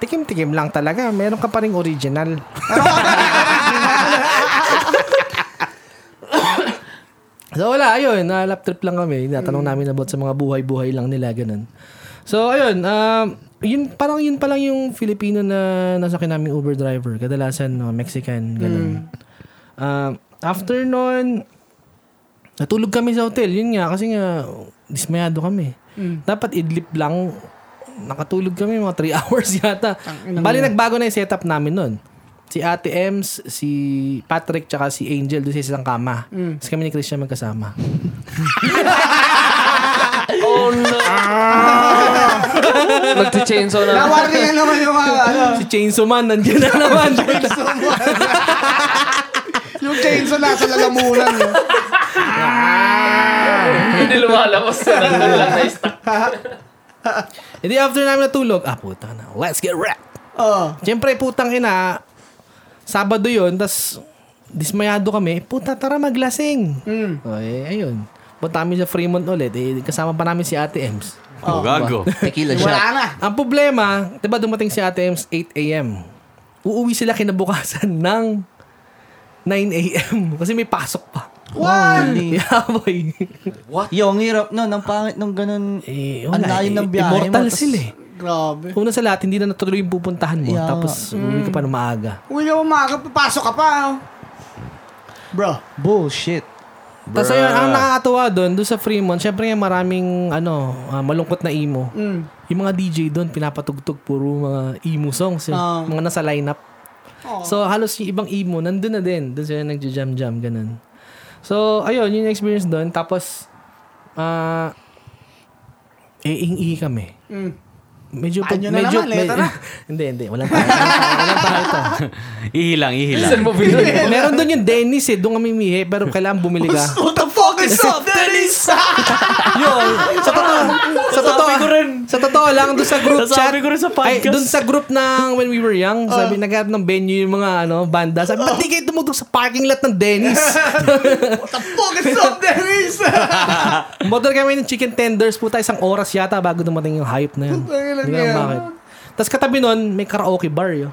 [SPEAKER 4] tikim-tikim lang talaga. Meron ka pa rin original. <laughs> so, wala. Ayun, na lap trip lang kami. Natanong namin about sa mga buhay-buhay lang nila, ganun. So, ayun. Um, yun, parang yun pa lang yung Filipino na nasa akin naming Uber driver. Kadalasan, no, Mexican, ganun. Um, after nun, Natulog kami sa hotel. Yun nga, kasi nga, dismayado kami. Dapat idlip lang. Nakatulog kami mga 3 <laughs> hours yata. Bali, nagbago na yung setup namin nun. Si Ate Ems, si Patrick, tsaka si Angel doon sa isang kama. Tapos kami ni Christian magkasama. <laughs>
[SPEAKER 6] Oh no! Ah! Nagti-chainsaw na.
[SPEAKER 3] Nawari na naman yung mga, ano,
[SPEAKER 4] si Chainsaw Man, nandiyan na naman.
[SPEAKER 3] yung chainsaw nasa lalamunan. eh. yun.
[SPEAKER 6] Hindi lumalabas na nandun lang na stuck.
[SPEAKER 4] Hindi, after namin natulog, ah, puta na. Let's get wrecked.
[SPEAKER 3] Oo.
[SPEAKER 4] Siyempre, putang ina, Sabado yun, tas dismayado kami. Puta, tara maglasing.
[SPEAKER 3] Mm.
[SPEAKER 4] O, eh, ayun. Punta kami sa Fremont ulit. Eh, kasama pa namin si Ate Ems.
[SPEAKER 2] Oh, gago.
[SPEAKER 1] Tequila
[SPEAKER 3] Wala na.
[SPEAKER 4] Ang problema, di ba dumating si Ate Ems 8 a.m. Uuwi sila kinabukasan <laughs> ng 9 a.m. Kasi may pasok pa.
[SPEAKER 1] Wow.
[SPEAKER 4] <laughs> Yeah, boy.
[SPEAKER 1] Yo, ang hirap nun. Ang pangit nung ganun.
[SPEAKER 4] eh,
[SPEAKER 1] Ang layo ng biyahe mo,
[SPEAKER 4] Immortal
[SPEAKER 1] tas-
[SPEAKER 4] sila eh.
[SPEAKER 3] Grabe.
[SPEAKER 4] Una sa lahat, hindi na natuloy yung pupuntahan mo.
[SPEAKER 1] Yeah.
[SPEAKER 4] Tapos, uuwi ka pa ng maaga.
[SPEAKER 3] Uy, yung umaga, papasok ka pa. oh. Bro.
[SPEAKER 1] Bullshit.
[SPEAKER 4] Tapos ayun, ang nakakatuwa doon, doon sa Fremont, syempre nga maraming ano, ah, malungkot na emo. <laughs>
[SPEAKER 3] Mm.
[SPEAKER 4] Yung mga DJ doon, pinapatugtog puro mga emo songs. Yung
[SPEAKER 3] Ah.
[SPEAKER 4] mga nasa lineup.
[SPEAKER 3] Oh.
[SPEAKER 4] So, halos yung ibang emo, nandun na din. Doon sila nagja-jam-jam, ganun. So, ayun, yun yung experience doon. Tapos, ah, eh, iingi kami.
[SPEAKER 3] Mm.
[SPEAKER 4] medyo
[SPEAKER 3] Tahan nyo na
[SPEAKER 4] medyo,
[SPEAKER 3] naman, eh, letra na.
[SPEAKER 4] <laughs> hindi, hindi, walang tayo. walang tayo ito.
[SPEAKER 2] Ihilang, ihilang.
[SPEAKER 6] Saan mo binili?
[SPEAKER 4] Meron doon yung Dennis eh, doon kami mihi, pero kailangan bumili
[SPEAKER 3] <laughs>
[SPEAKER 4] ka.
[SPEAKER 1] What the fuck is <laughs> up, Dennis?
[SPEAKER 2] <laughs>
[SPEAKER 4] sa totoo, sa totoo,
[SPEAKER 2] Nasabi ko rin.
[SPEAKER 4] sa totoo lang doon sa group
[SPEAKER 2] Nasabi
[SPEAKER 4] chat.
[SPEAKER 2] ko rin sa podcast.
[SPEAKER 4] Ay, doon sa group ng When We Were Young, sabi nagkaroon ng venue yung mga ano, banda. Sabi, ba't di kayo tumutog sa parking lot ng Dennis?
[SPEAKER 3] What the fuck <laughs> is up, Dennis?
[SPEAKER 4] Model kami ng chicken tenders po tayo isang oras yata bago dumating yung hype na yun.
[SPEAKER 3] Putang ina
[SPEAKER 4] Hindi ko alam
[SPEAKER 3] niya.
[SPEAKER 4] bakit. Tapos katabi nun, may karaoke bar yun.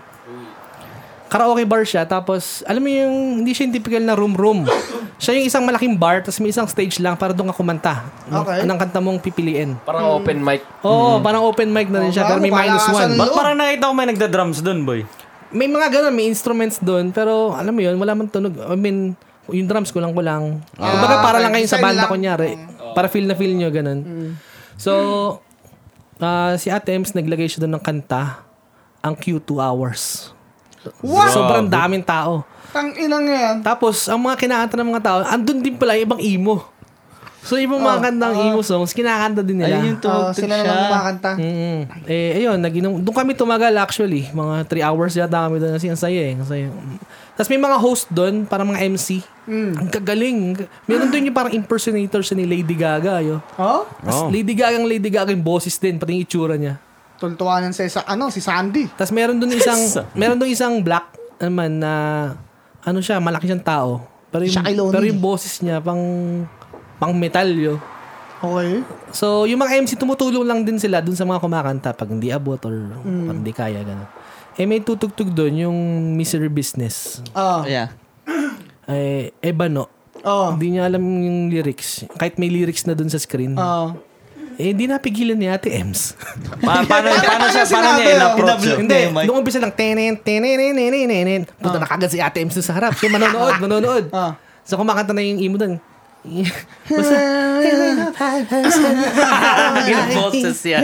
[SPEAKER 4] Karaoke bar siya, tapos alam mo yung hindi siya yung typical na room-room. siya yung isang malaking bar, tapos may isang stage lang para doon ka kumanta. Ng-
[SPEAKER 3] Okay.
[SPEAKER 4] Anong kanta mong pipiliin.
[SPEAKER 6] Parang open mic.
[SPEAKER 4] Oo, parang open mic na rin siya,
[SPEAKER 3] Oh,
[SPEAKER 4] pero may
[SPEAKER 3] bago,
[SPEAKER 4] minus
[SPEAKER 3] palakasan
[SPEAKER 4] one.
[SPEAKER 2] Ba't parang nakita ko may nagda-drums doon, boy?
[SPEAKER 4] May mga ganun, may instruments doon, pero alam mo yun, wala man tunog. I mean, yung drums ko lang ko lang. Kumbaga para lang kayo sa
[SPEAKER 3] design
[SPEAKER 4] banda
[SPEAKER 3] lang.
[SPEAKER 4] kunyari. Para feel na feel nyo, ganun. So, ah, si Ate Ems naglagay siya doon ng kanta, ang Q2 hours.
[SPEAKER 3] What?
[SPEAKER 4] Sobrang daming tao.
[SPEAKER 3] Tang inang yan.
[SPEAKER 4] Tapos, ang mga kinakanta ng mga tao, andun din pala yung ibang emo. So, yung ibang mga kantang emo songs, kinakanta din nila.
[SPEAKER 1] Ayun yung
[SPEAKER 3] Oh,
[SPEAKER 1] tumugtog
[SPEAKER 3] sila na lang
[SPEAKER 1] siya.
[SPEAKER 3] kumakanta.
[SPEAKER 4] Mm. Eh, ayun, naginom. Doon kami tumagal actually. Mga 3 hours yata kami doon kasi ang saya eh. Ang saya. Mm. Tapos may mga host doon, parang mga MC.
[SPEAKER 3] Hmm. Mm.
[SPEAKER 4] Ang kagaling. Meron doon yung parang impersonator siya ni Lady Gaga. Yo.
[SPEAKER 3] Oh?
[SPEAKER 4] Tapos Lady Gaga ang Lady Gaga yung boses din, pati yung itsura niya.
[SPEAKER 3] Tuntuanan sa isa, ano, si Sandy.
[SPEAKER 4] Tapos meron doon isang, meron doon isang black naman na, ano siya, malaki siyang tao. Pero yung,
[SPEAKER 3] Shaquille O'Neal.
[SPEAKER 4] pero yung boses niya, pang, pang metal yo.
[SPEAKER 3] Okay.
[SPEAKER 4] So, yung mga MC tumutulong lang din sila dun sa mga kumakanta pag hindi abot or
[SPEAKER 3] Mm.
[SPEAKER 4] pag hindi kaya, gano'n. Eh, may tutugtog dun yung Misery Business.
[SPEAKER 3] Oh.
[SPEAKER 1] Yeah.
[SPEAKER 4] Eh, Ebano.
[SPEAKER 3] Oh.
[SPEAKER 4] Hindi niya alam yung lyrics. Kahit may lyrics na dun sa screen.
[SPEAKER 3] Oh.
[SPEAKER 4] Eh, hindi napigilan ni Ate
[SPEAKER 3] <laughs>
[SPEAKER 4] Ems. <laughs>
[SPEAKER 2] Pa- paano, paano
[SPEAKER 3] Paano
[SPEAKER 2] siya, paano niya
[SPEAKER 4] eh.
[SPEAKER 2] oh?
[SPEAKER 3] sinabi,
[SPEAKER 2] in-approach yun?
[SPEAKER 4] hindi,
[SPEAKER 1] yung mic.
[SPEAKER 4] nung umpisa lang, tenen, tenen, tenen, tenen. Punta na kagad si Ate Ems dun sa harap. Kaya manonood, manonood.
[SPEAKER 3] Ah.
[SPEAKER 4] So, kumakanta na yung imo dun. Basta,
[SPEAKER 2] Yung boses yan.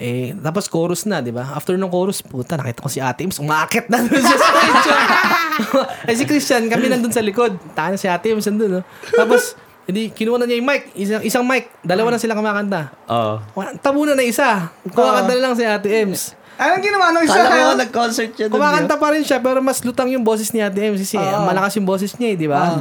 [SPEAKER 4] Eh, tapos chorus na, di ba? After ng chorus, puta, nakita ko si Ate Ims, umakit na doon sa stage. <laughs> eh, si Christian, kami nandun sa likod. Tahan si Ate Ims nandun, no? Tapos, hindi, kinuha na niya yung mic. Isang, isang mic. Dalawa na sila kumakanta.
[SPEAKER 2] Oo.
[SPEAKER 4] Wala- Tabunan na isa. Kumakanta na lang si Ate Ims.
[SPEAKER 3] <laughs> Anong ginawa nung isa?
[SPEAKER 1] Kala ko nga nag-concert ano siya doon.
[SPEAKER 4] Kumakanta pa rin siya, pero mas lutang yung boses ni Ate Ims. Kasi malakas yung boses niya, eh, di ba?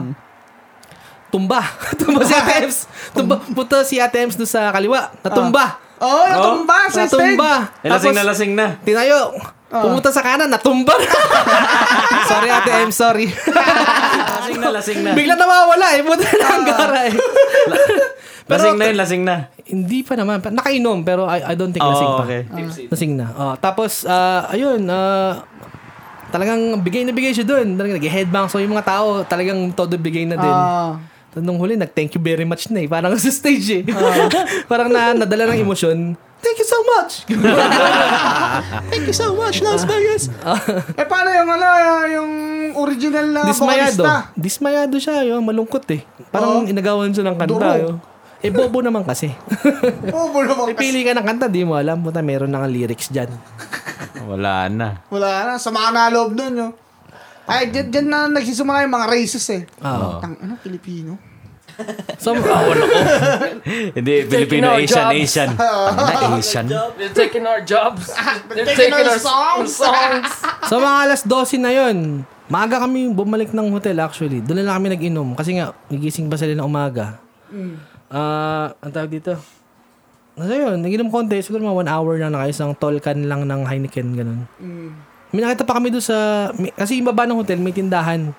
[SPEAKER 4] Tumba. <laughs> Tumba si Ate Ims. Tumba. Puta si Ate Ims doon sa kaliwa. Natumba.
[SPEAKER 3] Oh, natumba sa stage.
[SPEAKER 4] Natumba.
[SPEAKER 2] Eh, lasing na
[SPEAKER 4] Tapos-
[SPEAKER 2] lasing na.
[SPEAKER 4] Tinayo. Pumunta sa kanan, natumba na. sorry ate, I'm sorry.
[SPEAKER 2] Lasing na, lasing na.
[SPEAKER 4] <laughs> Bigla nawawala eh. Pumunta na ang gara eh.
[SPEAKER 2] Lasing na yun, lasing na.
[SPEAKER 4] Hindi pa naman. Pa- Nakainom, pero I, I don't think lasing
[SPEAKER 2] Oo,
[SPEAKER 4] pa.
[SPEAKER 2] okay.
[SPEAKER 6] Tipsy.
[SPEAKER 4] Lasing na. Oh, tapos, ah, ayun, ah, talagang bigay na bigay siya doon. Talagang nag-headbang. So yung mga tao, talagang todo bigay na din.
[SPEAKER 3] Ah.
[SPEAKER 4] Tapos Nung huli, nag-thank you very much na eh. Parang <laughs> sa stage eh. <laughs> Parang na, nadala ng emosyon. Thank you so much! Thank you so much, Las Vegas!
[SPEAKER 3] Eh, paano yung ano, yung original na
[SPEAKER 4] Dismayado.
[SPEAKER 3] Ah, vocalista?
[SPEAKER 4] Dismayado siya, yun. malungkot eh. Parang inagawan siya ng kanta.
[SPEAKER 3] Durog.
[SPEAKER 4] Yun. Eh, bobo naman kasi.
[SPEAKER 3] Oo, bulo mo.
[SPEAKER 4] Pili ka ng kanta, di mo alam. Puta, meron na nga lyrics dyan.
[SPEAKER 2] Wala na.
[SPEAKER 3] Wala na, sama na loob nun, no? Ay, dyan, dyan na nagsisimula yung mga races, eh.
[SPEAKER 4] Oo.
[SPEAKER 3] Tang, ano, Pilipino?
[SPEAKER 4] So, <laughs>
[SPEAKER 2] Hindi, Filipino,
[SPEAKER 6] our
[SPEAKER 2] Asian,
[SPEAKER 6] jobs.
[SPEAKER 1] <laughs>
[SPEAKER 2] Asian. Tangina, Asian.
[SPEAKER 6] They're taking our jobs. Ah, They're
[SPEAKER 3] taking
[SPEAKER 6] taking
[SPEAKER 3] our
[SPEAKER 6] our
[SPEAKER 3] <laughs>
[SPEAKER 6] songs. songs.
[SPEAKER 4] so mga alas 12 na yun. Maaga kami bumalik ng hotel actually. Doon na lang kami nag-inom. Kasi nga, nagising ba sila ng umaga? Ah, ang tawag dito? So yun, nag-inom konti. Siguro mga one hour lang na kayo. Isang tall can lang ng Heineken, ganun. May nakita pa kami doon sa... may- kasi yung baba ng hotel, may tindahan.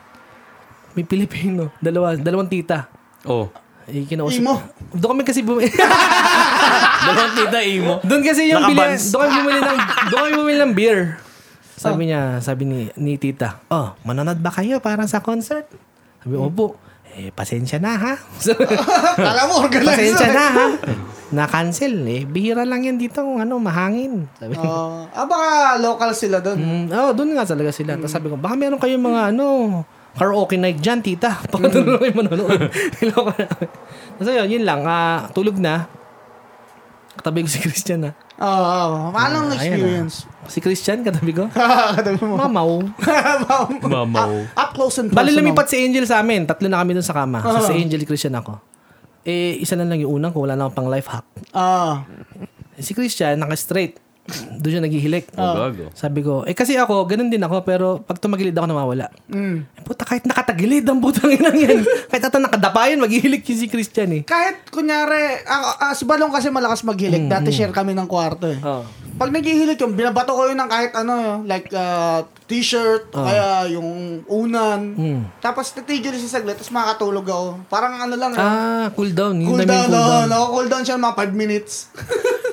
[SPEAKER 4] May Pilipino. Dalawa, dalawang tita.
[SPEAKER 2] Oh.
[SPEAKER 4] Eh, kinausap.
[SPEAKER 3] Imo.
[SPEAKER 4] Doon kami kasi bumili.
[SPEAKER 2] <laughs> Dalawang tita, imo.
[SPEAKER 4] doon kasi yung bili,
[SPEAKER 2] Nakabans.
[SPEAKER 4] doon kami bumili ng doon kami bumili ng beer. Sabi niya, sabi ni, ni tita, oh, manonood ba kayo parang sa concert? Sabi, opo. Eh, pasensya na ha. <laughs>
[SPEAKER 3] Alam mo, organizer.
[SPEAKER 4] pasensya na ha. Na-cancel eh. Bihira lang yan dito kung ano, mahangin. Sabi niya.
[SPEAKER 3] Oo. ah, baka local sila doon.
[SPEAKER 4] Mm, oh, doon nga talaga sila. Tapos sabi ko, baka meron kayong mga ano, karaoke night dyan, tita. <laughs> Baka doon kayo manonood. <laughs> Niloko namin. Tapos yun, yun lang. ah, tulog na. Katabi ko si Christian na.
[SPEAKER 3] Oo, oh,
[SPEAKER 4] Hmm,
[SPEAKER 3] Anong experience? <laughs>
[SPEAKER 4] Si Christian, katabi ko.
[SPEAKER 3] Katabi mo.
[SPEAKER 4] Mamaw.
[SPEAKER 2] Mamaw.
[SPEAKER 3] Up close and
[SPEAKER 4] Bali
[SPEAKER 3] personal.
[SPEAKER 4] lumipat si Angel sa amin. Tatlo na kami dun sa kama. So, si Angel, Christian ako. Eh, isa na lang yung unang ko. Wala na akong pang life hack.
[SPEAKER 3] Ah.
[SPEAKER 4] Si Christian, naka-straight. Doon siya naghihilik.
[SPEAKER 2] Oh, gago.
[SPEAKER 4] Sabi ko, eh kasi ako, ganun din ako, pero pag tumagilid ako, nawawala.
[SPEAKER 3] Hmm.
[SPEAKER 4] Eh, puta, kahit nakatagilid ang putang inang
[SPEAKER 3] <laughs>
[SPEAKER 4] yan. kahit ata nakadapa yun, maghihilik yun si Christian eh.
[SPEAKER 3] Kahit kunyari, ah, ah, si Balong kasi malakas maghilik.
[SPEAKER 4] Hmm,
[SPEAKER 3] Dati share kami ng kwarto eh.
[SPEAKER 4] Ah.
[SPEAKER 3] Pag naghihilik yung binabato ko yun ng kahit ano, like ah, t-shirt, o kaya yung unan.
[SPEAKER 4] Hmm.
[SPEAKER 3] Tapos titigil siya saglit, tapos makakatulog ako. Parang ano lang, eh,
[SPEAKER 4] Ah, cool down. Yun na
[SPEAKER 3] cool
[SPEAKER 4] yung
[SPEAKER 3] down,
[SPEAKER 4] cool down.
[SPEAKER 3] down. Ako, cool down siya ng mga 5 minutes. <laughs>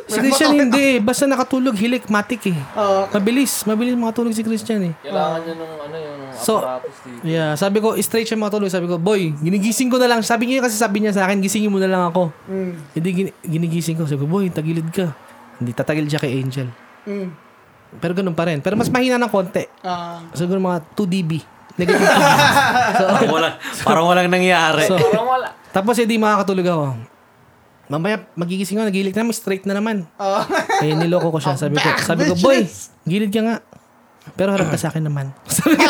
[SPEAKER 4] Si Christian hindi eh. Basta nakatulog, hilik, matik eh.
[SPEAKER 3] Oo.
[SPEAKER 4] Mabilis, mabilis makatulog si Christian eh.
[SPEAKER 6] Kailangan niya nung ano yung
[SPEAKER 4] So-
[SPEAKER 6] apparatus dito.
[SPEAKER 4] Yeah, sabi ko, straight siya makatulog. Sabi ko, boy, ginigising ko na lang. Sabi niya kasi sabi niya sa akin, gisingin mo na lang ako.
[SPEAKER 3] Hmm.
[SPEAKER 4] Hindi, gini- ginigising ko. Sabi ko, boy, tagilid ka. Hindi, tatagil siya kay Angel.
[SPEAKER 3] Mm.
[SPEAKER 4] Pero ganun pa rin. Pero mas mahina ng konti.
[SPEAKER 3] Ah.
[SPEAKER 4] Siguro mga 2 dB. Negative 2
[SPEAKER 2] Parang walang, parang walang nangyari.
[SPEAKER 4] So,
[SPEAKER 6] Parang wala.
[SPEAKER 4] tapos hindi makakatulog ako. Mamaya, magigising ako, nagilig na, may straight na naman.
[SPEAKER 3] Ah. <laughs>
[SPEAKER 4] Kaya niloko ko siya. Sabi ko,
[SPEAKER 3] back,
[SPEAKER 4] sabi ko, boy,
[SPEAKER 3] bitches."
[SPEAKER 4] gilid ka nga. Pero harap ka sa akin naman. <laughs> Sabi ko.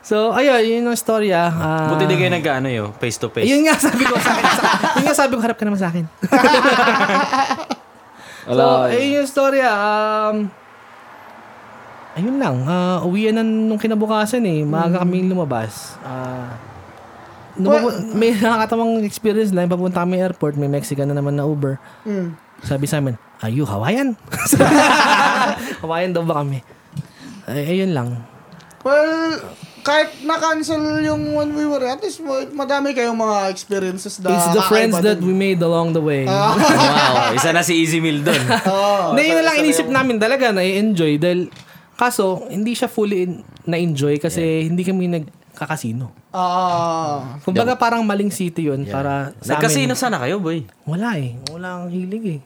[SPEAKER 4] so, ayun, yun yung story ah. Ah,
[SPEAKER 2] Buti di kayo ano, nag-ano yun, face to face.
[SPEAKER 4] Yun nga sabi ko sa akin. sa- yun nga sabi ko, harap ka naman sa akin. so, ayun yung story ah. Um, ayun lang. ah uwian na nung kinabukasan eh. Maaga kami lumabas. Ah, nung papu- may nakakatawang experience lang. Papunta kami airport, may Mexican na naman na Uber.
[SPEAKER 3] mm.
[SPEAKER 4] Sabi sa amin, are you Hawaiian? <laughs> Hawaiian daw ba kami? Ay, ayun lang.
[SPEAKER 3] Well, kahit na-cancel yung when we were, at least ma- madami kayong mga experiences na
[SPEAKER 4] It's the friends
[SPEAKER 3] kakaiba
[SPEAKER 4] that
[SPEAKER 3] din.
[SPEAKER 4] we made along the way.
[SPEAKER 2] wow, isa na si
[SPEAKER 4] <laughs>
[SPEAKER 2] Easy Meal doon.
[SPEAKER 3] Oo.
[SPEAKER 4] Hindi, yun na lang inisip namin talaga na i-enjoy dahil kaso hindi siya fully in- na-enjoy kasi hindi kami nagkakasino.
[SPEAKER 3] Ah.
[SPEAKER 4] Kumbaga parang maling city yun para sa
[SPEAKER 2] Nagkasino
[SPEAKER 4] amin.
[SPEAKER 2] sana kayo, boy.
[SPEAKER 4] Wala eh. Wala ang hilig eh.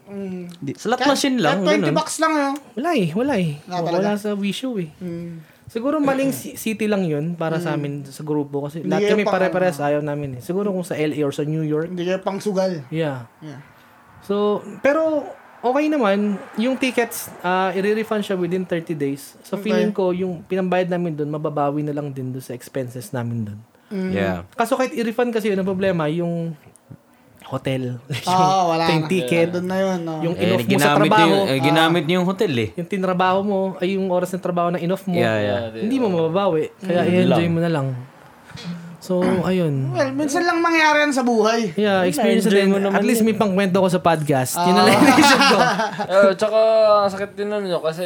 [SPEAKER 2] Slot machine lang,
[SPEAKER 3] mm. Kahit 20
[SPEAKER 2] ganun.
[SPEAKER 3] bucks lang ah. yun.
[SPEAKER 4] Wala eh. Wala eh.
[SPEAKER 3] Wala
[SPEAKER 4] Wala, sa Wisho eh.
[SPEAKER 3] Mm.
[SPEAKER 4] Siguro maling si- city lang yun para sa amin sa grupo kasi
[SPEAKER 3] Hindi
[SPEAKER 4] lahat
[SPEAKER 3] kayo
[SPEAKER 4] kami
[SPEAKER 3] pang-
[SPEAKER 4] pare-pares ayaw namin eh. Siguro kung sa LA or sa New York.
[SPEAKER 3] Hindi kayo pang sugal.
[SPEAKER 4] Yeah.
[SPEAKER 3] Yeah.
[SPEAKER 4] So, pero okay naman. Yung tickets, ah i-refund siya within 30 days. So, feeling ko, yung pinambayad namin doon, mababawi na lang din doon sa expenses namin doon.
[SPEAKER 2] Yeah.
[SPEAKER 4] Kaso kahit i-refund kasi yun, ang problema, yung hotel, <laughs>
[SPEAKER 3] Oo,
[SPEAKER 4] <laughs> yung,
[SPEAKER 3] Ah, wala
[SPEAKER 4] yung
[SPEAKER 3] na.
[SPEAKER 4] ticket,
[SPEAKER 3] Doon na yun. ah. no?
[SPEAKER 4] yung
[SPEAKER 2] Eh,
[SPEAKER 4] in-off mo sa
[SPEAKER 2] ginamit,
[SPEAKER 4] trabaho,
[SPEAKER 2] yung, eh, ginamit niyo yung hotel eh.
[SPEAKER 4] yung tinrabaho mo, ay yung oras ng trabaho na in-off mo,
[SPEAKER 2] Yeah, yeah.
[SPEAKER 4] hindi mo mababawi. Kaya i-enjoy mo na lang. So, ayun.
[SPEAKER 3] Well, minsan lang mangyari yan sa buhay.
[SPEAKER 4] Yeah, experience na din. At least may pangkwento ko sa podcast. Yun
[SPEAKER 3] Ah.
[SPEAKER 4] na lang yung naisip ko.
[SPEAKER 3] <laughs>
[SPEAKER 6] Eh, tsaka ang sakit din nun yun, kasi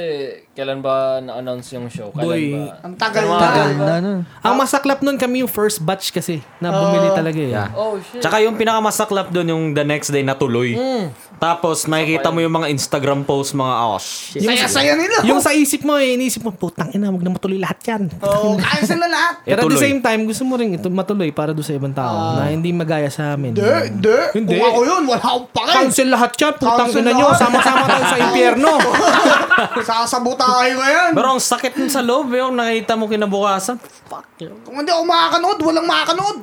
[SPEAKER 6] kailan ba na-announce yung show? Kailan
[SPEAKER 4] Boy.
[SPEAKER 6] ba?
[SPEAKER 3] Ang tagal
[SPEAKER 6] Pero mga-
[SPEAKER 3] na.
[SPEAKER 1] Tagal na
[SPEAKER 2] ano?
[SPEAKER 1] nun.
[SPEAKER 4] Diba? Ang masaklap nun kami yung first batch kasi na bumili talaga eh.
[SPEAKER 2] Yeah.
[SPEAKER 6] Oh shit.
[SPEAKER 2] Tsaka yung pinakamasaklap doon yung the next day natuloy.
[SPEAKER 3] Mm.
[SPEAKER 2] Tapos makikita mo yung mga Instagram post mga oh shit.
[SPEAKER 3] Saya-saya nila.
[SPEAKER 4] Yung sa isip mo eh, iniisip mo, putang ina, wag na matuloy lahat yan.
[SPEAKER 3] Oo, kaya sila Oh, lahat.
[SPEAKER 4] Pero at the
[SPEAKER 2] Oh. Ituloy. Ah.
[SPEAKER 4] same time, gusto mo rin ito matuloy para doon sa ibang tao na hindi magaya sa amin.
[SPEAKER 3] Hindi, hindi.
[SPEAKER 4] Hindi.
[SPEAKER 3] Kung ako yun, wala akong pakay.
[SPEAKER 4] Cancel lahat yan, putang
[SPEAKER 3] Cancel
[SPEAKER 4] ina nyo,
[SPEAKER 3] lahat.
[SPEAKER 4] sama-sama tayo sa
[SPEAKER 3] <laughs>
[SPEAKER 4] impyerno.
[SPEAKER 3] Sasabutahin ko yan.
[SPEAKER 2] Pero ang sakit nun sa loob yung nakita mo kinabukasan.
[SPEAKER 3] Kung hindi ako makakanood, walang makakanood.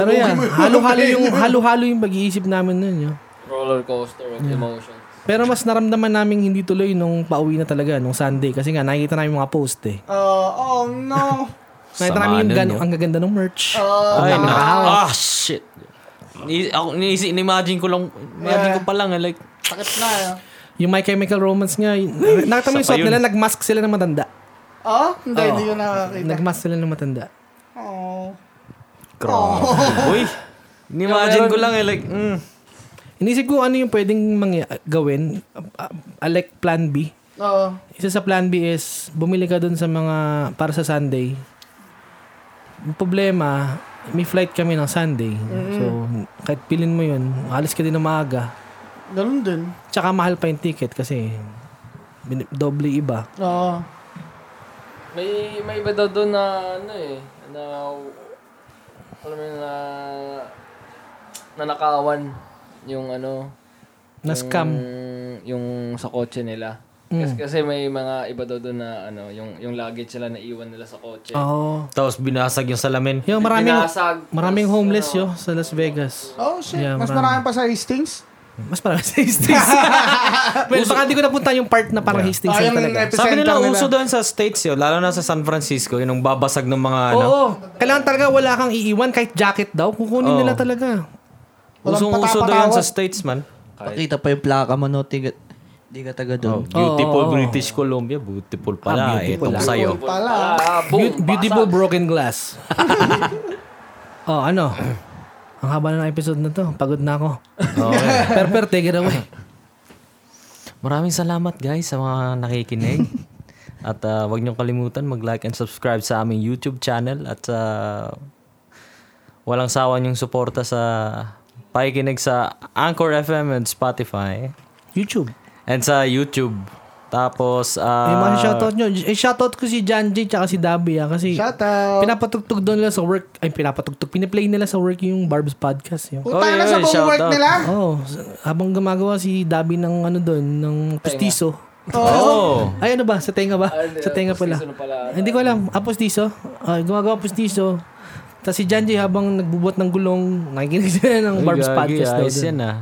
[SPEAKER 4] ano yan, halo-halo yung, halo-halo yung pag-iisip namin nun. Yo.
[SPEAKER 6] Roller coaster of emotions.
[SPEAKER 4] Pero mas naramdaman namin hindi tuloy nung pauwi na talaga, nung Sunday. Kasi nga, nakikita namin yung mga post eh.
[SPEAKER 3] Uh, oh no. Uh,
[SPEAKER 4] Nakita
[SPEAKER 2] Sama
[SPEAKER 4] namin yung
[SPEAKER 2] nun,
[SPEAKER 4] gan-
[SPEAKER 2] yo.
[SPEAKER 4] ang gaganda ng merch.
[SPEAKER 3] Ah.
[SPEAKER 2] Ay, na. Ah, shit. Ni, ako, ni, imagine ko lang, imagine ko pa lang, eh, like,
[SPEAKER 3] Sakit na eh.
[SPEAKER 4] Yung My Chemical Romance nga, yun- nakita mo yung
[SPEAKER 2] Isa
[SPEAKER 4] suot
[SPEAKER 2] pa yun.
[SPEAKER 4] nila, nagmask sila ng matanda.
[SPEAKER 3] Oh, hindi, hindi ko nakakita.
[SPEAKER 4] Nagmask sila ng matanda.
[SPEAKER 3] Oh.
[SPEAKER 2] grabe. Uy, imagine ko lang, eh, like, mm.
[SPEAKER 4] Inisip ko ano yung pwedeng mangya- gawin, uh, uh, like plan B.
[SPEAKER 3] Oo.
[SPEAKER 4] Isa sa plan B is, bumili ka dun sa mga, para sa Sunday. Yung problema, may flight kami ng Sunday. So, kahit pilin mo yun, alis ka din ng maaga.
[SPEAKER 3] Ganun din.
[SPEAKER 4] Tsaka mahal pa yung ticket kasi bin- doble iba.
[SPEAKER 3] Oo.
[SPEAKER 6] May may iba daw doon na ano eh, na alam mo yun, na nanakawan yung ano, Mm.
[SPEAKER 4] Na-scam.
[SPEAKER 6] yung, yung sa kotse nila. Kasi, kasi may mga iba daw doon na ano, yung yung luggage sila na iwan nila sa kotse.
[SPEAKER 4] Oo.
[SPEAKER 2] tapos binasag yung salamin.
[SPEAKER 4] Yung maraming,
[SPEAKER 6] Binasag,
[SPEAKER 4] maraming
[SPEAKER 6] tapos,
[SPEAKER 4] homeless
[SPEAKER 6] ano,
[SPEAKER 4] yo sa Las Vegas.
[SPEAKER 3] Oh shit,
[SPEAKER 4] Yeah,
[SPEAKER 3] mas marami pa sa Hastings.
[SPEAKER 4] Mas parang <laughs> sa Hastings. well, baka di ko napunta yung part na parang Hastings lang
[SPEAKER 3] Ah, yung
[SPEAKER 4] talaga.
[SPEAKER 3] epicenter
[SPEAKER 2] Sabi nila,
[SPEAKER 3] nila.
[SPEAKER 2] uso doon sa States yun, lalo na sa San Francisco, yun yung babasag ng mga, ano,
[SPEAKER 3] Oh,
[SPEAKER 4] Oo. Kailangan talaga wala kang iiwan kahit jacket daw. Kukunin
[SPEAKER 2] Oo.
[SPEAKER 4] nila talaga.
[SPEAKER 3] Walang
[SPEAKER 2] Usong-uso daw yan sa
[SPEAKER 3] patapatawad.
[SPEAKER 2] States, man.
[SPEAKER 1] Pakita pa yung plaka mo, no? Tiga, di ka taga
[SPEAKER 2] Oh,
[SPEAKER 1] doon.
[SPEAKER 2] beautiful British Columbia. Beautiful pala. eh, Itong sa'yo.
[SPEAKER 3] Pala.
[SPEAKER 6] Ah, boom,
[SPEAKER 4] Beau-
[SPEAKER 6] <laughs>
[SPEAKER 4] beautiful broken glass. <laughs> oh, ano? Ang haba na ng episode na to. Pagod na ako. <laughs> per per, take it away.
[SPEAKER 2] Maraming salamat guys sa mga
[SPEAKER 4] <laughs>
[SPEAKER 2] nakikinig. at ah, huwag niyong kalimutan mag-like and subscribe sa aming YouTube channel at ah, walang sawa niyong suporta sa pakikinig sa Anchor FM and Spotify
[SPEAKER 4] YouTube.
[SPEAKER 2] and sa YouTube. Tapos ah,
[SPEAKER 4] Yung mga shoutout nyo. Eh, shoutout ko si Jan J tsaka si Dabi ah, kasi
[SPEAKER 3] Shoutout.
[SPEAKER 4] pinapatugtog doon nila sa work. Ay, pinapatugtog. Piniplay nila sa work yung Barb's podcast. Yun.
[SPEAKER 3] Puta na
[SPEAKER 2] Oy,
[SPEAKER 3] sa
[SPEAKER 2] oy,
[SPEAKER 3] buong
[SPEAKER 2] shout
[SPEAKER 3] work
[SPEAKER 2] out.
[SPEAKER 3] nila.
[SPEAKER 4] Oh, habang gumagawa si Dabi ng ano doon, ng postiso.
[SPEAKER 2] Oh.
[SPEAKER 4] <laughs> Ay, ano ba? Sa tenga ba?
[SPEAKER 6] Ay, hindi,
[SPEAKER 4] Sa tenga pala.
[SPEAKER 6] postiso na pala.
[SPEAKER 4] Hindi ko alam. Ah, postiso? Ah, gumagawa postiso. Tapos si Janji habang nagbubuhat ng gulong, nakikinig sila ng
[SPEAKER 2] Ay,
[SPEAKER 4] Barb's
[SPEAKER 2] gagi,
[SPEAKER 4] podcast daw.
[SPEAKER 2] ayos
[SPEAKER 4] doon.
[SPEAKER 2] yan ah.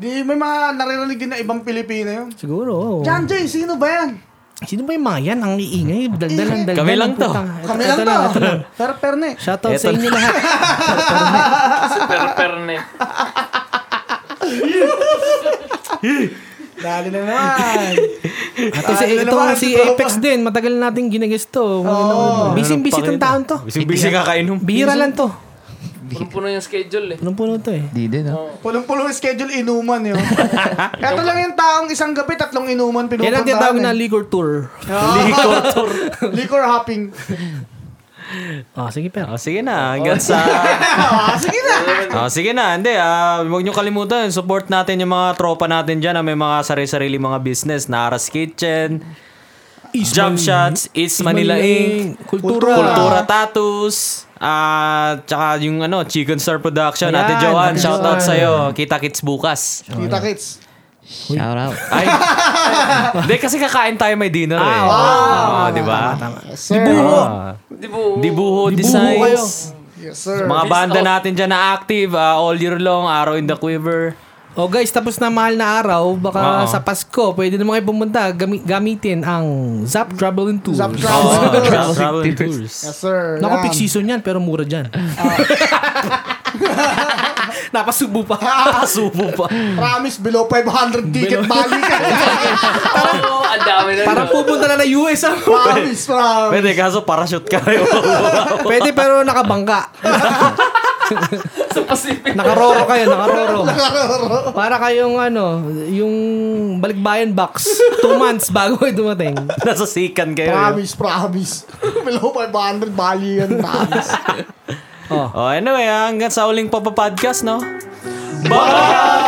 [SPEAKER 3] Di, may mga naririnig din na ibang Pilipino yun.
[SPEAKER 4] Siguro, oo.
[SPEAKER 3] John Jay, sino ba yan?
[SPEAKER 4] Sino ba yung mga yan? Ang iingay. Daldal ang daldal.
[SPEAKER 2] Kami lang
[SPEAKER 4] ang
[SPEAKER 2] to.
[SPEAKER 4] putang- Ito-
[SPEAKER 3] Kami
[SPEAKER 4] ito
[SPEAKER 3] lang
[SPEAKER 4] lang, ito
[SPEAKER 3] to.
[SPEAKER 4] lang.
[SPEAKER 3] Pero na eh.
[SPEAKER 4] Shoutout sa
[SPEAKER 2] Ito
[SPEAKER 4] inyo
[SPEAKER 2] <laughs>
[SPEAKER 4] lahat.
[SPEAKER 6] Super perne.
[SPEAKER 3] Dali na naman.
[SPEAKER 4] Ate, si,
[SPEAKER 3] Ano
[SPEAKER 4] ito
[SPEAKER 3] naman,
[SPEAKER 4] si
[SPEAKER 3] tropa?
[SPEAKER 4] Apex din. Matagal natin ginagas to. Bising-bisit ang taon to.
[SPEAKER 2] Bising-bising kakainom.
[SPEAKER 4] Bihira lang to.
[SPEAKER 6] Punong-puno yung schedule eh.
[SPEAKER 4] Punong-puno to eh.
[SPEAKER 1] Di din, ha?
[SPEAKER 3] Pulong-pulong schedule, inuman
[SPEAKER 4] <laughs>
[SPEAKER 3] yun. Ito lang yung taong isang gabi, tatlong inuman
[SPEAKER 4] Kaya
[SPEAKER 3] pinupuntahan. eh.
[SPEAKER 4] natin tinatawag na liquor tour.
[SPEAKER 3] <laughs> Liquor Liquor hopping.
[SPEAKER 4] Ah, sige pero.
[SPEAKER 2] Oh, sige na,
[SPEAKER 3] <laughs>
[SPEAKER 2] hanggang sa...
[SPEAKER 3] Ah, sige na.
[SPEAKER 2] Ah, sige na, hindi. ah, huwag nyo kalimutan, support natin yung mga tropa natin dyan na may mga sarili-sarili mga business. Naras Kitchen, Jump Shots, It's Manila, Inc.,
[SPEAKER 4] Kultura.
[SPEAKER 2] Kultura Tattoos, at tsaka yung ano, Chicken Star Production.
[SPEAKER 4] Ayan,
[SPEAKER 2] Ate Joanne,
[SPEAKER 4] Ate Joanne.
[SPEAKER 2] shoutout sa'yo. Kita-kits bukas.
[SPEAKER 3] Kita kits.
[SPEAKER 1] Shout
[SPEAKER 4] <laughs>
[SPEAKER 1] out.
[SPEAKER 2] Ay, hindi kasi kakain tayo may dinner eh. Ah, di ba?
[SPEAKER 3] Yes, sir.
[SPEAKER 2] Ah.
[SPEAKER 6] Di bu-
[SPEAKER 2] Dibuho Designs.
[SPEAKER 3] Yes, sir.
[SPEAKER 2] Mga banda natin dyan na active, ah, all year long, Arrow in the Quiver.
[SPEAKER 4] O Oh, guys, tapos na mahal na araw, baka
[SPEAKER 2] Oo.
[SPEAKER 4] sa Pasko, pwede naman kayo pumunta, gami- gamitin ang Zap Travel and Tours.
[SPEAKER 3] Zap Travel.
[SPEAKER 2] Oh,
[SPEAKER 1] Travel
[SPEAKER 2] travel and
[SPEAKER 1] Tours.
[SPEAKER 2] tours.
[SPEAKER 3] Yes, sir.
[SPEAKER 4] Naku,
[SPEAKER 3] Yan.
[SPEAKER 4] peak season yan, pero mura dyan. <laughs> Napasubo pa.
[SPEAKER 2] Subo pa.
[SPEAKER 3] Promise, below 500 ticket balik
[SPEAKER 4] <laughs>
[SPEAKER 3] ka.
[SPEAKER 6] Oo, <laughs> ang dami na.
[SPEAKER 4] Parang pupunta na na US <laughs> ah.
[SPEAKER 3] promise, promise.
[SPEAKER 2] Pwede, kaso parachute ka <laughs> kayo.
[SPEAKER 4] Pwede pero nakabangka.
[SPEAKER 6] <laughs> Sa Pacific.
[SPEAKER 4] Nakaroro kayo, nakaroro. Para kayong ano, yung balikbayan box. Two months bago <laughs> kayo dumating.
[SPEAKER 2] Nasa sikan kayo.
[SPEAKER 3] Promise, promise. <laughs> below 500 bali yan, promise.
[SPEAKER 2] ah, Oh, anyway, hanggang sa uling papapodcast, no? Bye!